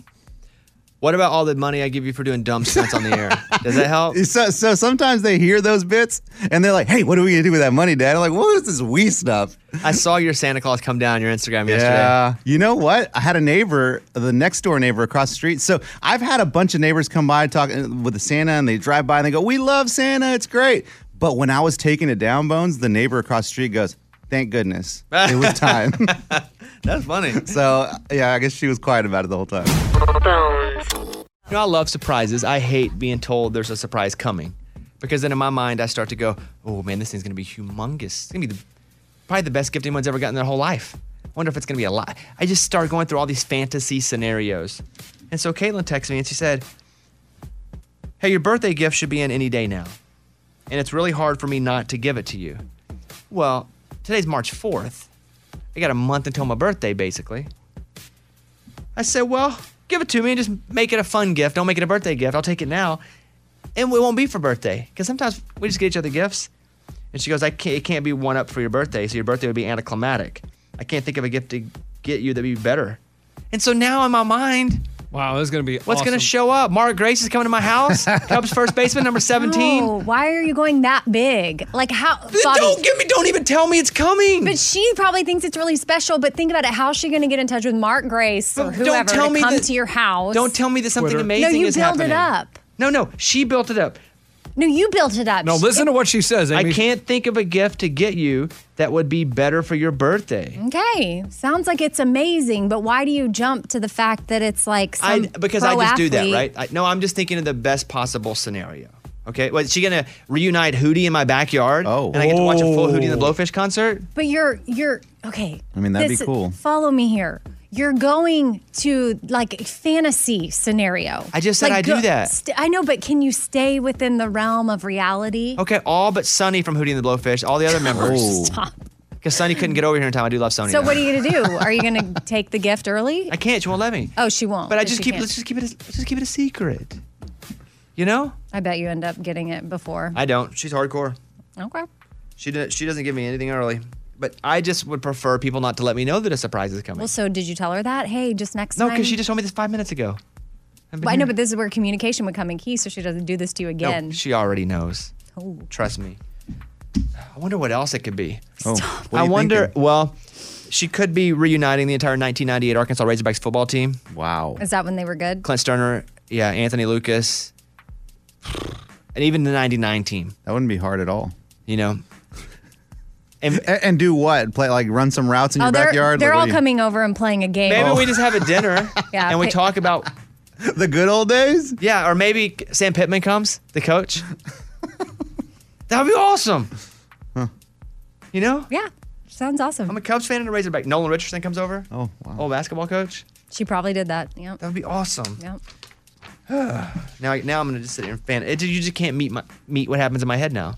Speaker 2: what about all the money I give you for doing dumb stunts on the air? Does that help?
Speaker 3: So, so sometimes they hear those bits and they're like, "Hey, what are we gonna do with that money, Dad?" I'm like, "What is this we stuff?"
Speaker 2: I saw your Santa Claus come down on your Instagram yesterday.
Speaker 3: Yeah. You know what? I had a neighbor, the next door neighbor across the street. So I've had a bunch of neighbors come by talking with the Santa and they drive by and they go, We love Santa. It's great. But when I was taking it down, Bones, the neighbor across the street goes, Thank goodness. It was time.
Speaker 2: That's funny.
Speaker 3: so yeah, I guess she was quiet about it the whole time.
Speaker 2: You know, I love surprises. I hate being told there's a surprise coming because then in my mind I start to go, "Oh man, this thing's gonna be humongous. It's gonna be the, probably the best gift anyone's ever gotten in their whole life. I wonder if it's gonna be a lot." I just start going through all these fantasy scenarios, and so Caitlin texted me and she said, "Hey, your birthday gift should be in any day now, and it's really hard for me not to give it to you. Well, today's March 4th. I got a month until my birthday, basically." I said, well, give it to me and just make it a fun gift. Don't make it a birthday gift. I'll take it now. And it won't be for birthday because sometimes we just get each other gifts. And she goes, I can't, it can't be one up for your birthday. So your birthday would be anticlimactic. I can't think of a gift to get you that'd be better. And so now in my mind,
Speaker 6: wow, this is gonna be
Speaker 2: what's going to show up? Mark Grace is coming to my house. Cubs first baseman number 17.
Speaker 4: No, Oh, why are you going that big? Like how? Bobby,
Speaker 2: don't give me. Don't even tell me it's coming.
Speaker 4: But she probably thinks it's really special. But think about it. How's she going to get in touch with Mark Grace or
Speaker 2: But
Speaker 4: whoever
Speaker 2: don't tell
Speaker 4: to
Speaker 2: me
Speaker 4: come
Speaker 2: that-
Speaker 4: to your house?
Speaker 2: Don't tell me that something amazing
Speaker 4: No, you
Speaker 2: is
Speaker 4: build
Speaker 2: happening.
Speaker 4: it up.
Speaker 2: No, no, she built it up.
Speaker 4: No, you built it up.
Speaker 2: No, listen to
Speaker 4: It-
Speaker 2: what she says. I can't think of a gift to get you that would be better for your birthday.
Speaker 4: Okay, sounds like it's amazing, but why do you jump to the fact that it's like some
Speaker 2: I because I
Speaker 4: pro
Speaker 2: just do that,
Speaker 4: athlete-
Speaker 2: right? I, no, I'm just thinking of the best possible scenario. Okay, was she gonna reunite Hootie in my backyard? Oh, and I get to watch a full Hootie and the Blowfish concert.
Speaker 4: But you're you're okay.
Speaker 2: I mean, that'd be
Speaker 4: this-
Speaker 2: cool.
Speaker 4: Follow me here. You're going to like a fantasy scenario.
Speaker 2: I just said
Speaker 4: Like,
Speaker 2: I do that.
Speaker 4: st- I know, but can you stay within the realm of reality?
Speaker 2: Okay, all but Sonny from Hootie and the Blowfish. All the other members.
Speaker 4: Stop.
Speaker 2: Because Sonny couldn't get over here in time. I do love Sonny.
Speaker 4: So
Speaker 2: though.
Speaker 4: what are you gonna do? Are you gonna take the gift early?
Speaker 2: I can't. She won't let me.
Speaker 4: Oh, she won't.
Speaker 2: But I
Speaker 4: 'cause
Speaker 2: just
Speaker 4: she
Speaker 2: keep.
Speaker 4: can't.
Speaker 2: Let's just keep it. A, let's just keep it a secret. You know?
Speaker 4: I bet you end up getting it before.
Speaker 2: I don't. She's hardcore.
Speaker 4: Okay.
Speaker 2: She did, She doesn't give me anything early. But I just would prefer people not to let me know that a surprise is coming.
Speaker 4: Well, so did you tell her that? Hey, just next
Speaker 2: no,
Speaker 4: time.
Speaker 2: because she just told me this five minutes ago. I've been
Speaker 4: Well, I know,
Speaker 2: here.
Speaker 4: but this is where communication would come in key, so she doesn't do this to you
Speaker 2: No,
Speaker 4: again.
Speaker 2: she already knows.
Speaker 4: Oh.
Speaker 2: Trust me. I wonder what else it could be.
Speaker 4: Oh,
Speaker 2: I wonder. Well, she could be reuniting the entire 1998 Arkansas Razorbacks football team. Wow.
Speaker 4: Is that when they were good?
Speaker 2: Clint Sterner, yeah, Anthony Lucas, and even the '99 team.
Speaker 3: That wouldn't be hard at all.
Speaker 2: You know.
Speaker 3: And, and do what? Play like run some routes in your
Speaker 4: Oh, they're
Speaker 3: backyard.
Speaker 4: they're
Speaker 3: Like, what
Speaker 4: all
Speaker 3: do you- Oh.
Speaker 4: coming over and playing a game.
Speaker 2: Maybe we just have a dinner
Speaker 4: Yeah,
Speaker 2: and we
Speaker 4: pick-
Speaker 2: talk about the good old days. Yeah, or maybe Sam Pittman comes, the coach. That'd be awesome. You know?
Speaker 4: Yeah, sounds awesome. I'm
Speaker 2: a Cubs fan and a Razorback. Nolan Richardson comes over. Oh, wow. Old basketball coach.
Speaker 4: She probably did that. Yep.
Speaker 2: That would be awesome.
Speaker 4: Yep.
Speaker 2: Now, I- now I'm gonna just sit here and fan. It, you just can't meet my meet what happens in my head now.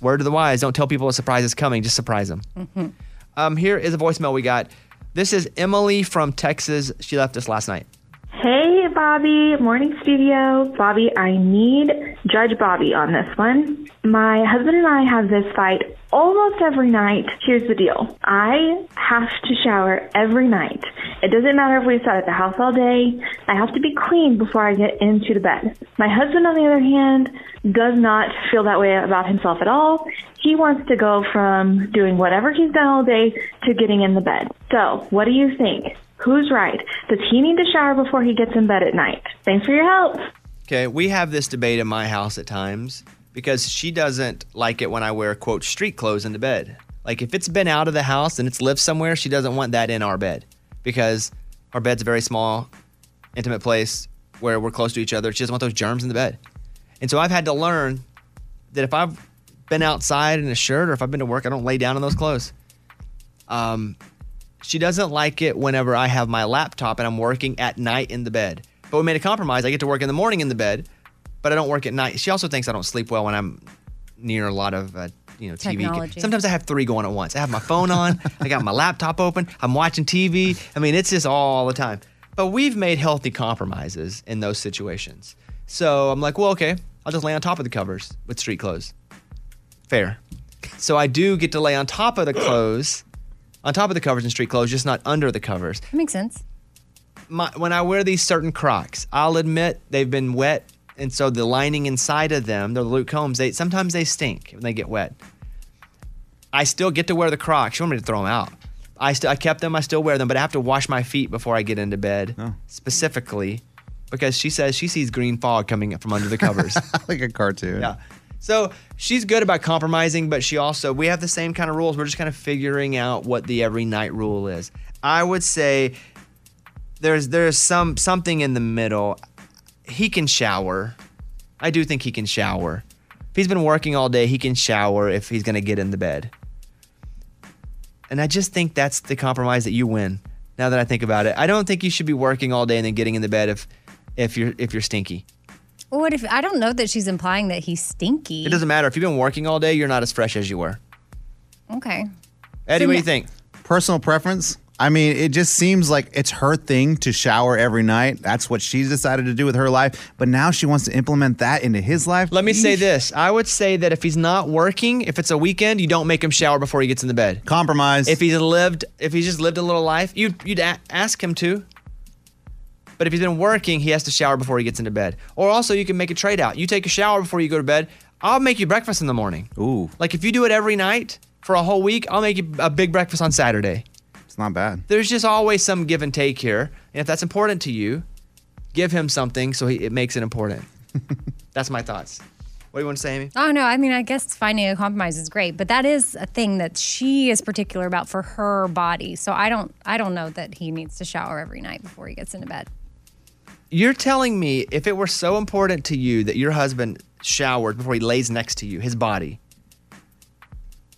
Speaker 2: Word to the wise: don't tell people a surprise is coming. Just surprise them.
Speaker 5: Mhm.
Speaker 2: Um, here is a voicemail we got. This is Emily from Texas. She left us last night.
Speaker 9: Hey, Bobby. Morning, studio. Bobby, I need Judge Bobby on this one. My husband and I have this fight almost every night. Here's the deal I have to shower every night. It doesn't matter if we sat at the house all day, I have to be clean before I get into the bed. My husband, on the other hand, does not feel that way about himself at all. He wants to go from doing whatever he's done all day to getting in the bed. So, what do you think? Who's right? Does he need to shower before he gets in bed at night? Thanks for your help.
Speaker 2: Okay, we have this debate in my house at times because she doesn't like it when I wear quote street clothes into bed. Like if it's been out of the house and it's lived somewhere, she doesn't want that in our bed because our bed's a very small, intimate place where we're close to each other. She doesn't want those germs in the bed. And so I've had to learn that if I've been outside in a shirt or if I've been to work, I don't lay down in those clothes. Um, she doesn't like it whenever I have my laptop and I'm working at night in the bed. But we made a compromise. I get to work in the morning in the bed, but I don't work at night. She also thinks I don't sleep well when I'm near a lot of uh, you know TV.
Speaker 5: Technology.
Speaker 2: Sometimes I have three going at once. I have my phone on. I got my laptop open. I'm watching TV. I mean, it's just all the time. But we've made healthy compromises in those situations. So I'm like, well, okay, I'll just lay on top of the covers with street clothes. Fair. So I do get to lay on top of the clothes, on top of the covers in street clothes, just not under the covers.
Speaker 4: That makes sense.
Speaker 2: My, when I wear these certain Crocs, I'll admit they've been wet, and so the lining inside of them, they're the Luke Combs. They sometimes they stink when they get wet. I still get to wear the Crocs. She wanted me to throw them out. I still I kept them. I still wear them, but I have to wash my feet before I get into bed, specifically because she says she sees green fog coming up from under the covers, like a cartoon. Yeah. So she's good about compromising, but she also we have the same kind of rules. We're just kind of figuring out what the every night rule is. I would say there's there's some something in the middle. He can shower. I do think he can shower. If he's been working all day, he can shower if he's gonna get in the bed. And I just think that's the compromise that you win. Now that I think about it, I don't think you should be working all day and then getting in the bed if if you're if you're stinky.
Speaker 4: Well, what if I don't know that she's implying that he's stinky?
Speaker 2: It doesn't matter if you've been working all day, you're not as fresh as you were.
Speaker 4: Okay.
Speaker 2: Eddie,
Speaker 4: So
Speaker 2: what do
Speaker 4: n-
Speaker 2: you think?
Speaker 3: Personal preference. I mean, it just seems like it's her thing to shower every night. That's what she's decided to do with her life. But now she wants to implement that into his life.
Speaker 2: Let me say this. I would say that if he's not working, if it's a weekend, you don't make him shower before he gets in the bed.
Speaker 3: Compromise.
Speaker 2: If he's lived, if he's just lived a little life, you you'd a- ask him to. But if he's been working, he has to shower before he gets into bed. Or also, you can make a trade out. You take a shower before you go to bed. I'll make you breakfast in the morning.
Speaker 3: Ooh,
Speaker 2: Like if you do it every night for a whole week, I'll make you a big breakfast on Saturday.
Speaker 3: it's not bad.
Speaker 2: There's just always some give and take here, and if that's important to you, give him something so he, it makes it important. That's my thoughts. What do you want to say, Amy?
Speaker 4: Oh no, I mean I guess finding a compromise is great, but that is a thing that she is particular about for her body. So I don't I don't know that he needs to shower every night before he gets into bed.
Speaker 2: You're telling me if it were so important to you that your husband showered before he lays next to you, his body,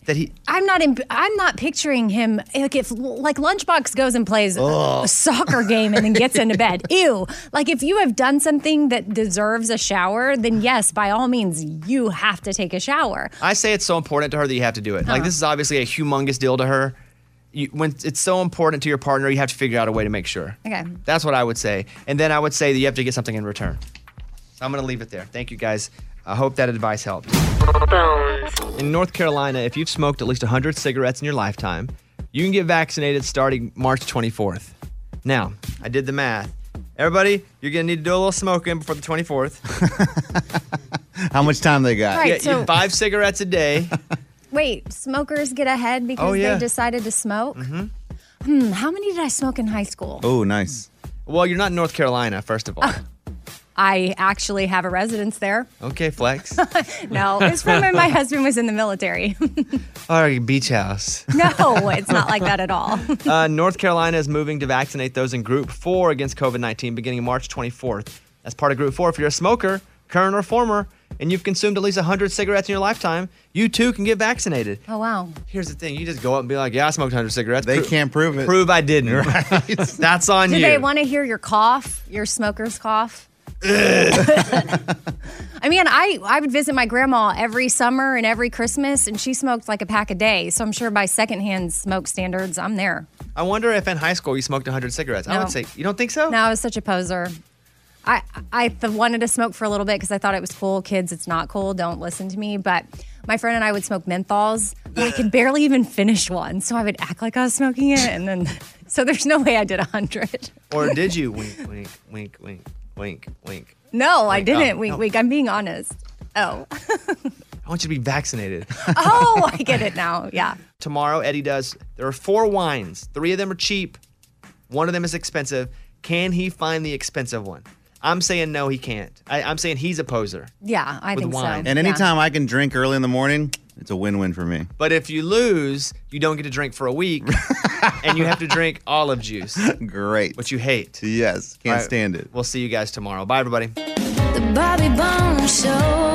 Speaker 2: that he
Speaker 4: I'm not in, I'm not picturing him like if like lunchbox goes and plays
Speaker 2: Ugh.
Speaker 4: a soccer game and then gets into bed. Ew. Like if you have done something that deserves a shower, then yes, by all means you have to take a shower.
Speaker 2: I say it's so important to her that you have to do it. Like
Speaker 4: Uh-huh.
Speaker 2: this is obviously a humongous deal to her. You, when it's so important to your partner, you have to figure out a way to make sure.
Speaker 4: Okay.
Speaker 2: That's what I would say. And then I would say that you have to get something in return. So I'm going to leave it there. Thank you guys. I hope that advice helped. In North Carolina, if you've smoked at least 100 cigarettes in your lifetime, you can get vaccinated starting March 24th. Now, I did the math. Everybody, you're going to need to do a little smoking before the 24th.
Speaker 3: How much time they got?
Speaker 4: Right,
Speaker 2: Yeah, you-
Speaker 4: so-
Speaker 2: five cigarettes a day.
Speaker 4: Wait, smokers get ahead because
Speaker 2: Oh, yeah.
Speaker 4: they decided to smoke?
Speaker 2: Mhm.
Speaker 4: Hmm, how many did I smoke in high school?
Speaker 2: Oh, nice. Well, you're not in North Carolina, first of all.
Speaker 4: Ah. I actually have a residence there.
Speaker 2: okay, Flex.
Speaker 4: No, it's from when my husband was in the military.
Speaker 2: All right, beach house.
Speaker 4: no, it's not like that at all.
Speaker 2: Uh, North Carolina is moving to vaccinate those in Group 4 against COVID 19 beginning March 24th. As part of Group 4, if you're a smoker, current or former, and you've consumed at least 100 cigarettes in your lifetime, you too can get vaccinated.
Speaker 4: Oh, wow.
Speaker 2: Here's the thing you just go up and be like, yeah, I smoked 100 cigarettes.
Speaker 3: They
Speaker 2: Pro-
Speaker 3: can't prove it.
Speaker 2: Prove I didn't. Right. That's on
Speaker 4: Do
Speaker 2: you.
Speaker 4: they want to hear your cough, your smoker's cough? I mean, I, I would visit my grandma every summer and every Christmas, and she smoked like a pack a day. So I'm sure by secondhand smoke standards, I'm there.
Speaker 2: I wonder if in high school you smoked 100 cigarettes. I
Speaker 4: No.
Speaker 2: would say, you don't think so?
Speaker 4: No, I was such a poser. I I th- wanted to smoke for a little bit because I thought it was cool. Kids, it's not cool. Don't listen to me. But my friend and I would smoke menthols. I could barely even finish one, so I would act like I was smoking it, and then so there's no way I did a hundred.
Speaker 2: Or did you? Wink, wink, wink, wink, wink, wink.
Speaker 4: No, I
Speaker 2: Wait,
Speaker 4: didn't.
Speaker 3: um,
Speaker 2: oh,
Speaker 4: wink,
Speaker 2: no.
Speaker 4: wink. I'm being honest. Oh,
Speaker 2: I want you to be vaccinated.
Speaker 4: oh, I get it now. Yeah.
Speaker 2: Tomorrow, Eddie does. There are four wines. Three of them are cheap. One of them is expensive. Can he find the expensive one? I'm saying no, he can't. I, I'm saying he's a poser.
Speaker 4: Yeah, I
Speaker 2: With
Speaker 4: think
Speaker 2: wine.
Speaker 4: so.
Speaker 3: And
Speaker 4: Yeah.
Speaker 3: anytime I can drink early in the morning, it's a win-win for me.
Speaker 2: But if you lose, you don't get to drink for a week, and you have to drink olive juice.
Speaker 3: Great.
Speaker 2: Which you hate.
Speaker 3: Yes. Can't
Speaker 2: All right.
Speaker 3: stand it.
Speaker 2: We'll see you guys tomorrow. Bye, everybody.
Speaker 12: The Bobby Bones Show.